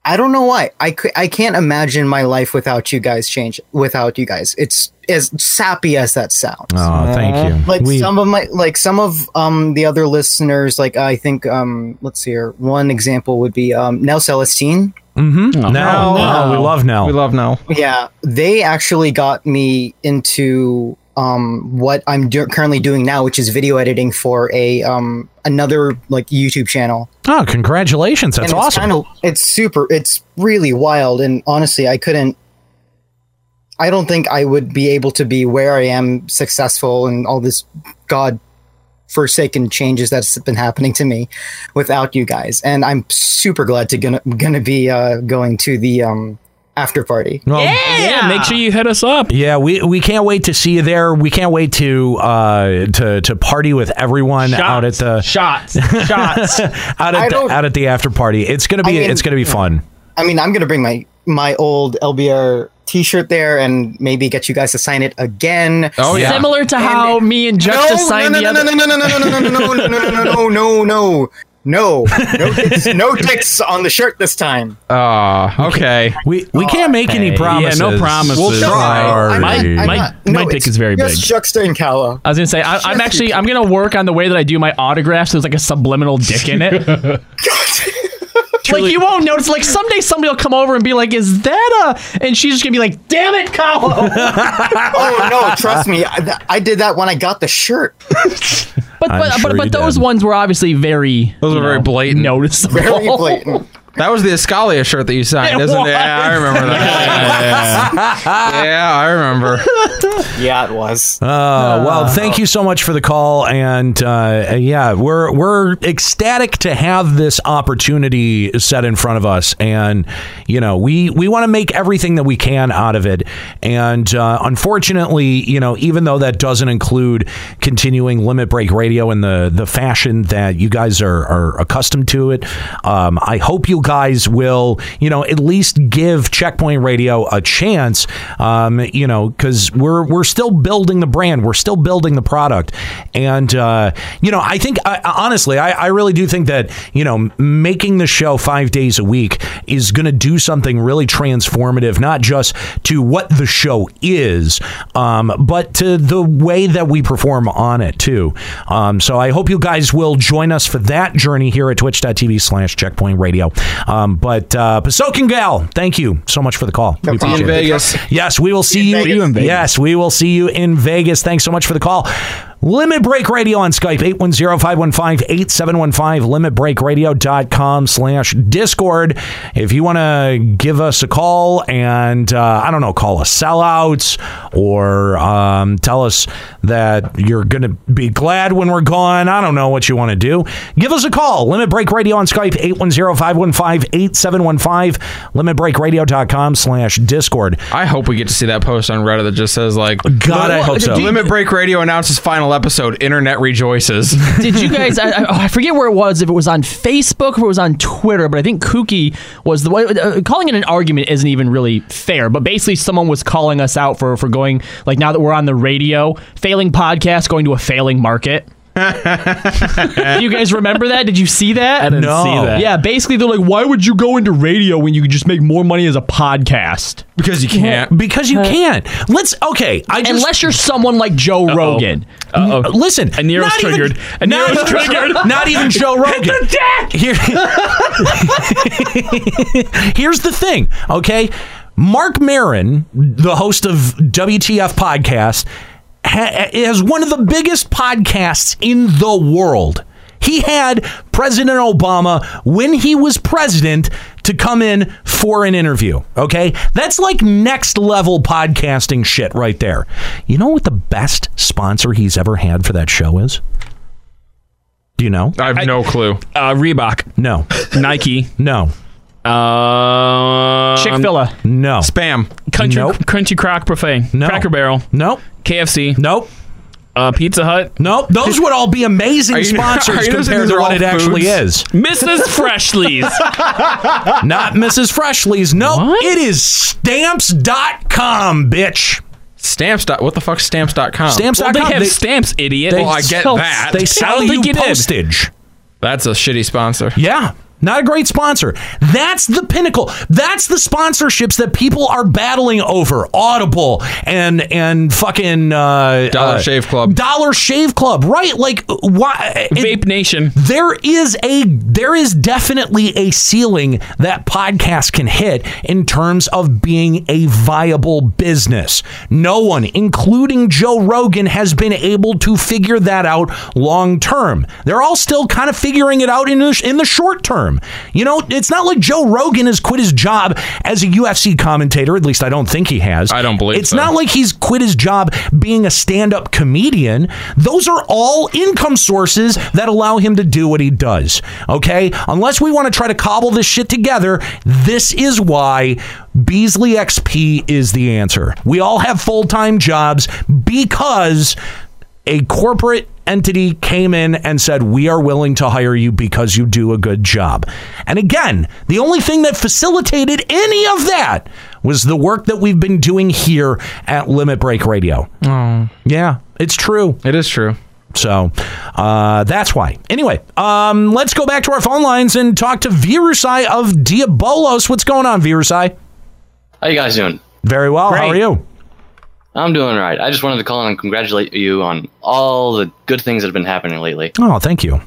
Q: I don't know why. I, c- I can't imagine my life without you guys change, without you guys. It's as sappy as that sounds.
B: Oh, thank you.
Q: Like
B: We-
Q: some of my, like some of um the other listeners, like I think um let's see here. One example would be um Nell Celestine.
B: Mm-hmm. No,
Q: No.
B: no, we love now. We
A: love now.
Q: Yeah, they actually got me into um, what I'm do- currently doing now, which is video editing for a um, another like YouTube channel.
B: Oh, congratulations. That's
Q: And it's
B: awesome.
Q: kinda- it's super. It's really wild, and honestly, I couldn't. I don't think I would be able to be where I am successful and all this god forsaken changes that's been happening to me without you guys and i'm super glad to gonna gonna be uh going to the um after party
I: yeah, make sure you hit us up.
B: Yeah, we, we can't wait to see you there. We can't wait to uh, to to party with everyone out at the
I: shots
Q: shots.
B: out at
Q: I
B: the,
Q: don't-
B: out at the after party. It's gonna be
Q: I mean-
B: it's gonna be fun.
Q: I mean, I'm gonna bring my my old LBR T-shirt there, and maybe get you guys to sign it again.
B: Oh,
G: Similar to how me and
Q: No,
G: Justice signed
Q: no, no,
G: the
Q: no,
G: other.
Q: no, no, no, no, no, no, no, no, no, no, no, no, no, no. No, no dicks, no dicks on the shirt this time.
A: Ah, okay.
B: We we can't make any
A: Okay.
B: promises.
A: Yeah, no promises.
B: We'll try.
A: Sorry.
I: My- my- my dick is very
Q: just
I: big.
Q: Just in Kala.
G: I was gonna say I, I'm actually I'm gonna work on the way that I do my autographs. There's like a subliminal dick in it. like you won't notice. Like someday somebody will come over and be like, "Is that a?" And she's just gonna be like, "Damn it, Kyle."
Q: oh no, trust me, I, th- I did that when I got the shirt.
G: But but, but, but those ones were obviously very
A: Those were very blatant.
G: Noticeable.
Q: Very blatant.
A: That was the Escalia shirt that you signed,
Q: It
A: isn't
Q: was.
A: it? Yeah, I remember that. yeah, yeah, yeah. Yeah, I remember. Oh,
Q: yeah, it was.
B: Uh, well, thank you so much for the call, and uh, yeah, we're we're ecstatic to have this opportunity set in front of us, and you know we we want to make everything that we can out of it, and uh, unfortunately, you know, even though that doesn't include continuing Limit Break Radio in the the fashion that you guys are are accustomed to it, um, I hope you guys will you know at least give Checkpoint Radio a chance, um, you know, because we're we're still building the brand, we're still building the product, and uh, you know, I think I, I- honestly, I, I really do think that you know, m- making the show five days a week is going to do something really transformative, not just to what the show is, um, but to the way that we perform on it too. Um, so I hope you guys will join us for that journey here at twitch.tv slash checkpoint radio. Um, but uh, Pasokin Gal, thank you so much for the call. We
A: See you
B: appreciate
A: in
B: it.
A: Vegas.
B: Yes, we will see you. in Vegas. Yes, we will see you in Vegas. Thanks so much for the call. Limit Break Radio on Skype, 810-515-8715, limitbreakradio.com slash Discord. If you want to give us a call and, uh, I don't know, call us sellouts or um, tell us that you're going to be glad when we're gone. I don't know what you want to do. Give us a call. Limit Break Radio on Skype, 810-515-8715, limitbreakradio.com slash Discord.
A: I hope we get to see that post on Reddit that just says like,
B: God, I hope so.
A: Limit Break Radio announces final episode. Internet rejoices.
G: Did you guys? I, I, oh, I forget where it was. If it was on Facebook, if it was on Twitter, but I think Kooky was the one. Uh, calling it an argument isn't even really fair. But basically, someone was calling us out for for going like now that we're on the radio, failing podcast, going to a failing market. Do you guys remember that? Did you see that? I
I: didn't No. see that.
G: Yeah, basically they're like, why would you go into radio when you could just make more money as a podcast?
A: Because you can't.
B: because you can't. Let's okay. I just,
G: Unless you're someone like Joe Rogan.
I: Uh-oh.
B: Listen,
I: and Nero's
B: not even-
I: triggered. and
B: not
I: Nero's
B: even-
I: triggered.
B: not even Joe Rogan.
I: Hit the deck!
B: Here, here's the thing, okay? Mark Marin, the host of WTF podcast, ha- is one of the biggest podcasts in the world. He had President Obama when he was president to come in for an interview. Okay. That's like next level podcasting shit right there. You know what the best sponsor he's ever had for that show is? Do you know?
I: I have no clue. Uh, Reebok.
B: No.
I: Nike.
B: No.
I: Uh,
G: Chick-fil-A.
B: No.
A: Spam.
I: Country. Crunchy Crock Buffet. No. Cracker Barrel.
B: Nope.
I: KFC.
B: Nope.
I: Uh, Pizza Hut.
B: Nope. Those would all be amazing
I: Are you-
B: sponsors
I: are you noticing
B: compared
I: these
B: to
I: are
B: what
I: all
B: it actually
I: foods?
B: is.
I: Mrs. Freshley's.
B: Not Mrs. Freshley's. No, it is stamps.com, bitch.
A: Stamps. Dot, what the fuck's stamps.com?
I: Well,
B: Stamps.com.
I: they have stamps, idiot.
A: well, I get that.
B: They sell you postage.
A: That's a shitty sponsor.
B: Yeah. Not a great sponsor. That's the pinnacle. That's the sponsorships that people are battling over. Audible and and fucking uh,
A: Dollar
B: uh,
A: Shave Club.
B: Dollar Shave Club, right? Like why?
I: Vape Nation.
B: There is a there is definitely a ceiling that podcast can hit in terms of being a viable business. No one, including Joe Rogan, has been able to figure that out long term. They're all still kind of figuring it out in the, in the short term. You know, it's not like Joe Rogan has quit his job as a UFC commentator. At least I don't think he has. I don't believe. It's
A: so.
B: not like he's quit his job being a stand-up comedian. Those are all income sources that allow him to do what he does. Okay? Unless we want to try to cobble this shit together, this is why Beasley XP is the answer. We all have full-time jobs because a corporate entity came in and said, We are willing to hire you because you do a good job. And again, the only thing that facilitated any of that was the work that we've been doing here at Limit Break Radio. Yeah, it's true.
A: Oh. It is true.
B: So uh, that's why. Anyway, um, let's go back to our phone lines and talk to Virusai of Diabolos. What's going on, Virusai?
R: How you guys doing?
B: Very well. How are
R: Great.
B: you?
R: I'm doing right. I just wanted to call in and congratulate you on all the good things that have been happening lately.
B: Oh, thank you.
R: Uh,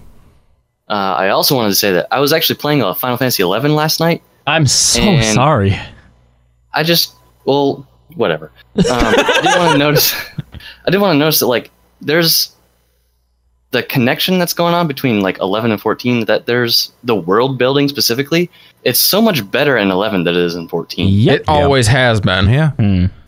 R: I also wanted to say that I was actually playing a Final Fantasy XI last night.
G: I'm so
R: And-
G: sorry.
R: I just, well, whatever. Um, I did want to notice. I did want to notice that like there's the connection that's going on between like 11 and 14. That there's the world building specifically. It's so much better in 11 than it is in 14.
A: It always has been.
B: Yeah.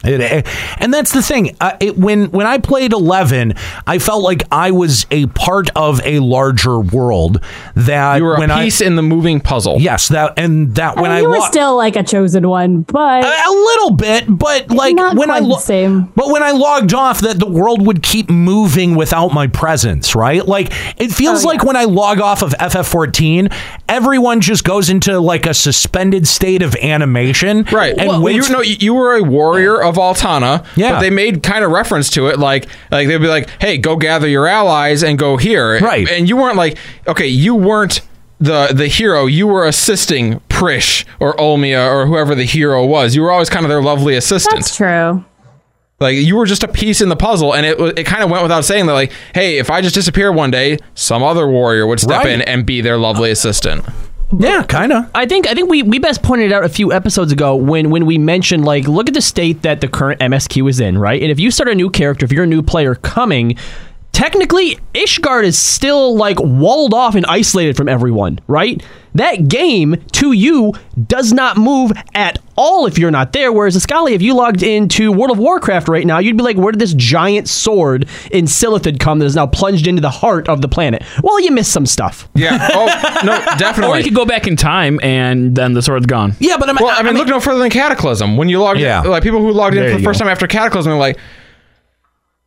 B: It- eh, and that's the thing. Uh, it, when when I played Eleven, I felt like I was a part of a larger world. That
A: You were a
B: when
A: piece in the moving puzzle.
B: Yes, that and that when I
K: Oh, you were
B: wa-
K: still like a chosen one, but
B: a little bit, but like
K: Not
B: when I
K: quite
B: lo-
K: the same.
B: But when I logged off, that the world would keep moving without my presence, right? Like it feels
K: Oh,
B: like when I log off of FF14, everyone just goes into like a suspended state of animation, right? And
A: well,
B: waits
A: you know, you you were a warrior of Altana.
B: Yeah.
A: But they made kind of reference to it, like like they'd be like, "Hey, go gather your allies and go here."
B: Right.
A: And you weren't like, okay, you weren't the the hero. You were assisting Prish or Olmia or whoever the hero was. You were always kind of their lovely assistant. That's
K: true.
A: Like you were just a piece in the puzzle, and it wa- it kind of went without saying that, like, hey, if I just disappear one day, some other warrior would step
G: Right.
A: in and be their lovely assistant.
B: Yeah, kind of.
G: I think I think we, we best pointed out a few episodes ago when when we mentioned like look at the state that the current MSQ is in, right? And if you start a new character, if you're a new player coming, technically Ishgard is still like walled off and isolated from everyone, right? That game to you does not move at all if you're not there. Whereas Ascali, if you logged into World of Warcraft right now, you'd be like, where did this giant sword in Silithid come that is now plunged into the heart of the planet? Well, you missed some stuff.
A: Yeah. Oh no, definitely.
I: Or you could go back in time and then the sword's gone.
B: Yeah, but I'm,
A: well, I mean, look no further than Cataclysm. When you logged
I: Yeah.
A: in, like people who logged
I: There
A: in for the
I: you
A: first
I: go.
A: time after Cataclysm, are like,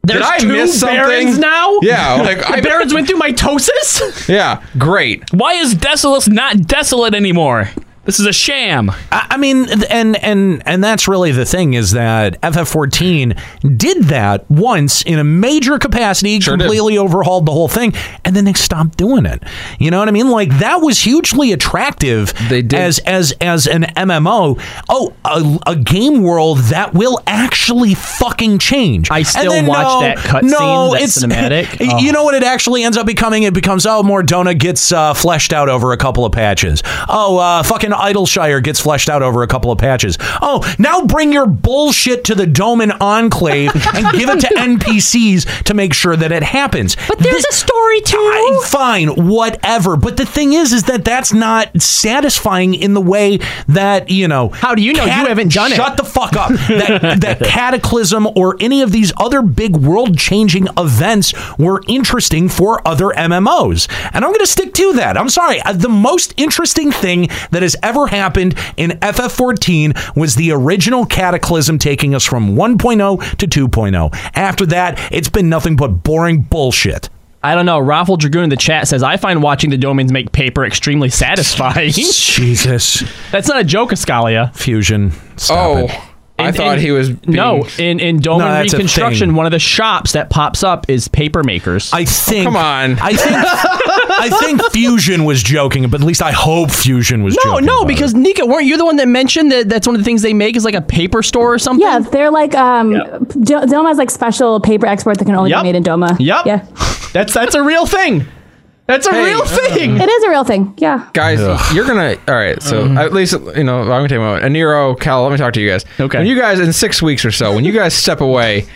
G: There's
A: did I
G: two
A: miss
G: barons
A: something
G: now.
A: Yeah, like
G: the
A: I,
G: barons went through mitosis.
A: yeah, great.
I: Why is Desolus not desolate anymore? This is a sham.
B: I I mean, th- and and and that's really the thing is that FF14 did that once in a major capacity, completely overhauled the whole thing, and then they stopped doing it. You know what I mean? Like that was hugely attractive. They did. as as as an MMO. Oh, a, a game world that will actually fucking change. I
G: still watch that cutscene, that cinematic. Oh.
B: You know what it actually ends up becoming? It becomes oh, Mordona gets uh, fleshed out over a couple of patches. Oh, uh, fucking Idleshire gets fleshed out over a couple of patches. Oh, now bring your bullshit to the Doman Enclave and give it to NPCs to make sure that it happens.
G: But there's a story Story 2.
B: fine, whatever. But the thing is, is that that's not satisfying in the way that, you know. How do you
G: know? You haven't done it.
B: Shut the fuck up. That, that Cataclysm or any of these other big world changing events were interesting for other MMOs. And I'm going to stick to that. I'm sorry. Uh, The most interesting thing that has ever happened in FF14 was the original Cataclysm taking us from 1.0 to 2.0. After that, it's been nothing but boring bullshit.
G: I don't know. Raffle Dragoon in the chat says, I find watching the domains make paper extremely satisfying.
B: Jesus.
G: That's not a joke, Ascalia.
B: Fusion.
G: oh.
A: I thought he was being-
G: no in in domain
A: No, that's a
G: reconstruction.
A: thing.
G: One of the shops that pops up is paper makers. I
B: think.
G: come
A: on.
B: I think. I think Fusion was joking, but at least I hope Fusion was
G: No,
B: joking.
G: Oh, no, because Nika, weren't you the one that mentioned that that's one of the things they make is like a paper store or something?
K: Yeah, they're like um, D- Doma is like special paper export that can only
G: Yep.
K: be made in Doma.
G: Yep.
K: Yeah.
G: That's that's a real thing. That's a
K: Hey,
A: uh,
G: real thing.
K: It is a real thing. Yeah.
A: Guys, you're gonna all right. So
G: Mm-hmm.
A: at least you know I'm gonna take a moment. Aniro, Cal, let me talk to you guys. Okay. When you guys in six weeks or so, when you guys step away,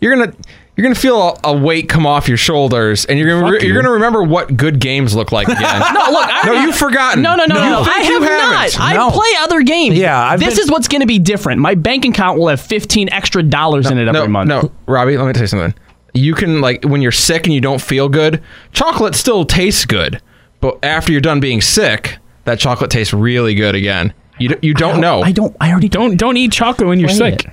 A: you're gonna you're gonna feel a, a weight come off your shoulders, and you're gonna re-
G: you.
A: you're gonna remember what good games look like again.
G: no, look. I
A: no,
G: already-
A: you've forgotten.
G: No, no, no,
A: You
G: no.
A: think
G: I
A: you
G: have
A: haven't.
G: not. I play other games.
A: Yeah, I've
G: this
A: been-
G: is what's going to be different. My bank account will have fifteen extra dollars in it every
A: no,
G: month.
A: No, Robbie, let me tell you something. You can like when you're sick and you don't feel good, chocolate still tastes good, but after you're done being sick, that chocolate tastes really good again. You d- you don't, know.
G: I don't. I already
I: don't don't eat chocolate when you're sick.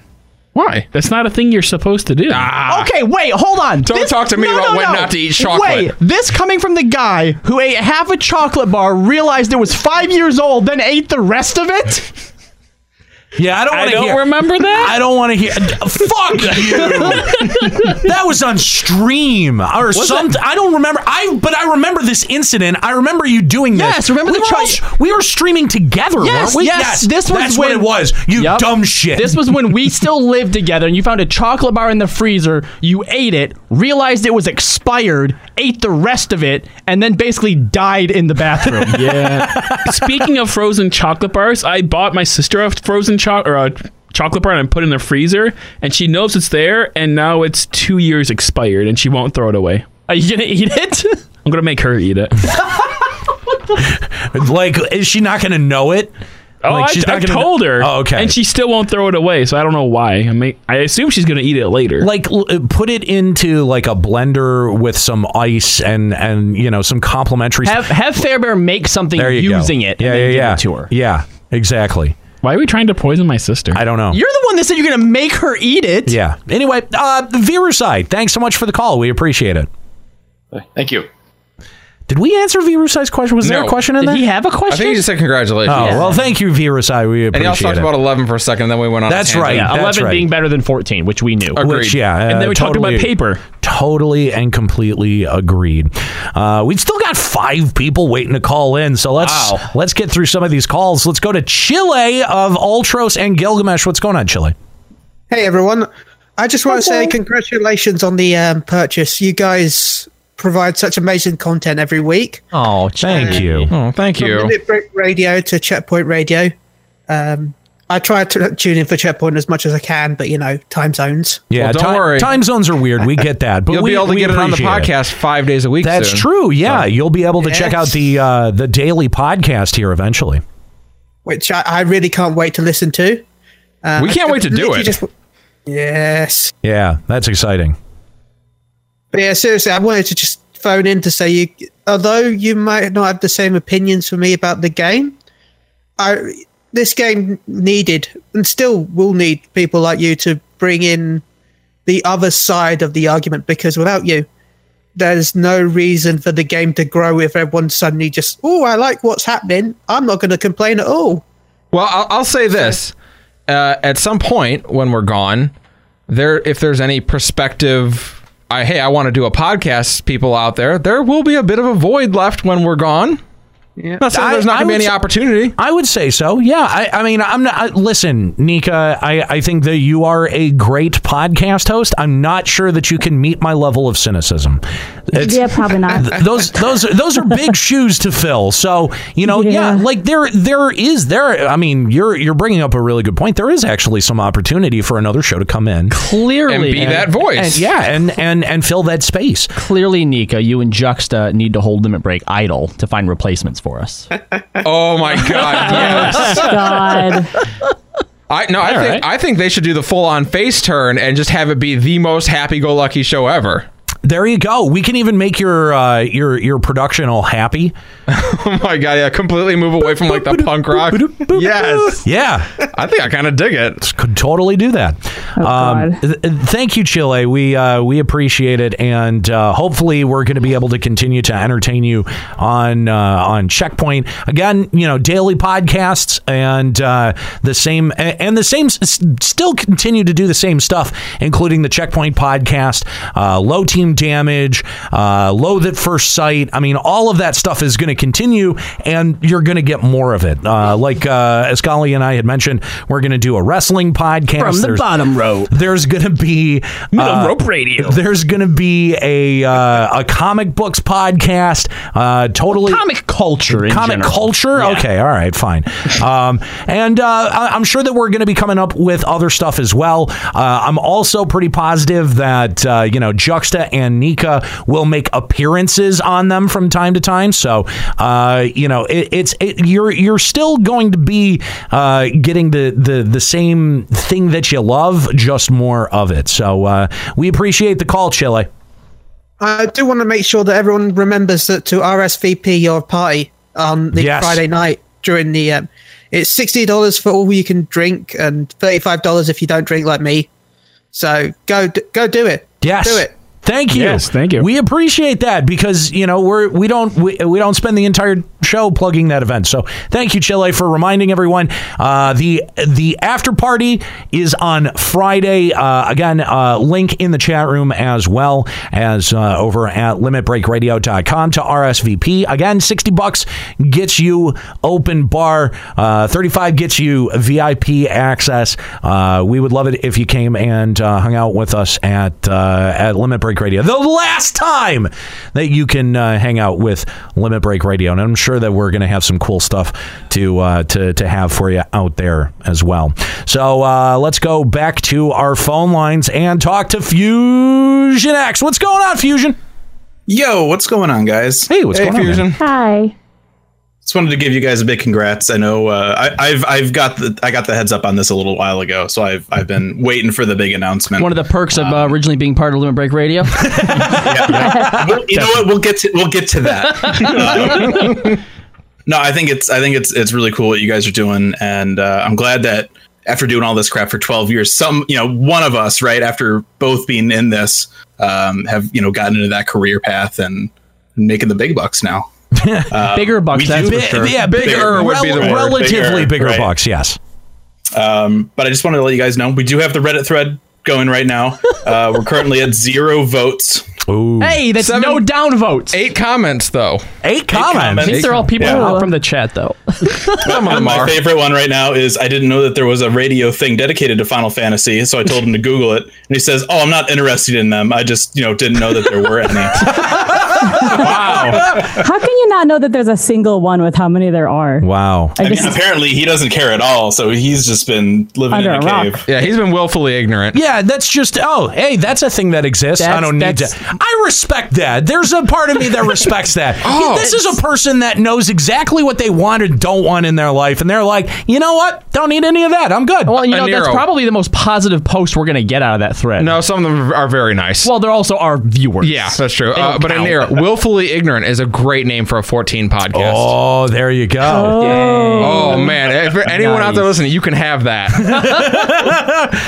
A: Why? Ah.
I: That's not a thing you're supposed to do.
G: Okay, wait, hold on.
I: Don't talk to me about when not to eat chocolate.
G: Wait, this coming from the guy who ate half a chocolate bar, realized it was five years old, then ate the rest of it.
B: Yeah, I don't
G: I
B: want to
G: don't
B: hear. remember that. I don't want to hear. Fuck you. that was on stream or
O: Was
B: something. I don't remember. I but I remember this incident. I remember you doing this.
G: Yes, remember
B: we
G: the
B: were
G: tri-
B: all s- we were streaming together, weren't
G: Yes,
B: we?
G: yes, This was
B: that's
G: when
B: what it was. You
G: Yup.
B: dumb shit.
G: This was when we still lived together, and you found a chocolate bar in the freezer. You ate it, realized it was expired, ate the rest of it, and then basically died in the bathroom.
I: yeah. Speaking of frozen chocolate bars, I bought my sister a frozen chocolate or a chocolate bar and I put it in the freezer, and she knows it's there, and now it's two years expired, and she won't throw it away.
G: Are you gonna eat it?
I: I'm gonna make her eat it.
B: like, is she not gonna know it?
I: Oh,
B: Like,
I: I,
B: she's not
I: I
B: gonna-
I: told her.
B: Oh, okay.
I: And she still won't throw it away, so I don't know why. I mean, I assume she's gonna eat it later.
B: like l- uh, put it into like a blender with some ice and and you know some complimentary.
G: have have Fairbear make something
B: there you go.
G: using it.
B: Yeah,
G: and
B: yeah,
G: then give
B: yeah.
G: It to her.
B: Yeah, exactly.
I: Why are we trying to poison my sister?
B: I don't know.
G: You're the one that said you're gonna make her eat it.
B: Yeah. Anyway, uh, Viruside, thanks so much for the call. We appreciate it.
S: Thank you.
B: Did we answer Viruside's question? Was there
A: No.
B: a question in
A: Did
B: there?
A: he have a I think question? he just said congratulations.
B: Oh,
A: Yeah.
B: well, thank you, Viruside. We appreciate
A: And y'all talked
B: it.
A: about eleven for a second, and then we went on. a
B: That's
A: tangent.
B: right, Yeah, that's 11 right. being
G: better than fourteen, which we knew.
A: Agreed.
B: Which, yeah, uh, totally- Totally and completely agreed. Uh, we've still got five people waiting to call in, so let's let's get through some of these calls. Let's go to Chile of Ultros and Gilgamesh. What's going on, Chile?
T: Hey everyone, I just want to say congratulations on the um, purchase. You guys provide such amazing content every week.
B: Oh, thank you.
A: Oh, thank
T: From Limit Break Radio to Checkpoint Radio. Um, I try to tune in for Checkpoint as much as I can, but you know, time zones.
B: Yeah,
A: don't
B: ti-
A: worry.
B: Time zones are weird. We get that, but
A: You'll
B: we,
A: be able to
B: we
A: get it on the
B: appreciate
A: podcast five days a week.
B: That's
A: soon.
B: true. Yeah, you'll be able to check out
T: Yes.
B: the uh, the daily podcast here eventually.
T: which I, I really can't wait to listen to. Uh,
B: We can't
T: I-
B: wait to do
T: literally
B: it.
T: yes.
B: Yeah, that's exciting.
T: But yeah, seriously, I wanted to just phone in to say you, although you might not have the same opinions for me about the game, I this game needed and still will need people like you to bring in the other side of the argument because without you, there's no reason for the game to grow if everyone suddenly just, oh, I like what's happening. I'm not going to complain at all.
A: Well, I'll, I'll say this: uh, at some point when we're gone, there, if there's any perspective, I hey, I want to do a podcast. People out there, there will be a bit of a void left when we're gone.
U: Yeah. Not saying there's not gonna be any opportunity.
B: I would say so. Yeah. I, I mean, I'm not. I, listen, Nika. I, I think that you are a great podcast host. I'm not sure that you can meet my level of cynicism.
K: Yeah, probably not.
B: Th- those those those are big shoes to fill. So you know, yeah. like there there is there. I mean, you're you're bringing up a really good point. There is actually some opportunity for another show to come in
G: clearly
U: And be that voice.
B: And, yeah, and and and fill that space.
G: Clearly, Nika, you and Juxta need to hold Limit Break idle to find replacements for us.
U: Oh my god! yes.
K: God.
U: I no. I
G: All
U: think
G: right.
U: I think they should do the full on face turn and just have it be the most happy go lucky show ever.
B: There you go. We can even make your uh, your your production all happy.
U: oh my god! Yeah, completely move away from like the punk rock. Yes.
B: Yeah.
U: I think I kind of dig it.
B: Could totally do that. um, th- th- thank you, Chile. We uh, we appreciate it, and uh, hopefully we're going to be able to continue to entertain you on uh, on Checkpoint again. You know, daily podcasts and uh, the same a- and the same s- s- still continue to do the same stuff, including the Checkpoint podcast, uh, low team damage, uh, loathe at first sight. I mean, all of that stuff is going to continue, and you're going to get more of it. Uh, like uh, Escali and I had mentioned, we're going to do a wrestling podcast
G: From the bottom rope.
B: There's going to be uh,
G: Middle rope radio.
B: There's going to be a uh, a comic books podcast. Uh, totally
G: comic culture. In
B: comic
G: general.
B: culture. Okay, all right, fine. Um, and uh, I- I'm sure that we're going to be coming up with other stuff as well. Uh, I'm also pretty positive that uh, you know Juxta and Nika will make appearances on them from time to time. So uh, you know it, it's it, you're you're still going to be uh, getting the, the the same thing that you love, just more of it. So uh, we appreciate the call, Chile.
T: I do want to make sure that everyone remembers that to RSVP your party on the
B: Yes.
T: Friday night during the. Um, it's sixty dollars for all you can drink and thirty five dollars if you don't drink like me. So go d- go do it.
B: Yes.
T: do it.
B: Thank you.
I: Yes, thank you.
B: We appreciate that because you know we're we don't we, we don't spend the entire show plugging that event. So thank you, Chile, for reminding everyone. Uh, the the after party is on Friday. Uh, again, uh, link in the chat room as well as uh, over at limitbreakradio.com to RSVP. Again, sixty bucks gets you open bar. Uh, Thirty five gets you VIP access. Uh, we would love it if you came and uh, hung out with us at uh, at Limit Break Radio. The last time that you can uh, hang out with Limit Break Radio, and I'm sure that we're going to have some cool stuff to uh, to to have for you out there as well. So uh, let's go back to our phone lines and talk to Fusion X. What's going on, Fusion?
V: Yo, what's going on, guys?
B: Hey, what's going on? man?
K: Hi.
V: Just wanted to give you guys a big congrats. I know uh, I, I've I've got the I got the heads up on this a little while ago, so I've I've been waiting for the big announcement.
G: One of the perks of uh, originally being part of Limit Break Radio.
V: We'll- you know what? We'll get to we'll get to that. Um, no, I think it's I think it's it's really cool what you guys are doing, and uh, I'm glad that after doing all this crap for 12 years, some you know one of us right after both being in this um, have you know gotten into that career path and making the big bucks now. Uh,
G: Bigger bucks,
V: we
G: that's
V: do-
G: for sure.
B: Yeah, bigger,
V: would be the
B: rel-
V: word.
B: relatively bigger
V: right.
B: bucks. Yes.
V: Um, but I just wanted to let you guys know we do have the Reddit thread going right now. Uh, we're currently at zero votes.
B: Ooh.
G: Hey, that's no down votes.
U: Eight comments though.
B: Eight
G: I
V: comments.
G: think they're all people
V: Yeah.
G: who are from the chat, though.
V: Some
G: of them
V: My
G: are.
V: favorite one right now is I didn't know that there was a radio thing dedicated to Final Fantasy, so I told him to Google it, and he says, "Oh, I'm not interested in them. I just you know didn't know that there were any."
K: How can you not know that there's a single one with how many there are?
B: Wow.
V: I
K: I
V: mean,
K: just-
V: apparently he doesn't care at all, so he's just been living
K: Under
V: in
K: a
V: a,
K: rock.
V: cave.
U: Yeah, he's been willfully ignorant.
B: Yeah, that's just oh, hey, that's a thing that exists. I
U: That's-
B: don't need to.
U: that's-
B: I respect that. There's a part of me that respects that.
U: Oh.
B: this is a person that knows exactly what they want and don't want in their life, and they're like, you know what? Don't need any of that. I'm good.
G: Well, you know, that's probably the most positive post we're going to get out of that thread.
U: No, some of them are very nice.
G: Well, they're also our viewers.
U: Yeah, that's true.
G: They don't
U: Uh, but
G: count.
U: Anira, willfully ignorant is a great name for a 14 podcast.
B: Oh, there you go.
U: Oh, man, if anyone out there
B: Nice.
U: listening, you can have that.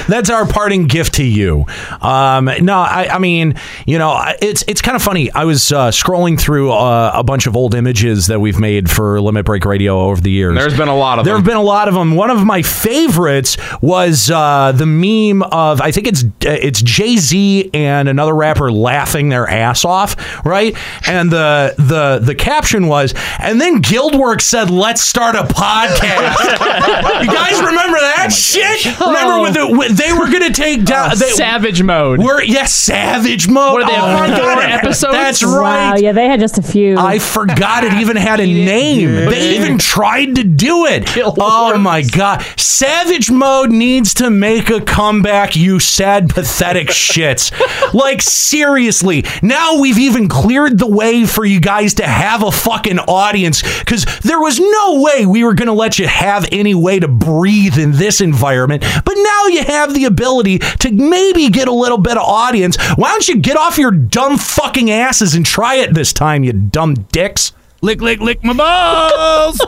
B: That's our parting gift to you. Um, no, I, I mean, you know, I- it's it's kind of funny. I was uh, scrolling through uh, a bunch of old images that we've made for Limit Break Radio over the years.
U: There's been a lot of
B: there
U: them.
B: have been a lot of them. One of my favorites was uh, the meme of I think it's it's Jay Z and another rapper laughing their ass off, right? And the the the the caption was, and then Guildworks said, "Let's start a podcast." you guys remember that shit? Remember when, the, when they were going to take down they-
G: Oh, Savage mode.
B: We're yes, savage mode.
G: What are they,
B: Oh
G: have
B: my
G: four
B: God,
G: episodes?
B: That's
K: Wow,
B: right.
K: yeah, they had just a few.
B: I forgot it even had a name. They even tried to do it. Oh my god. Savage Mode needs to make a comeback, you sad pathetic shits. like seriously. Now we've even cleared the way for you guys to have a fucking audience cuz there was no way we were going to let you have any way to breathe in this environment. But now you have the ability to maybe get a little bit of audience. Why don't you get off your dumb fucking asses and try it this time, you dumb dicks? Lick, lick, lick my balls.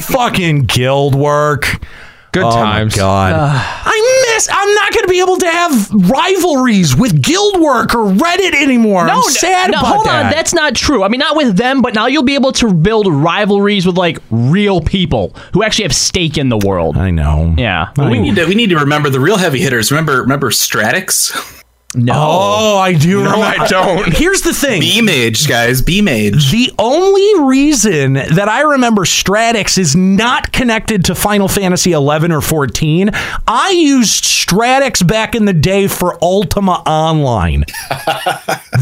B: fucking guild work. Good times. God. I miss. I'm not going to be able to have rivalries with guild work or Reddit anymore. I'm sad
G: no,
B: about
G: hold
B: that.
G: on. That's not true. I mean, not with them, but now you'll be able to build rivalries with like real people who actually have stake in the world. I
B: know.
G: Yeah,
V: we need to we need to remember the real heavy hitters. Remember remember Stratix?
G: No.
B: Oh, I do.
V: No, I don't.
B: Here's the thing.
V: Beamage, guys. Beamage.
B: The only reason that I remember Stratix is not connected to Final Fantasy 11 or 14, I used Stratix back in the day for Ultima Online.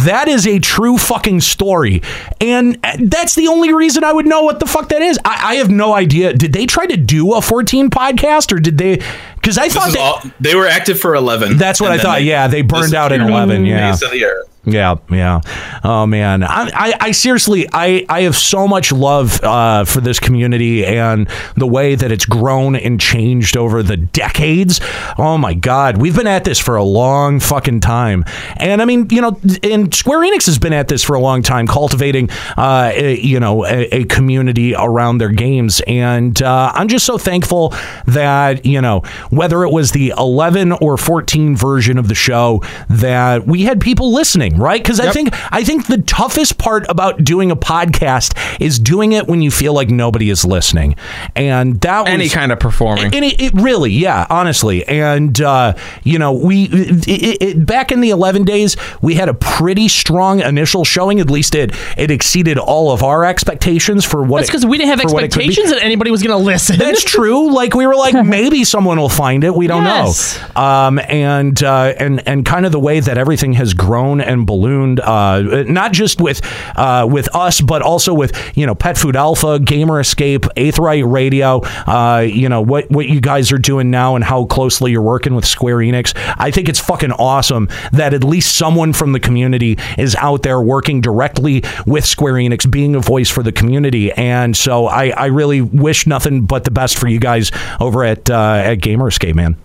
B: that is a true fucking story. And uh, that's the only reason I would know what the fuck that is. I, I have no idea. Did they try to do a 14 podcast or did they? Because I
V: This
B: thought
V: is
B: they,
V: all, they were active for eleven.
B: That's what
V: and
B: I
V: then
B: thought.
V: they
B: yeah, they burned out in
V: disappeared on
B: eleven.
V: the
B: Yeah.
V: face of the earth.
B: Yeah, yeah. Oh man, I, I, I seriously, I, I have so much love uh, for this community and the way that it's grown and changed over the decades. Oh my God, we've been at this for a long fucking time, and I mean, you know, and Square Enix has been at this for a long time, cultivating, uh, a, you know, a, a community around their games, and uh, I'm just so thankful that you know whether it was the 11 or 14 version of the show that we had people listening, right? Because I think I think the toughest part about doing a podcast is doing it when you feel like nobody is listening, and that
U: Any
B: was,
U: kind of performing.
B: and it, it really, yeah, honestly. And, uh, you know, we, it, it, it- back in the 11 days, we had a pretty strong initial showing. At least it, it exceeded all of our expectations for what
G: That's
B: it-
G: because we didn't have
B: for what it could be.
G: expectations that anybody was going to listen.
B: That's true. Like we were like, maybe someone will find it. We don't
G: Yes.
B: know. Um, and uh, and and kind of the way that everything has grown and ballooned, uh, not just with uh, with us, but also with you know Pet Food Alpha, Gamer Escape, Eighth Right Radio. Uh, you know what what you guys are doing now and how closely you're working with Square Enix. I think it's fucking awesome that at least someone from the community is out there working directly with Square Enix, being a voice for the community. And so I, I really wish nothing but the best for you guys over at uh, at Gamerscape, man.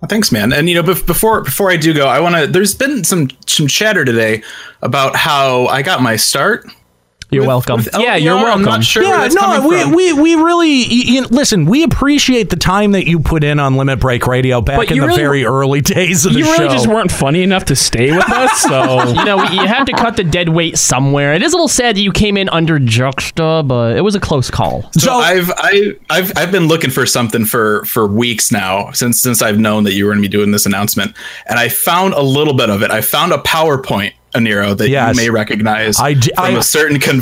V: Well, Thanks, man. And you know, bef- before before I do go, I want to. There's been some some chatter today about how I got my start.
G: You're welcome.
V: Oh, yeah,
B: you're
V: I'm not sure. where
B: yeah,
V: that's
B: no,
V: coming
B: we,
V: from.
B: we we really y- you know, listen. We appreciate the time that you put in on Limit Break Radio back
I: But
B: in
I: you
B: the
I: really-
B: very early days of the
I: You
B: show.
I: really just weren't funny enough to stay with us, so
G: you know, you have to cut the dead weight somewhere. It is a little sad that you came in under Juxta, but it was a close call.
V: So, I've I, I've I've been looking for something for for weeks now since since I've known that you were going to be doing this announcement, and I found a little bit of it. I found a PowerPoint, Aniro, that
B: Yes.
V: you may recognize
B: I d-
V: from
B: I-
V: a certain convention.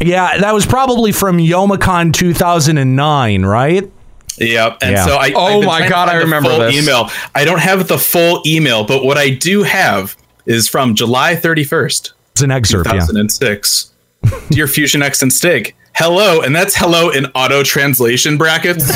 B: yeah, that was probably from Yomacon 2009, right?
V: Yep. And
B: Yeah.
V: so I.
B: Oh
V: I've been
B: my
V: trying to
B: God,
V: find
B: I
V: the
B: remember
V: full
B: this.
V: email. I don't have the full email, but what I do have is from July 31st,
B: It's an excerpt. Yeah.
V: 2006. Dear Fusion X and Stig, hello, and that's hello in auto translation brackets.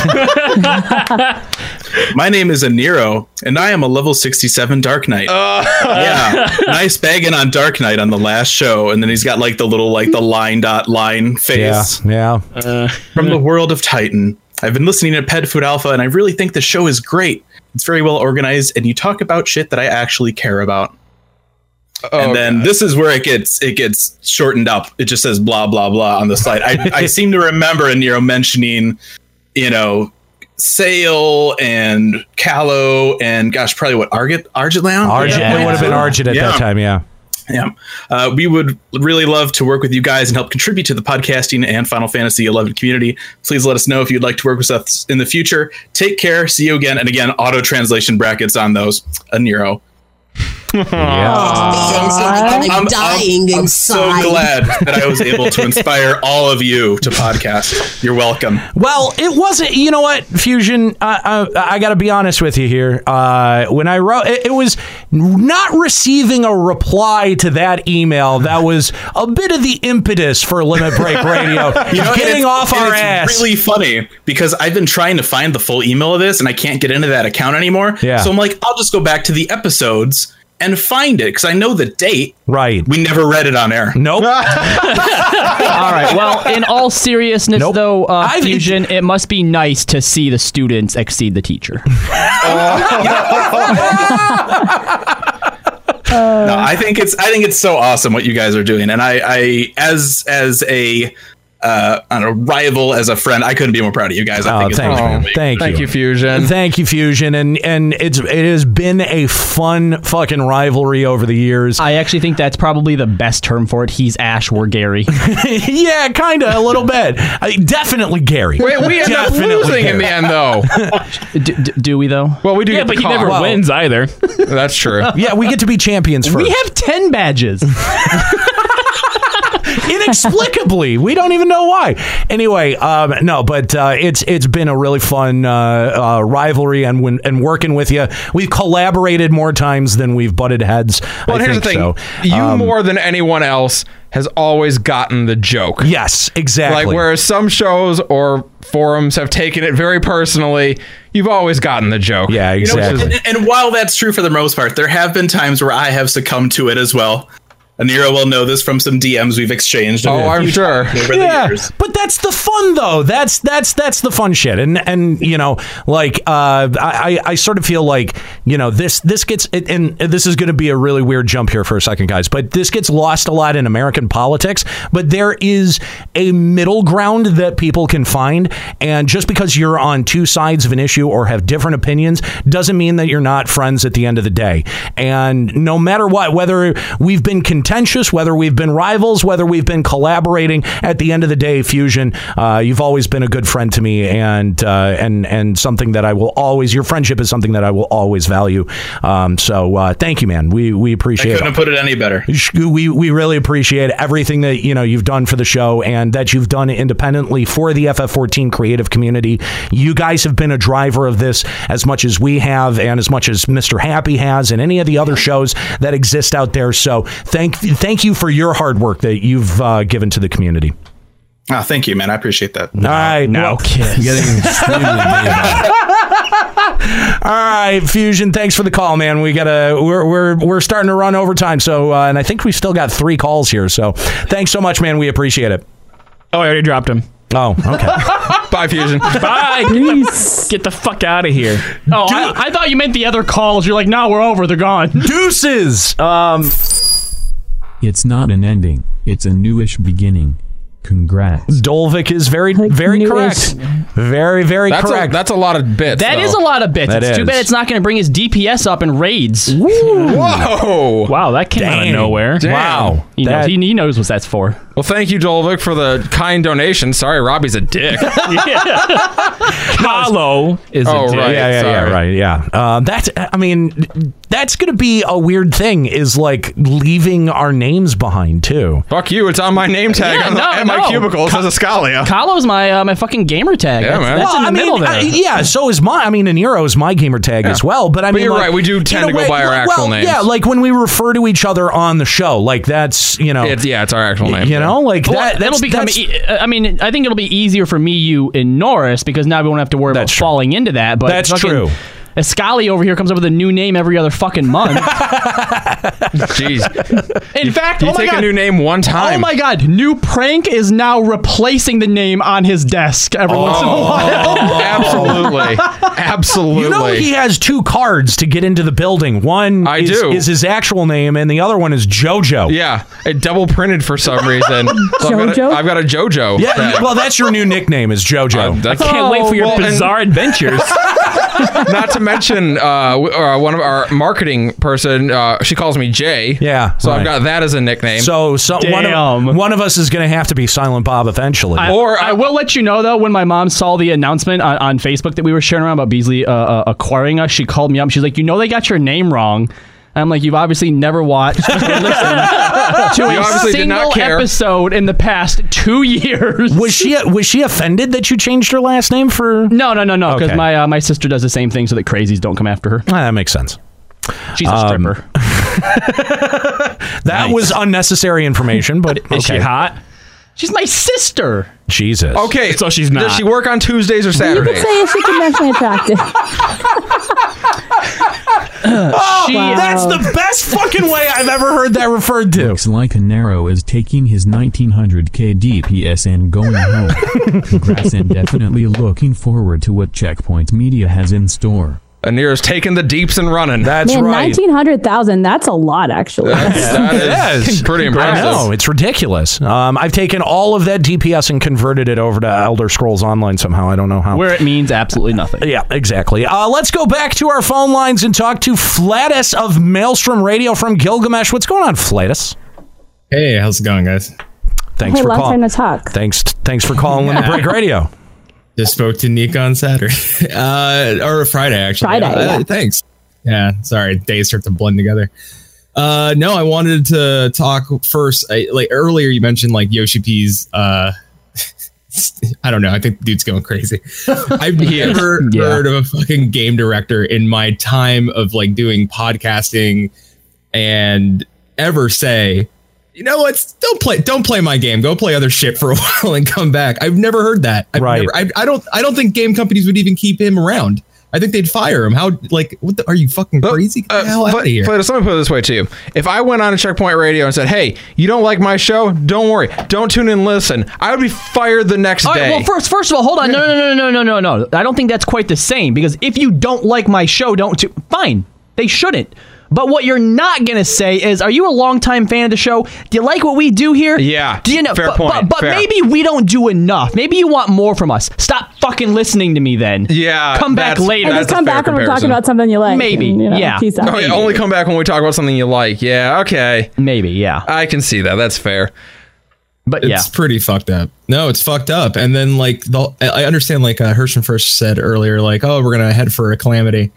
V: My name is Aniro, and I am a level 67 Dark Knight.
B: Oh.
V: yeah, nice bagging on Dark Knight on the last show, and then he's got like the little like the line dot line
B: Yeah,
V: face.
B: yeah.
I: Uh,
V: From the world of Titan, I've been listening to Pet Food Alpha, and I really think the show is great. It's very well organized, and you talk about shit that I actually care about. and then this is where it gets it gets shortened up. It just says blah blah blah on the slide. I, I seem to remember Nero mentioning, you know, Sale and Callow and gosh, probably what Argit Argitlan.
B: Argent, it would have been Argent at that time. Yeah.
V: Yeah. Uh, we would really love to work with you guys and help contribute to the podcasting and Final Fantasy 11 community. Please let us know if you'd like to work with us in the future. Take care. See you again. And again, auto translation brackets on those. A Nero.
F: I'm,
V: I'm- I'm-
F: dying
V: I'm so
F: inside.
V: glad that I was able to inspire all of you to podcast. You're welcome.
B: Well, it wasn't. You know what, Fusion? I, I, I got to be honest with you here. Uh, when I wrote, it, it was not receiving a reply to that email that was a bit of the impetus for Limit Break Radio.
V: You know,
B: getting
V: it's-
B: off
V: and
B: our
V: it's
B: ass.
V: Really funny because I've been trying to find the full email of this and I can't get into that account anymore.
B: Yeah.
V: So I'm like, I'll just go back to the episodes and find it because I know the date.
B: Right.
V: We never read it on air.
B: Nope.
G: all right. Well, in all seriousness, though, uh, Fusion, it must be nice to see the students exceed the teacher.
V: no, I think it's I think it's so awesome what you guys are doing, and I, I as as a uh, I don't know, rival as a friend, I couldn't be more proud of you guys. I
B: Oh,
V: think it's
B: thank,
V: really
B: you.
V: big.
B: thank you,
U: Fusion.
B: Thank you, Fusion, and and it's it has been a fun fucking rivalry over the years.
G: I actually think that's probably the best term for it. He's Ash, we're Gary.
B: yeah, kind of a little bit. I, definitely Gary.
G: Wait, we end up
B: Definitely
G: losing in the end,
U: though.
G: do, do we though?
U: Well, we do.
G: Yeah,
U: get
G: but
U: the
G: he never
U: call.
G: wins
I: either.
U: That's true.
B: Yeah, we get to be champions first.
G: We have ten badges.
B: inexplicably we don't even know why anyway um, no but uh, it's it's been a really fun uh, uh, rivalry and when and working with you we've collaborated more times than we've butted heads
U: Well,
B: I
U: here's the
B: think
U: thing:
B: so.
U: you
B: Um,
U: more than anyone else has always gotten the joke.
B: Yes, exactly.
U: Like whereas some shows or forums have taken it very personally, you've always gotten the joke. Yeah,
V: You know, and, and while that's true for the most part, there have been times where I have succumbed to it as well. Anira will know this from some DMs we've exchanged.
U: Oh, I'm sure.
V: Over
B: yeah,
V: the years.
B: but that's the fun though. That's that's that's the fun shit. And and you know, like uh, I I I sort of feel like you know this this gets and- and this is going to be a really weird jump here for a second, guys. But this gets lost a lot in American politics. But there is a middle ground that people can find. And just because you're on two sides of an issue or have different opinions doesn't mean that you're not friends at the end of the day. And no matter what, whether we've been contentious, whether we've been rivals, whether we've been collaborating, at the end of the day, Fusion, uh, you've always been a good friend to me, and uh, and and something that I will always. Your friendship is something that I will always value. Um, so uh, thank you, man. We we
V: I
B: appreciate.
V: couldn't
B: it.
V: have put it any better.
B: Sh- We we really appreciate everything that you know you've done for the show and that you've done independently for the FF14 creative community. You guys have been a driver of this as much as we have, and as much as Mr. Happy has, and any of the other shows that exist out there. So thank thank you for your hard work that you've uh, given to the community.
V: Oh, thank you, man. I appreciate that.
B: All right, now kiss. All right, Fusion. Thanks for the call, man. We gotta. We're we're we're starting to run over time. So, uh, and I think we've still got three calls here. So, thanks so much, man. We appreciate it.
I: Oh, I already dropped him.
B: Oh, okay.
U: Bye, Fusion.
I: Bye. Get the fuck out of here.
G: Oh, I, I thought you meant the other calls. You're like, no, we're over. They're gone.
B: Deuces. Um.
O: It's not an ending, it's a newish beginning. Congrats.
B: Dolvik is very, very correct. Very, very
U: That's a-
B: correct.
U: that's a lot of bits.
G: That is a lot of bits.
B: That
G: it's too
B: is.
G: bad it's not going to bring his DPS up in raids.
U: Whoa!
G: Wow, that came out
U: Dang.
G: of nowhere.
U: Damn. Wow.
G: He, knows,
U: That-
G: he, he knows what that's for.
U: Well, thank you, Dolvik, for the kind donation. Sorry, Robbie's a dick.
I: Hollow is
U: Oh,
I: a dick.
U: right,
B: yeah, yeah, yeah,
U: sorry.
B: right, yeah. Uh, that's, I mean, that's going to be a weird thing. Is like leaving our names behind too.
U: Fuck you! It's on my name tag
G: Yeah,
U: on the,
G: no,
U: at my
G: no.
U: cubicle. It says Ascalia.
G: Kalo's my uh, my fucking gamer tag.
U: Yeah,
G: that's,
U: man.
G: that's
U: Well,
G: in the
U: I mean,
G: middle there.
B: I- yeah, so is my. I mean, an Nero is my gamer tag as well. But I
U: But
B: mean,
U: you're
B: like,
U: right, we do
B: in
U: tend
B: a
U: to go by our
B: well,
U: actual
B: well,
U: names.
B: Yeah, like when we refer to each other on the show, like that's you know,
U: It's- yeah, it's our actual name.
B: you know, like
G: Well,
B: that.
G: that'll
B: That's,
G: become.
B: that's-
G: e- I mean, I think it'll be easier for me, you, and Norris because now we won't have to worry about falling into that. But
B: That's
G: fucking
B: true.
G: Escali over here comes up with a new name every other fucking month.
U: Jeez.
G: In fact,
U: you
G: oh my
U: take a
G: god,
U: new name one
G: Oh
U: time.
G: my god, new prank is now replacing the name on his desk every once in a while.
U: Oh. Absolutely. Absolutely.
B: You know he has two cards to get into the building. One
U: I
B: is,
U: do.
B: is his actual name, and the other one is JoJo.
U: yeah, it double printed for some reason. So I've, got a,
B: Jojo?
U: I've got a JoJo.
B: Yeah,
U: tag.
B: well, that's your new nickname is JoJo.
U: that's-
I: I can't wait for your
U: oh, Well, and-
I: bizarre adventures.
U: Not to mention, uh, w- uh, one of our marketing person, uh, she calls me Jay.
B: Yeah,
U: so
B: right.
U: I've got that as a nickname.
B: So, so one of one of us is going to have to be Silent Bob eventually.
G: or I, will let you know though, when my mom saw the announcement on, on Facebook that we were sharing around about Beasley uh, uh, acquiring us, she called me up. She's like, "You know, they got your name wrong." I'm like, you've obviously never watched or listened to
B: You
G: a
B: obviously did not
G: single
B: care.
G: episode in the past two years.
B: Was she was she offended that you changed her last name for?
G: No, no, no, no. Because
B: Okay. Ah,
G: my uh, my sister does the same thing so that crazies don't come after her.
B: that makes sense.
G: She's a
B: Um,
G: stripper.
B: That was unnecessary information, but is she hot?
G: She's my sister.
B: Jesus.
U: Okay,
B: so she's
U: Does she work on Tuesdays or
K: You could
U: Saturdays?
K: say it's conventionally attractive.
B: Oh,
K: She-
B: that's the best fucking way I've ever heard that referred to.
O: Looks like Canaro is taking his 1900k DPS and going home. Congrats and definitely looking forward to what Checkpoint Media has in store.
U: Aniro's taking the deeps and running.
O: That's
K: Man, 1900,000, that's a lot, actually.
U: that is pretty impressive.
B: I know, it's ridiculous. Um, I've taken all of that DPS and converted it over to Elder Scrolls Online somehow. I don't know how.
G: Where it means absolutely nothing.
B: Yeah, exactly. Uh, let's go back to our phone lines and talk to Flatus of Maelstrom Radio from Gilgamesh. What's going on, Flatus?
F: Hey, how's it going, guys?
B: Thanks
K: hey,
B: for
K: long
B: calling.
K: time to talk.
B: Thanks, thanks for calling in the
F: Yeah.
B: break radio.
F: Just spoke to Nick on Saturday, uh, or Friday actually.
K: Friday,
F: Uh,
K: yeah.
F: Thanks. Yeah, sorry, days start to blend together. Uh, no, I wanted to talk first. I, like earlier, you mentioned like Yoshi P's. Uh, I don't know. I think the dude's going crazy. I've never
W: Yeah.
F: heard of a fucking game director in my time of like doing podcasting and ever say, you know what? Don't play. Don't play my game. Go play other shit for a while and come back. I've never heard that. I've
B: Right.
F: Never, I, I don't. I don't think game companies would even keep him around. I think they'd fire him. How? Like, what? The, are you fucking crazy? Get the hell out
U: uh, But,
F: of here.
U: Flatus, let me put it this way to you. If I went on Checkpoint Radio and said, hey, you don't like my show? Don't worry. Don't tune in and listen. I would be fired the next
G: All right.
U: day.
G: Well, first, first of all, hold on. No, no, no, no, no, no, no. I don't think that's quite the same because if you don't like my show, don't. T- fine, they shouldn't. But what you're not gonna say is, are you a longtime fan of the show? Do you like what we do here?
U: Yeah,
G: Do you know?
U: fair
G: but,
U: point,
G: But, but
U: fair.
G: maybe we don't do enough. Maybe you want more from us. Stop fucking listening to me then.
U: Yeah.
G: Come back
U: that's-
G: later.
U: And just that's a come fair back when we're talking comparison. about
K: something you like
G: Maybe.
K: and, you know,
G: yeah.
K: peace out.
U: Oh, yeah, only come back when we talk about something you like. Yeah, okay.
G: Maybe, yeah.
U: I can see that. That's fair.
G: But
F: it's pretty fucked up. No, it's fucked up. And then like the, I I understand like uh, Hirschman first said earlier, like, oh, we're gonna head for a calamity.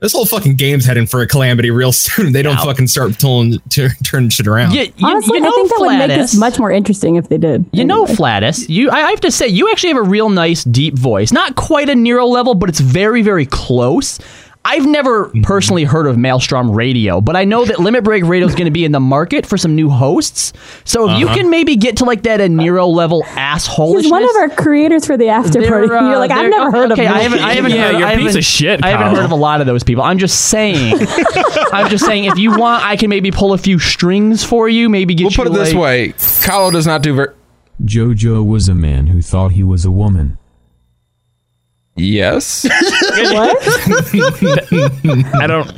F: This whole fucking game's heading for a calamity real soon. They don't fucking start pulling to turn shit around.
K: Honestly, I think that would make this
G: Flatus.
K: much more interesting if they did.
G: You know, Flatus, you I I have to say, you actually have a real nice deep voice. Not quite a Nero level, but it's very, very close. I've never
U: Mm-hmm.
G: personally heard of Maelstrom Radio, but I know that Limit Break Radio is going to be in the market for some new hosts. So if you
K: Uh-huh.
G: can maybe get to like that a Nero level asshole,
K: He's one of our creators for the after party. You're like, I've never heard
G: okay,
K: of
G: I
K: him.
G: haven't, I haven't heard, I haven't- I haven't heard of a lot of those people. I'm just saying. I'm just saying. If you want, I can maybe pull a few strings for you. Maybe get.
U: We'll put it
G: you,
U: this
G: like-
U: way Kylo does not do ver-
O: Jojo was a man who thought he was a woman.
U: Yes.
I: I don't.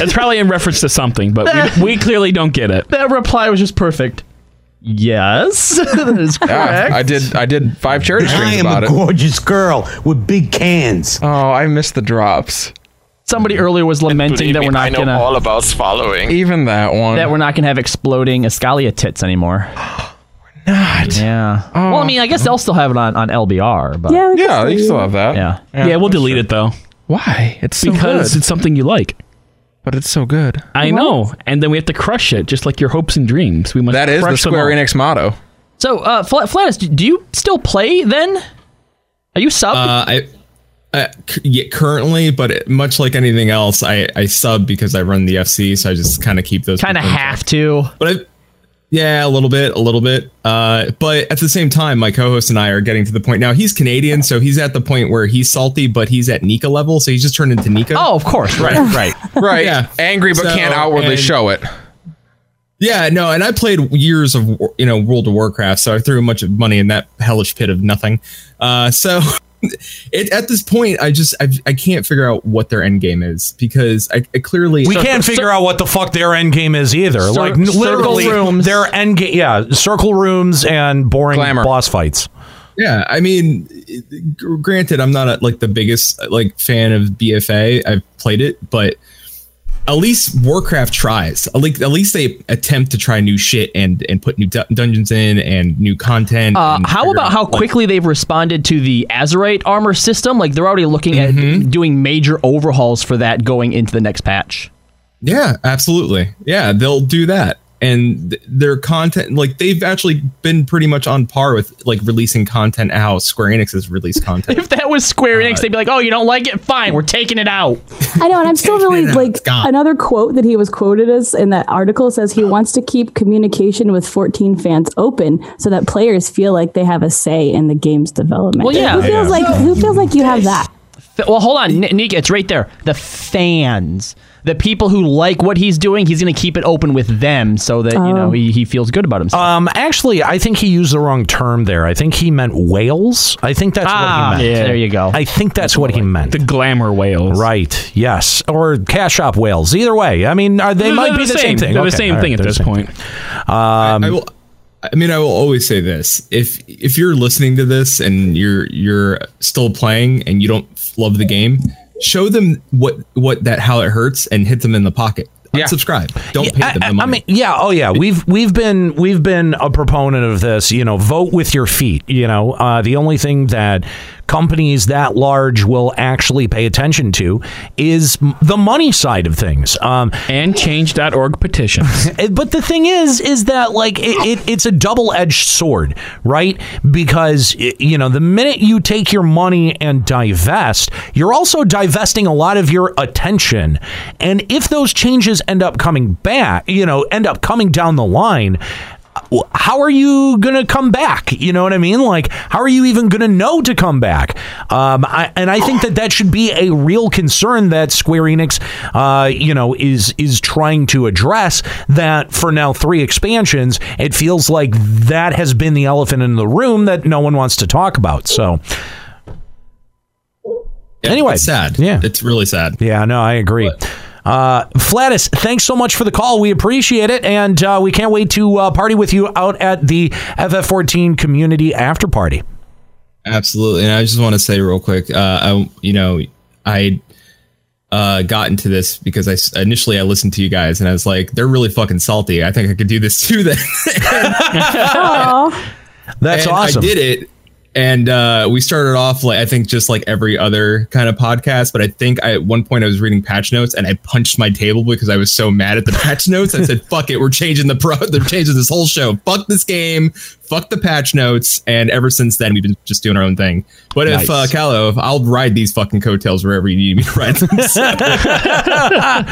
I: It's probably in reference to something, but we, we clearly don't get it.
G: That reply was just perfect. Yes, that is
U: Yeah,
G: correct.
U: Ah, I did. I did five charity
X: I
U: streams
X: am
U: about
X: a
U: it.
X: gorgeous girl with big cans.
U: Oh, I missed the drops.
G: Somebody earlier was lamenting
R: Believe
G: that
R: me,
G: we're
R: I
G: not
R: know
G: gonna
R: all about swallowing.
U: even that one
G: that we're not gonna have exploding Escalia tits anymore. we're
U: not. Oh.
G: Yeah. Well, I mean, I guess they'll still have it on, on LBR, but
K: Yeah, we Yeah, can they still
U: have that.
G: Yeah.
I: Yeah, we'll delete it though.
U: Why? It's so
I: because
U: good.
I: it's something you like.
U: But it's so good.
I: I know, and then we have to crush it, just like your hopes and dreams. We must.
U: That is the
I: crush them
U: Square
I: all.
U: Enix motto.
G: So, uh, Fl- Flatus, do you still play then? Are you sub?
F: Uh, I, I c- yeah, currently, but it, much like anything else, I, I sub because I run the FC, so I just kind of keep those.
G: Kind of
F: people in
G: have to.
F: check. but I, yeah, a little bit, a little bit. Uh, but at the same time, my co-host and I are getting to the point now. He's Canadian, so he's at the point where he's salty, but he's at Nika level, so he's just turned into Nika.
G: Oh, of course,
F: right, right,
U: Right. Angry but
F: So,
U: can't outwardly
F: and-
U: show it.
F: yeah, no, and I played years of war- you know World of Warcraft, so I threw a bunch of money in that hellish pit of nothing. Uh, so it, at this point, I just I, I can't figure out what their end game is because I, I clearly
B: We can't figure out what the fuck their end game is either.
F: Cir-
B: like
F: circle
B: literally,
F: rooms.
B: their end game. Yeah, circle rooms and boring boss fights.
F: Yeah, I mean, gr- granted, I'm not a, like the biggest like fan of BFA. I've played it, but at least Warcraft tries. At least, at least they attempt to try new shit and and put new du- dungeons in and new content.
G: Uh,
F: and
G: how
F: figure
G: about
F: out,
G: how
F: like-
G: quickly they've responded to the Azerite armor
U: Mm-hmm.
G: system? Like they're already looking at doing major overhauls for that going into the next patch.
F: Yeah, absolutely. Yeah, they'll do that. And th- their content, like they've actually been pretty much on par with like releasing content how Square Enix has released content.
G: If that was Square
U: Uh,
G: Enix, they'd be like, "Oh, you don't like it? Fine, we're taking it out."
K: I know, and I'm still really
G: out.
K: like
G: It's gone.
K: another quote that he was quoted as in that article says he wants to keep communication with 14 fans open so that players feel like they have a say in the game's development.
G: Well, yeah.
K: who feels
G: Yeah.
K: like who feels like you have that?
G: F- Well, hold on, N- Nika. It's right there. The fans, the people who like what he's doing, he's going to keep it open with them so that you know
B: Oh.
G: he, he feels good about himself.
B: Um, actually, I think he used the wrong term there. I think he meant whales. I think that's
G: Ah,
B: what he meant.
G: yeah, there you go.
B: I think that's what he meant. The
I: glamour whales.
B: Right. Yes. Or cash shop whales. Either way, I mean, are, they
I: They're-
B: might
I: they're
B: be
I: the
B: the
I: same.
B: same, thing.
I: They're the same thing at this point.
B: Um,
F: I will. I mean, I will always say this: if if you're listening to this and you're you're still playing and you don't love the game, show them what what that how it hurts and hit them in the pocket. Unsubscribe. Don't pay them the
B: I
F: money.
B: mean, yeah, oh yeah, we've we've been we've been a proponent of this. You know, vote with your feet. You know, uh, the only thing that companies that large will actually pay attention to is m- the money side of things. Um,
I: and change.org petitions.
B: but the thing is, is that like it, it, it's a double edged sword, right? Because y- you know, the minute you take your money and divest, you're also divesting a lot of your attention. And if those changes end up coming back, you know, end up coming down the line, w- how are you going to come back? You know what I mean? Like, how are you even going to know to come back? Um, I, and I think that that should be a real concern that Square Enix, uh, you know, is is trying to address. That for now three expansions, it feels like that has been the elephant in the room that no one wants to talk about. So. anyway, it's sad. Yeah,
F: it's really sad.
B: Yeah, no, I agree. Uh, Flatus, thanks so much for the call. We appreciate it, and uh, we can't wait to uh, party with you out at the FF14 community after party.
F: Absolutely, and I just want to say real quick, uh, I you know I uh, got into this because I s- initially I listened to you guys and I was like, they're really fucking salty. I think I could do this too. Then
B: That's
F: And
B: awesome.
F: I did it, and uh, we started off like I think just like every other kind of podcast. But I think I, at one point I was reading patch notes and I punched my table because I was so mad at the patch notes. I said, "Fuck it, we're changing the pro. They're changing this whole show. Fuck this game. Fuck the patch notes." And ever since then, we've been just doing our own thing. But if uh,
B: Nice.
F: Callo, if I'll ride these fucking coattails wherever you need me to ride them.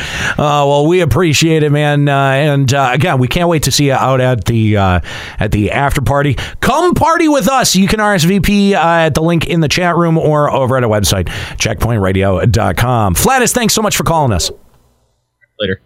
F: So-
B: uh, well, we appreciate it, man. Uh, and uh, again, we can't wait to see you out at the uh, at the after party. Come party with us. You can RSVP uh, at the link in the chat room or over at our website, checkpointradio.com. Flatus, thanks so much for calling us.
F: Later.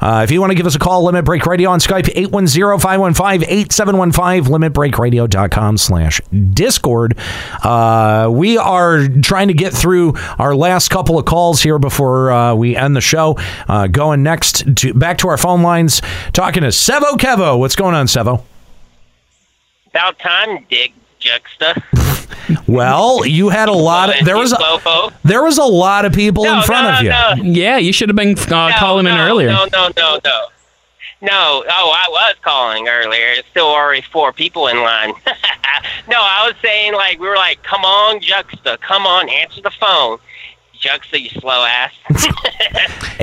B: Uh, if you want to give us a call, Limit Break Radio on Skype, 810-515-8715, limitbreakradio.com slash Discord. Uh, we are trying to get through our last couple of calls here before uh, we end the show. Uh, going next to back to our phone lines, talking to Sevo Kevo. What's going on, Sevo?
C: About time, Dick Juxta.
B: Well, you had a lot of there was
C: Mofo.
B: a, there was a lot of people in front of you.
I: Yeah, you should have been uh, calling him in earlier.
C: No, no, no, no. No, oh, I was calling earlier. It's still already four people in line. no, I was saying, like, we were like, come on, Juxta, come on, answer the phone. Juxta, you slow ass.
I: well,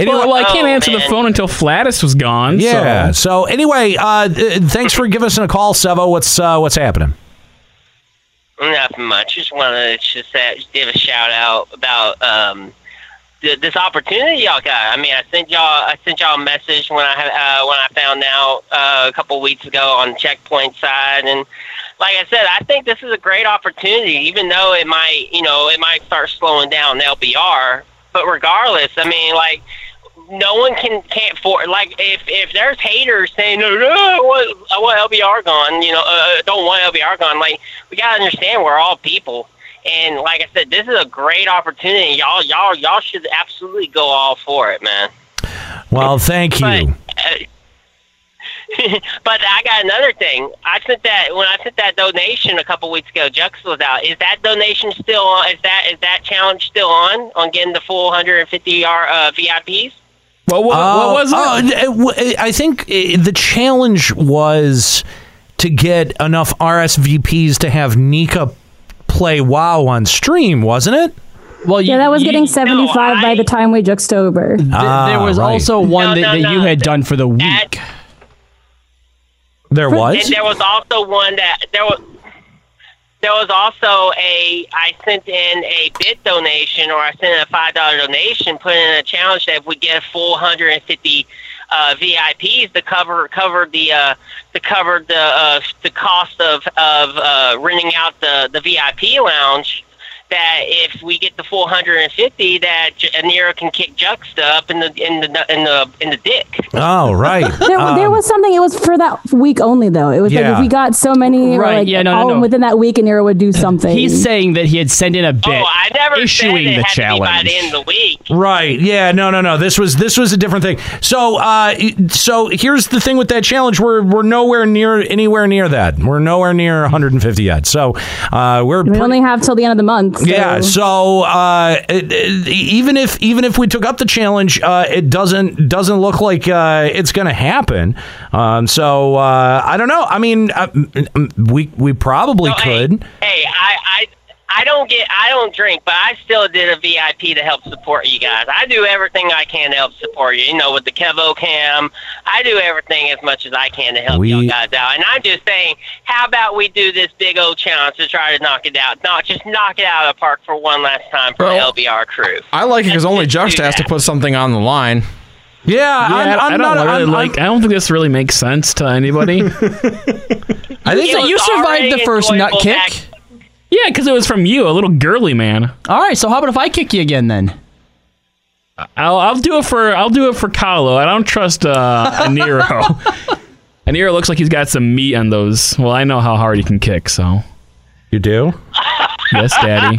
I: well, I can't
C: Oh,
I: answer the phone until Flatus was gone.
B: Yeah.
I: so-
B: So, anyway, uh, th- thanks for giving us a call, Sevo. What's uh, what's happening?
C: Nothing much. Just wanted to just say, give a shout out about um, th- this opportunity y'all got. I mean, I sent y'all I sent y'all a message when I had- uh, when I found out uh, a couple weeks ago on checkpoint side, and like I said, I think this is a great opportunity. Even though it might you know it might start slowing down LBR, but regardless, I mean like no one can can't for like if if there's haters saying no, no I want I want LBR gone, you know, uh, don't want LBR gone. Like we gotta understand we're all people, and like I said, this is a great opportunity. Y'all y'all y'all should absolutely go all for it, man. Uh,
B: Well, thank you.
C: but I got another thing. I sent that when I sent that donation a couple weeks ago. Jux was out. Is that donation still on? Is that is that challenge still on on getting the full 150 R uh, VIPs?
I: Well, what,
B: Uh, oh, n- uh, w- uh, I think uh, the challenge was to get enough RSVPs to have Nika play WoW on stream, wasn't it?
G: Well,
K: yeah, that was getting 75 by the time we juxtober.
G: there
B: Ah,
G: was also one that, that you had done for the week.
B: There
C: And there was also one that there was there was also a I sent in a bid donation or I sent in a five dollar donation, put in a challenge that if we get four hundred and fifty uh, VIPs to cover cover the uh, to cover the uh, the cost of of uh, renting out the the VIP lounge. That if we get the 450, that J- Anira can kick Juxta up in the in the in the in the dick.
B: Oh, right.
K: There, there
B: Um,
K: was something. It was for that week only, though. It was like
G: Yeah.
K: if we got so many, or
G: Right,
K: like
G: yeah, no, no,
K: all
G: no.
K: within that week, and Nero would do something.
G: He's saying that he had sent in a
F: Oh,
G: bid issuing the
B: challenge.
C: the week.
B: Right. Yeah. No. No. No. This was this was a different thing. So uh, so here's the thing with that challenge. We're we're nowhere near anywhere near that. We're nowhere near 150 yet. So uh, we're
K: we only have till the end of the month. so-
B: yeah. So uh, it, it- even if even if we took up the challenge, uh, it doesn't doesn't look like uh, it's going to happen. Um, so uh, I don't know. I mean, uh, m- m- we we probably could.
C: Hey, I, I I don't get I don't drink, but I still did a VIP to help support you guys. I do everything I can to help support you. You know, with the Kevo Cam, I do everything as much as I can to help
B: We-
C: you guys out. And I'm just saying, how about we do this big old challenge to try to knock it out? Not just knock it out of the park for one last time for
U: Well-
C: the LBR crew.
U: I like it because only Juxta has to put something on the line.
B: Yeah,
I: I- I don't really like. I don't think this really makes sense to anybody.
G: I think you survived the first nut kick.
I: Yeah, because it was from you, a little girly man.
G: All right, so how about if I kick you again then?
I: I'll I'll do it for I'll do it for Kahlo. I don't trust uh, Aniro. Aniro looks like he's got some meat on those. Well, I know how hard he can kick, so.
B: You do?
I: Yes, Daddy.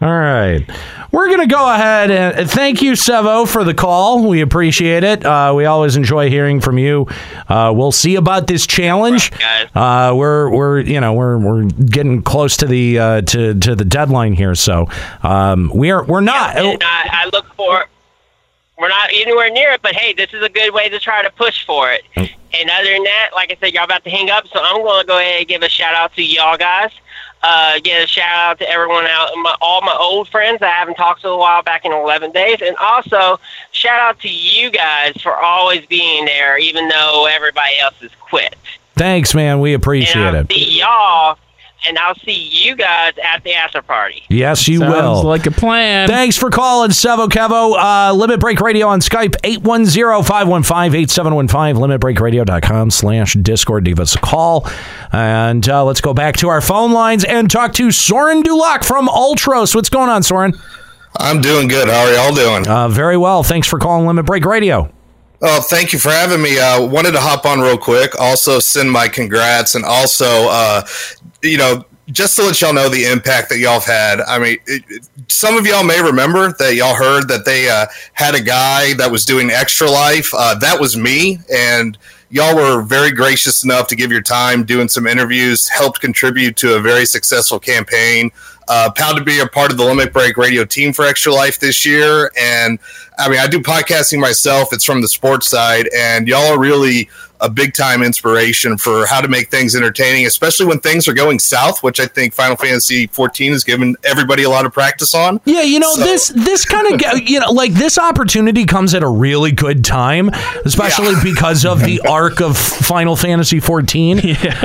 B: All right. We're going to go ahead and and thank you, Sevo, for the call. We appreciate it. Uh, we always enjoy hearing from you. Uh, we'll see about this challenge. Uh, we're we're you know we're we're getting close to the uh, to to the deadline here, so um, we are we're not.
C: And I, I look for. We're not anywhere near it, but hey, this is a good way to try to push for it. And other than that, like I said, y'all about to hang up, so I'm going to go ahead and give a shout out to y'all guys. Uh, give a shout out to everyone out, my, all my old friends I haven't talked to in a while back in 11 days, and also shout out to you guys for always being there, even though everybody else has quit.
B: Thanks, man. We appreciate it.
C: See y'all, and I'll see you guys at the after party.
B: Yes, you
I: Sounds
B: will.
I: like a plan.
B: Thanks for calling, Sevo Kevo. Uh, Limit Break Radio on Skype, 810-515-8715, limitbreakradio.com slash Discord. Give us a call. And uh, let's go back to our phone lines and talk to Soren Dulac from Ultros. What's going on, Soren?
E: I'm doing good. How are y'all doing?
B: Uh, very well. Thanks for calling Limit Break Radio.
E: Oh, thank you for having me. Uh, wanted to hop on real quick. Also, send my congrats, and also, uh, you know, just to let y'all know the impact that y'all have had. I mean, it, it- some of y'all may remember that y'all heard that they uh, had a guy that was doing Extra Life. Uh, that was me, and y'all were very gracious enough to give your time doing some interviews, helped contribute to a very successful campaign. Uh, proud to be a part of the Limit Break radio team for Extra Life this year. And I mean, I do podcasting myself, it's from the sports side, and y'all are really a big time inspiration for how to make things entertaining, especially when things are going south, which I think Final Fantasy 14 has given everybody a lot of practice on.
B: Yeah, you know this this kind of you know like this opportunity comes at a really good time, especially because of the arc of Final Fantasy 14.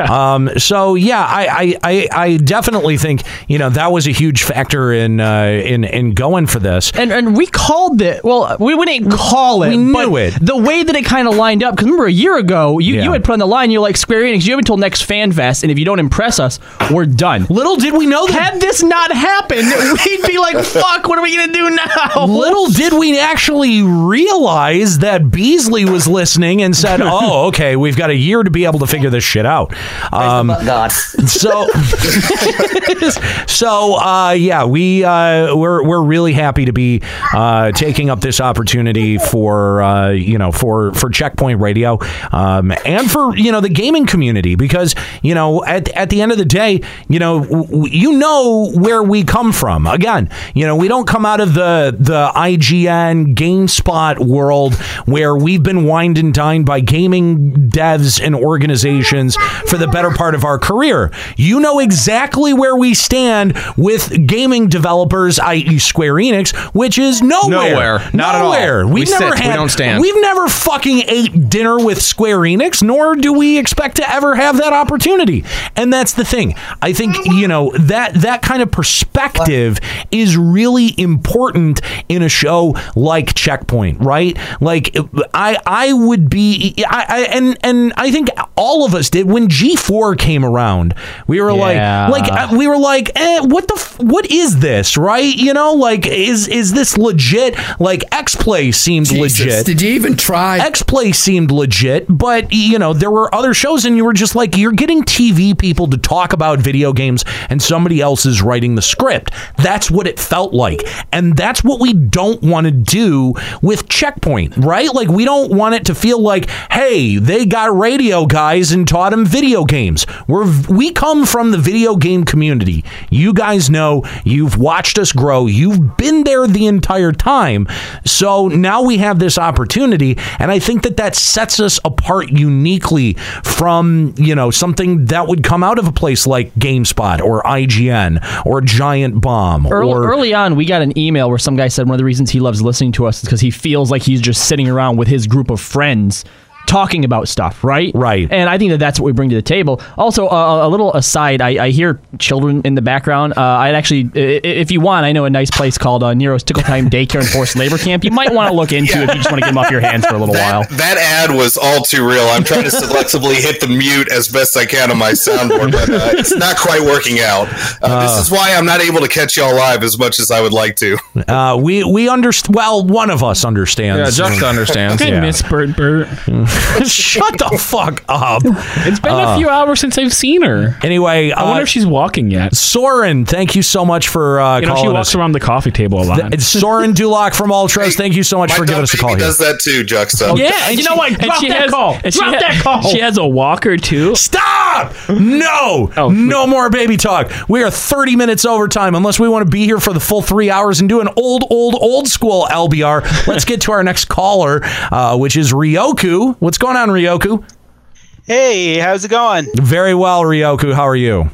B: Um, so yeah, I, I I I definitely think you know that was a huge factor in uh, in in going for this.
G: And and we called it. Well, we wouldn't call it.
B: We
G: but
B: knew it.
G: The way that it kind of lined up. Because remember, a year ago, you, you had put on the line. You're like Square Enix. You have until next Fan Fest, and if you don't impress us, we're done.
B: Little did we know that.
G: Had this not happened, we'd be like, "Fuck! What are we gonna do now?"
B: Little did we actually realize that Beasley was listening and said, "Oh, okay, we've got a year to be able to figure this shit out." Um,
X: God.
B: So, so uh, yeah, we uh, we're we're really happy to be uh, taking up this. this opportunity for uh, you know for for Checkpoint Radio um, and for you know the gaming community because you know at at the end of the day you know w- w- you know where we come from again you know we don't come out of the the IGN GameSpot world where we've been wined and dined by gaming devs and organizations for the better part of our career. You know exactly where we stand with gaming developers, i.e., Square Enix, which is nowhere.
U: Nowhere. Not at all.
B: Nowhere. We've
U: We
B: never
U: sit. We
B: had.
U: don't stand.
B: We've never fucking ate dinner with Square Enix, nor do we expect to ever have that opportunity. And that's the thing. I think you know that that kind of perspective is really important in a show like Checkpoint, right? Like I I would be I, I and and I think all of us did when G4 came around. We were
G: Yeah.
B: like like I- we were like, eh, what the f- what is this, right? You know, like is is this legit? Like X Play seemed legit. Did you even try? X Play seemed legit, but you know there were other shows, and you were just like, you're getting TV people to talk about video games, and somebody else is writing the script. That's what it felt like, and that's what we don't want to do with Checkpoint, right? Like we don't want it to feel like, hey, they got radio guys and taught them video games. We're we come from the video game community. You guys know you've watched us grow. You've been there the entire time. So now we have this opportunity, and I think that that sets us apart uniquely from you know something that would come out of a place like GameSpot or IGN or Giant Bomb
G: Early,
B: or
G: early on, we got an email where some guy said one of the reasons he loves listening to us is because he feels like he's just sitting around with his group of friends talking about stuff, right? Right. And I think that that's what we bring to the table. Also, uh, a little aside, I, I hear children in the background. Uh, I'd actually, i- i- if you want, I know a nice place called uh, Nero's Tickle Time Daycare and Forced Labor Camp. You might want to look into if you just want to get them off your hands for a little while.
B: Oh,
E: That ad was all too real. I'm trying to selectively hit the mute as best I can on my soundboard, but uh, it's not quite working out. Uh,
B: Uh.
E: this is why I'm not able to catch y'all live as much as I would like to.
B: Uh, we we understand. Well, one of us understands.
E: Yeah, Justin understands. I miss
I: Bert Bert.
B: Shut the fuck up.
I: It's been a
B: Uh,
I: few hours since I've seen her.
B: Anyway, I
I: wonder if she's walking yet.
B: Soren, thank you so much for uh,
I: you know, she
B: calling
I: walks
B: us.
I: around the coffee table a lot.
B: Th- it's Soren Duloc from Ultras. thank you so much for giving us a call here.
E: that too, Juxta.
I: Oh, and she- and she has- and she ha- She has a walker too. Oh,
B: Stop! No! no more baby talk. We are 30 minutes overtime unless we want to be here for the full three hours and do an old, old, old school LBR. Let's get to our next caller, uh, which is Ryoku. What's going on, Ryoku?
D: Hey, how's it going?
B: Very well, Ryoku. How are you?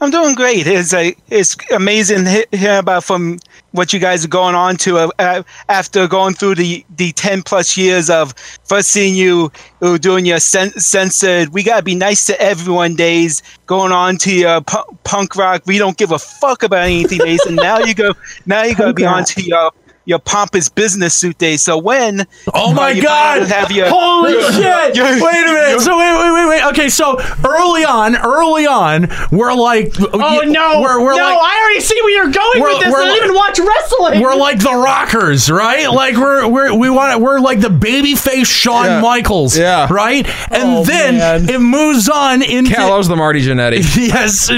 D: I'm doing great. It's like it's amazing he- hearing about from what you guys are going on to uh, uh, after going through the the ten plus years of first seeing you uh, doing your cen- censored. We gotta be nice to everyone days. Going on to your pu- punk rock. We don't give a fuck about anything days. And now you go. Now you gotta be on to your your pompous business suit days. So when?
B: Oh my
D: you might
B: God!
D: Have your
B: Holy shit!
D: your-
B: wait a minute. So wait, wait, wait, wait. Okay, so early on, early on, we're like, oh
G: no. No, I already see where you're going with this. I don't even watch wrestling.
B: We're like the Rockers, right? Like we're we're we want we're like the babyface Shawn Michaels, yeah, right?
G: Oh,
B: And then it moves on into
U: Callows the Marty Jannetty.
B: Yes,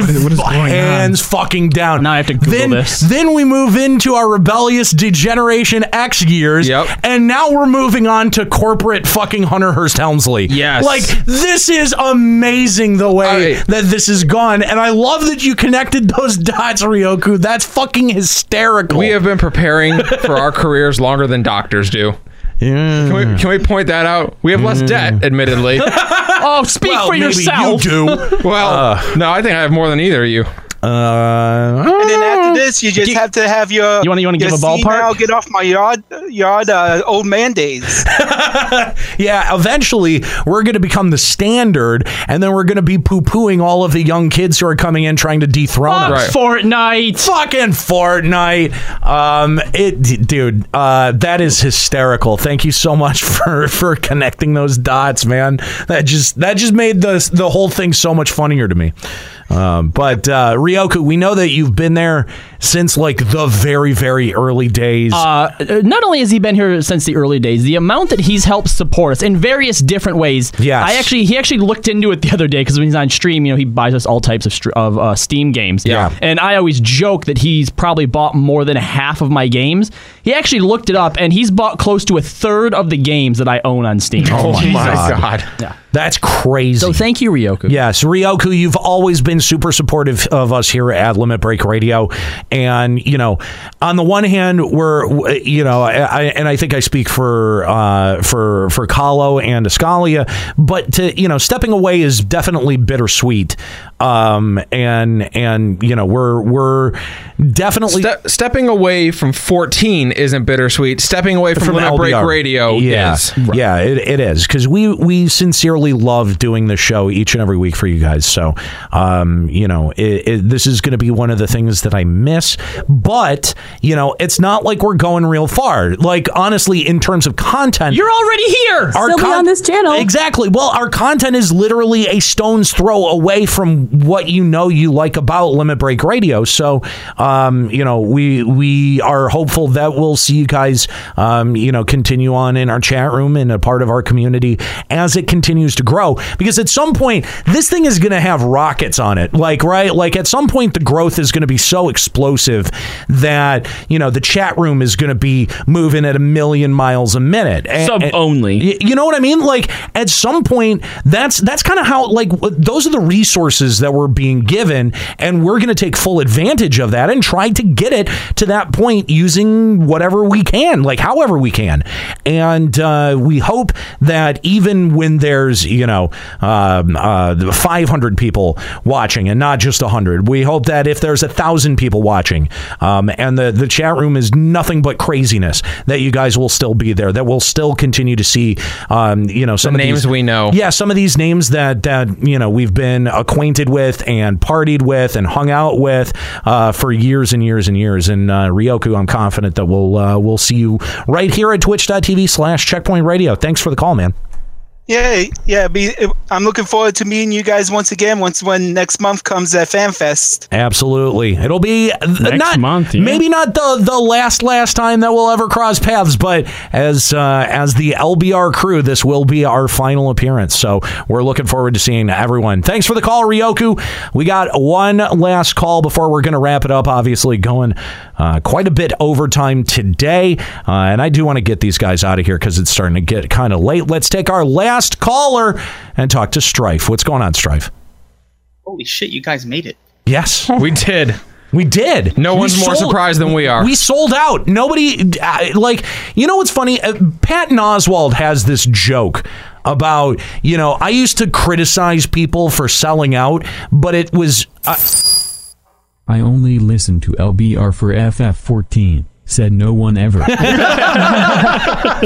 B: hands fucking down. Now I have to Google then,
U: this.
B: Then we move into our rebellious degeneration X years, and now we're moving on to corporate fucking Hunter Hearst Helmsley.
U: Yes.
B: like this is amazing the way that this is gone, and I love that you connected those dots, Ryoku. That's fucking hysterical.
U: We have been preparing for our careers longer than doctors do.
B: Yeah.
U: Can we, can we point that out? We have less debt, admittedly.
G: oh, speak
U: Well,
G: for
U: maybe you
G: yourself.
B: do.
U: well, no, I think I have more than either of you.
B: Uh,
D: And then after this, you just have to have your.
U: You wanna- you wanna
D: your
U: give a ballpark?
D: senile Get off my yard, yard, uh, old man days.
B: Yeah, eventually we're going to become the standard, and then we're going to be poo pooing all of the young kids who are coming in trying to dethrone
G: Fuck
B: us.
G: Fortnite.
B: Fucking Fortnite. Um, it, d- dude, uh, that is hysterical. Thank you so much for for connecting those dots, man. That just that just made the the whole thing so much funnier to me. Um, but uh, Ryoku, we know that you've been there since like the very, very early days.
G: Uh, not only has he been here since the early days, the amount that he's helped support us in various different ways. Yeah, I actually he actually looked into it the other day because when he's on stream, you know, he buys us all types of str- of uh, Steam games.
B: Yeah.
G: and I always joke that he's probably bought more than half of my games. He actually looked it up, and he's bought close to a third of the games that I own on Steam.
B: Oh my God.
G: Yeah.
B: That's crazy. So
G: thank you, Ryoku.
B: Yes, Ryoku, you've always been super supportive of us here at Limit Break Radio, and you know, on the one hand, we're w- you know, I, I, and I think I speak for uh, for for Kahlo and Escalia, but to you know, stepping away is definitely bittersweet, um, and and you know, we're we're definitely
U: Ste- stepping away from 14 isn't bittersweet. Stepping away from, Limit Break
B: LBR.
U: Radio
B: Yeah,
U: is.
B: yeah, it, it is because we we sincerely love doing this show each and every week for you guys. So, um, you know, it, it, this is going to be one of the things that I miss. But you know, it's not like we're going real far. Like honestly, in terms of content,
G: you're already here.
K: Still be on
B: this channel, exactly. Well, our content is literally a stone's throw away from what you know you like about Limit Break Radio. So, um, you know, we we are hopeful that we'll see you guys, um, you know, continue on in our chat room and a part of our community as it continues to grow. Because at some point, this thing is going to have rockets on it. Like, right? Like at some point, the growth is going to be so explosive that you know the chat room is going to be moving at a million miles a minute.
I: Sub
B: only. You know what I mean? Like at some point, that's that's kind of how like w- those are the resources that we're being given, and we're going to take full advantage of that and try to get it to that point using whatever we can, like however we can. And uh, we hope that even when there's you know um, uh, 500 people watching and not just 100, we hope that if there's a thousand people watching, um, and the the chat room is nothing but craziness, that you guys will still be there, that we'll still continue to see, um, you know, some
U: The
B: of
U: names
B: these,
U: we know.
B: Yeah, some of these names that that you know we've been acquainted with and partied with and hung out with uh, for years and years and years. And uh, Ryoku, I'm confident that we'll uh, we'll see you right here at Twitch.tv/slash Checkpoint Radio. Thanks for the call, man.
D: Yeah, yeah. Be, I'm looking forward to meeting you guys once again once when next month comes at FanFest.
B: Absolutely, it'll be th-
D: Next
B: not
D: month, yeah.
B: maybe not the the last last time that we'll ever cross paths, but as uh, as the LBR crew, this will be our final appearance. So we're looking forward to seeing everyone. Thanks for the call, Ryoku. We got one last call before we're going to wrap it up. Obviously, going uh, quite a bit overtime today, uh, and I do want to get these guys out of here because it's starting to get kind of late. Let's take our last caller and talk to Strife. What's going on, Strife?
J: Holy shit, you guys made it.
B: Yes, we did. We did. No
U: one's more surprised than we are.
B: We sold out. Nobody I- like you know what's funny? Uh, Patton Oswald has this joke about you know I used to criticize people for selling out, but it was uh, I
O: I only listen to LBR for FF14, said no one ever.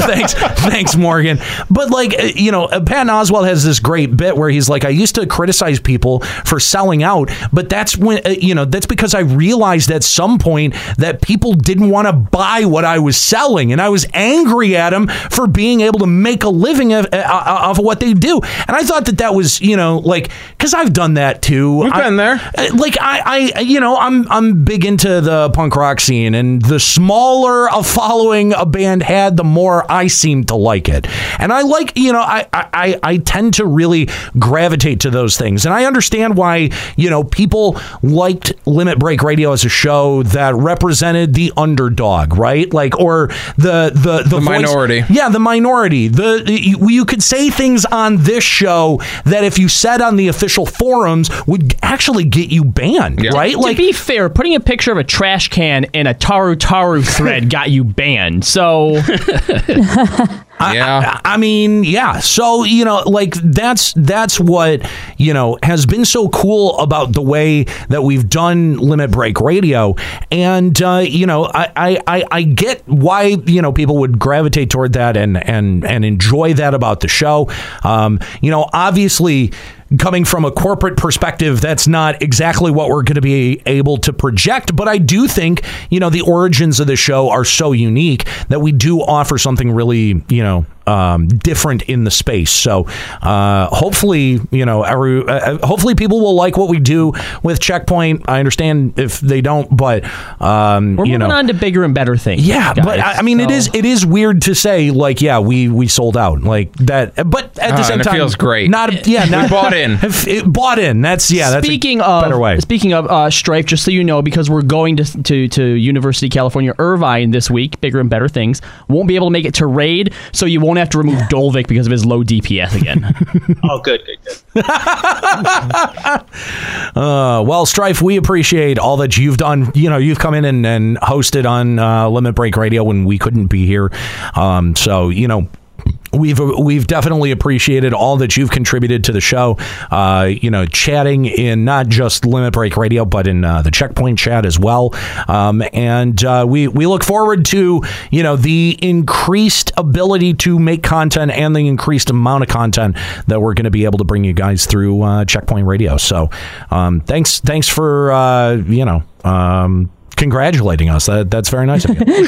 B: thanks, thanks, Morgan. But like uh, you know, uh, Patton Oswald has this great bit where he's like, I used to criticize people for selling out, but that's when uh, you know that's because I realized at some point that people didn't want to buy what I was selling, and I was angry at them for being able to make a living of, uh, of what they do. And I thought that that was you know like because I've done that too. We've been
U: there.
B: Uh, Like I, I you know I'm I'm big into the punk rock scene, and the smaller a following a band had, the more I seemed to like it. And I like you know I I, I- I tend to really gravitate to those things, and I understand why you know people liked Limit Break Radio as a show that represented the underdog, right? Like or the the the, voice-
U: minority.
B: yeah, the minority. The you, you could say things on this show that if you said on the official forums would actually get you banned, right?
G: to be fair, putting a picture of a trash can in a Taru Taru thread got you banned. So
B: yeah. I, I mean, yeah. So, you know, like that's that's what, you know, has been so cool about the way that we've done Limit Break Radio. And uh, you know, I, I, I, I get why, you know, people would gravitate toward that and and and enjoy that about the show. Um, you know, obviously coming from a corporate perspective, that's not exactly what we're going to be able to project. But I do think, you know, the origins of the show are so unique that we do offer something really, you know, um, different in the space. So uh, hopefully, you know, every, uh, uh, hopefully people will like what we do with Checkpoint. I understand if they don't, but um,
G: We're
B: you know,
G: moving on to bigger and better things.
B: yeah, but
G: guys,
B: I, I mean, it
G: so-
B: is it is weird to say like, yeah, we we sold out like that, but at the
U: Ah,
B: same
U: and it
B: time,
U: feels great.
B: Not yeah,
U: We
B: not,
U: bought in.
B: It bought in. That's yeah. That's
G: speaking
B: a
G: of
B: better way.
G: speaking of uh, Stripe, just so you know, because we're going to, to to University of California Irvine this week, bigger and better things. Won't be able to make it to raid, so you won't have to remove Dolvik because of his low DPS again.
J: Oh, good, good, good.
B: Uh, well, Strife, we appreciate all that you've done. You know, you've come in and, and hosted on uh, Limit Break Radio when we couldn't be here. Um, so, you know, we've we've definitely appreciated all that you've contributed to the show. Uh, you know, chatting in not just Limit Break Radio, but in uh, the Checkpoint chat as well. Um, and uh, we we look forward to you know the increased ability to make content and the increased amount of content that we're going to be able to bring you guys through uh, Checkpoint Radio. So um, thanks thanks for uh, you know. Um, congratulating us that that's very nice of you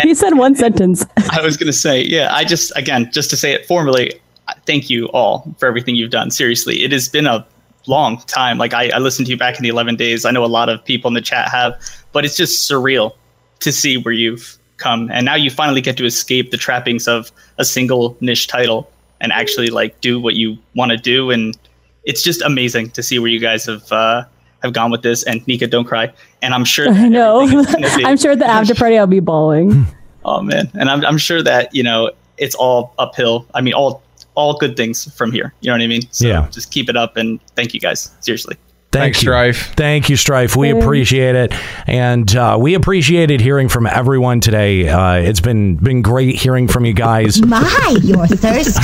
K: he said one sentence.
J: I was gonna say, yeah. I just again, just to say it formally, I- thank you all for everything you've done. Seriously, it has been a long time. Like I, I listened to you back in the 11 days. I know a lot of people in the chat have, but it's just surreal to see where you've come, and now you finally get to escape the trappings of a single niche title and actually like do what you want to do. And it's just amazing to see where you guys have uh, have gone with this. And Nika, don't cry. And I'm sure
K: I know.
J: gonna be-
K: I'm sure at the after party I'll be bawling.
J: Oh man, and I'm, I'm sure that you know it's all uphill. I mean, all all good things from here. You know what I mean? So
B: Yeah.
J: Just keep it up, and thank you guys. Seriously.
B: Thanks, Strife. Thank you, Strife. We
J: Thanks.
B: appreciate it, and uh, we appreciated hearing from everyone today. Uh, it's been been great hearing from you guys.
L: My, you're thirsty.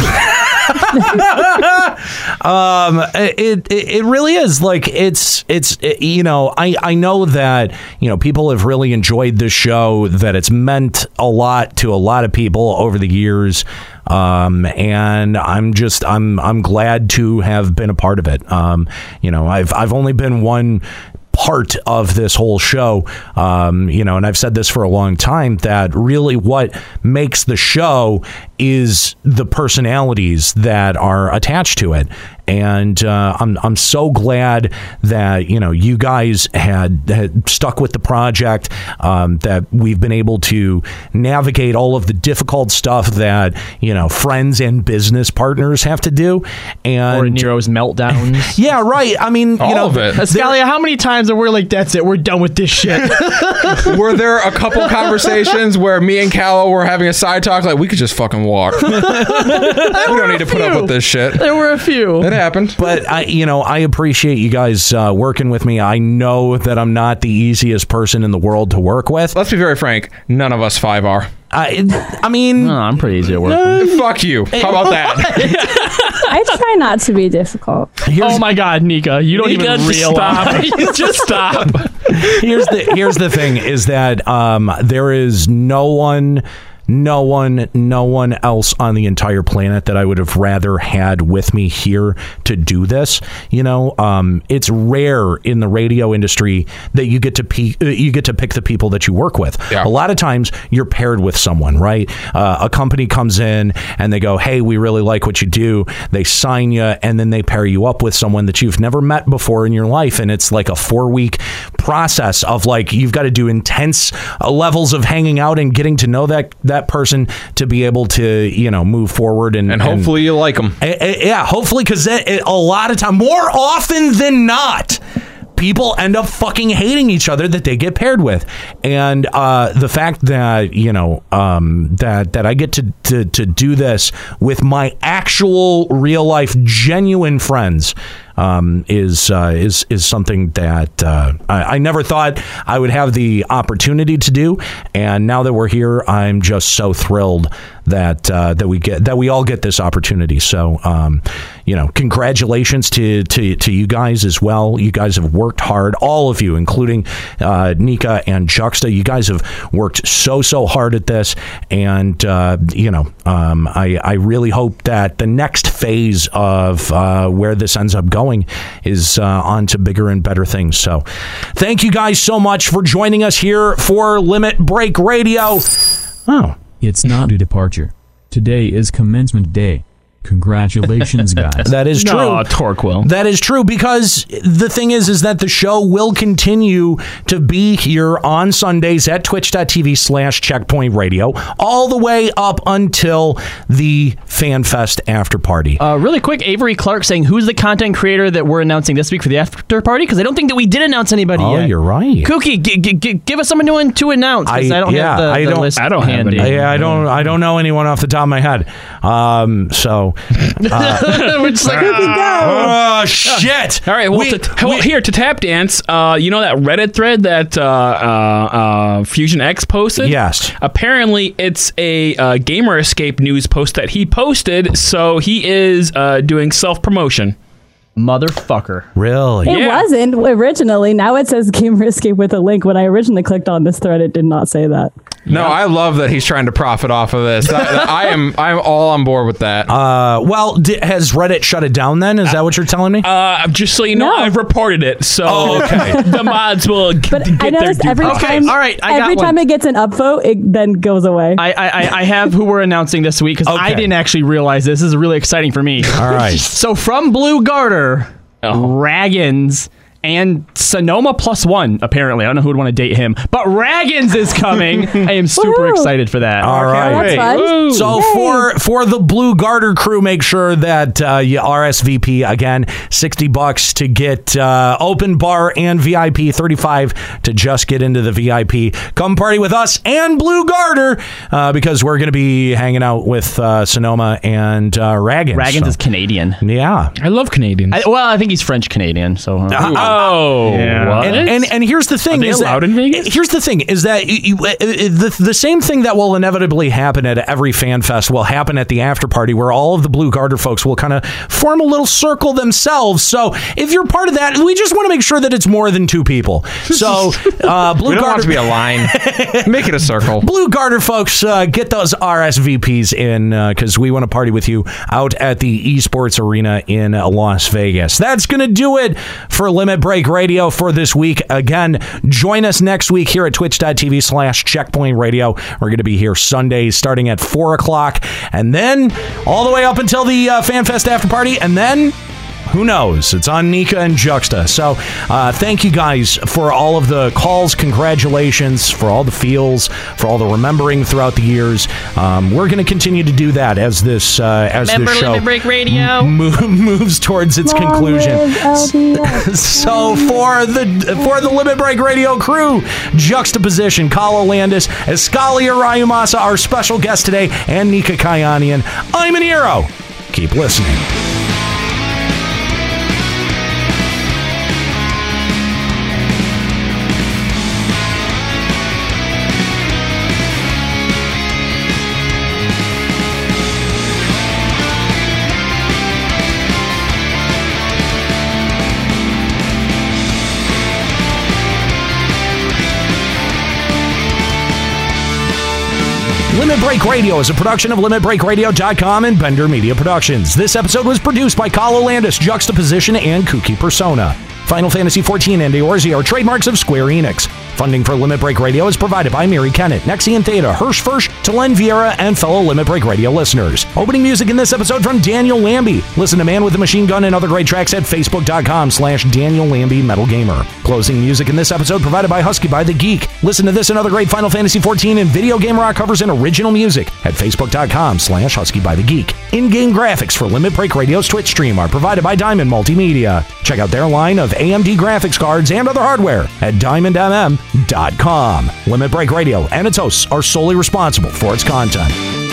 B: um, it, it it really is like it's it's it- you know I I know that you know people have really enjoyed this show that it's meant a lot to a lot of people over the years. Um, and I'm just I'm I'm glad to have been a part of it. Um, you know I've I've only been one part of this whole show. Um, you know, and I've said this for a long time that really what makes the show is the personalities that are attached to it. And uh, I'm I'm so glad that you know you guys had, had stuck with the project um, that we've been able to navigate all of the difficult stuff that you know friends and business partners have to do and or
G: Nero's meltdowns
B: yeah right I mean you know
G: Ascalia, how many times are we like, that's it, we're done with this shit?
U: were there a couple conversations where me and Callow were having a side talk like we could just fucking walk? we don't need to put up with this shit.
G: There were a few. Oh
B: It
U: happened.
B: But I, you know, I appreciate you guys uh, working with me. I know that I'm not the easiest person in the world to work with.
U: Let's be very frank. None of us five are.
B: I, I mean, uh,
G: I'm pretty easy at work.
U: Fuck you. How about that?
K: I try not to be difficult.
G: oh my god, Nika, you don't
K: Nika,
G: even
K: just
G: realize.
K: stop.
G: just stop.
B: here's the here's the thing is that um, there is no one no one no one else on the entire planet that I would have rather had with me here to do this you know um, it's rare in the radio industry that you get to pe- uh, you get to pick the people that you work with a lot of times you're paired with someone right uh, a company comes in and they go hey we really like what you do they sign you and then they pair you up with someone that you've never met before in your life and it's like a four week process of like you've got to do intense uh, levels of hanging out and getting to know that that person to be able to you know move forward and
U: And hopefully you like them.
B: Eh, yeah hopefully because a lot of time more often than not people end up fucking hating each other that they get paired with and uh, the fact that you know um, that that I get to, to to do this with my actual real life genuine friends um, is uh, is is something that uh, I, I never thought I would have the opportunity to do, and now that we're here, I'm just so thrilled that uh, that we get that we all get this opportunity. So, um, you know, congratulations to, to to you guys as well. You guys have worked hard, all of you, including uh, Nika and Juxta. You guys have worked so so hard at this, and uh, you know, um, I I really hope that the next phase of uh, where this ends up going is uh, on to bigger and better things. So, thank you guys so much for joining us here for Limit Break Radio. Oh.
O: It's not a departure. Today is commencement day. Congratulations, guys.
B: That is true.
I: Oh.
B: That is true because the thing is, is that the show will continue to be here on Sundays at twitch.tv slash checkpoint radio all the way up until the Fan Fest after
I: Oh,
B: party.
G: Uh, really quick, Avery Clark saying, "Who's the content creator that we're announcing this week for the after party?" Because I don't think that we did announce anybody
B: Oh,
G: yet.
B: you're right.
G: Cookie, g- g- g- give us someone to, to announce. 'cause I, don't have the, the list handy.
B: Yeah, I don't. I don't know anyone off the top of my head. Um, so uh,
I: We're just like,
B: ah. oh shit!
I: All right, well, to, well, here to tap dance. Uh, you know that Reddit thread that uh, uh, uh, Fusion X posted.
B: Yes.
I: Apparently, it's a uh, Gamer Escape news post that he posted. So he is uh, doing self promotion.
G: Motherfucker.
B: Really?
K: It wasn't originally. Now it says Gamer Escape with a link. When I originally clicked on this thread, it did not say that.
U: No, I love that he's trying to profit off of this. I, I am I'm all on board with that.
B: Uh, well, di- has Reddit shut it down? Then is that what you're telling me?
I: Uh, just so you know, I've reported it. So
B: Oh, okay.
I: the mods will g- get
K: I
I: their
K: noticed
I: due
K: every
I: process.
K: time. every time it gets an upvote, it then goes away.
G: I, I, I- I have who we're announcing this week because I didn't actually realize this. This is really exciting for me. All
B: right.
G: so from Blue Garter, Raggins, and Sonoma plus one, apparently. I don't know who would want to date him, but Raggins is coming. I am super excited for that.
B: All right. So for for the Blue Garter crew, make sure that uh, you RSVP again. Sixty bucks to get uh, open bar and VIP. Thirty five to just get into the VIP. Come party with us and Blue Garter uh, because we're going to be hanging out with uh, Sonoma and uh, Raggins.
G: Raggins is Canadian.
B: Yeah,
I: I love Canadians.
G: well, I think he's French Canadian. So uh,
B: Oh,
G: what?
B: And, and and here's the thing
G: Are they
B: is
G: allowed
B: that,
G: in
B: Here's the thing is that you, you- uh, uh, the the same thing that will inevitably happen at every fan fest will happen at the after party where all of the Blue Garter folks will kind of form a little circle themselves. So if you're part of that, we just want to make sure that it's more than two people. So uh, Blue
U: we don't
B: Garter
U: want it to be a line. Make it a circle.
B: Blue Garter folks, uh, get those RSVPs in because we want to party with you out at the Esports Arena in uh, Las Vegas. That's going to do it for Limit Break Radio for this week. Again, join us next week here at twitch.tv slash checkpoint radio. We're going to be here Sundays starting at 4 o'clock and then all the way up until the uh, FanFest after party and then who knows? It's on Nika and Juxta. So, uh, thank you guys for all of the calls, congratulations, for all the feels, for all the remembering throughout the years. Um, we're going to continue to do that as this uh, as this show
G: Radio.
B: mo- moves towards its conclusion. so for the for the Limit Break Radio crew, juxtaposition, Kala Landis, Escalia Rayumasa, our special guest today, and Nika Kayanian. I'm an hero. Keep listening. Limit Break Radio is a production of LimitBreakRadio.com and Bender Media Productions. This episode was produced by Kyle Landis, Juxtaposition, and Kooky Persona. Final Fantasy XIV and Eorzea are trademarks of Square Enix. Funding for Limit Break Radio is provided by Mary Kennett, Nexian Theta, Hirsch Firsch, Talen Vieira, and fellow Limit Break Radio listeners. Opening music in this episode from Daniel Lambie. Listen to Man with the Machine Gun and other great tracks at facebook.com slash Daniel Lambie Metal Gamer. Closing music in this episode provided by Husky by the Geek. Listen to this and other great Final Fantasy XIV and Video Game Rock covers and original music at facebook.com slash Husky by the Geek. In-game graphics for Limit Break Radio's Twitch stream are provided by Diamond Multimedia. Check out their line of AMD graphics cards and other hardware at diamondmm.com. Limit Break Radio and its hosts are solely responsible for its content.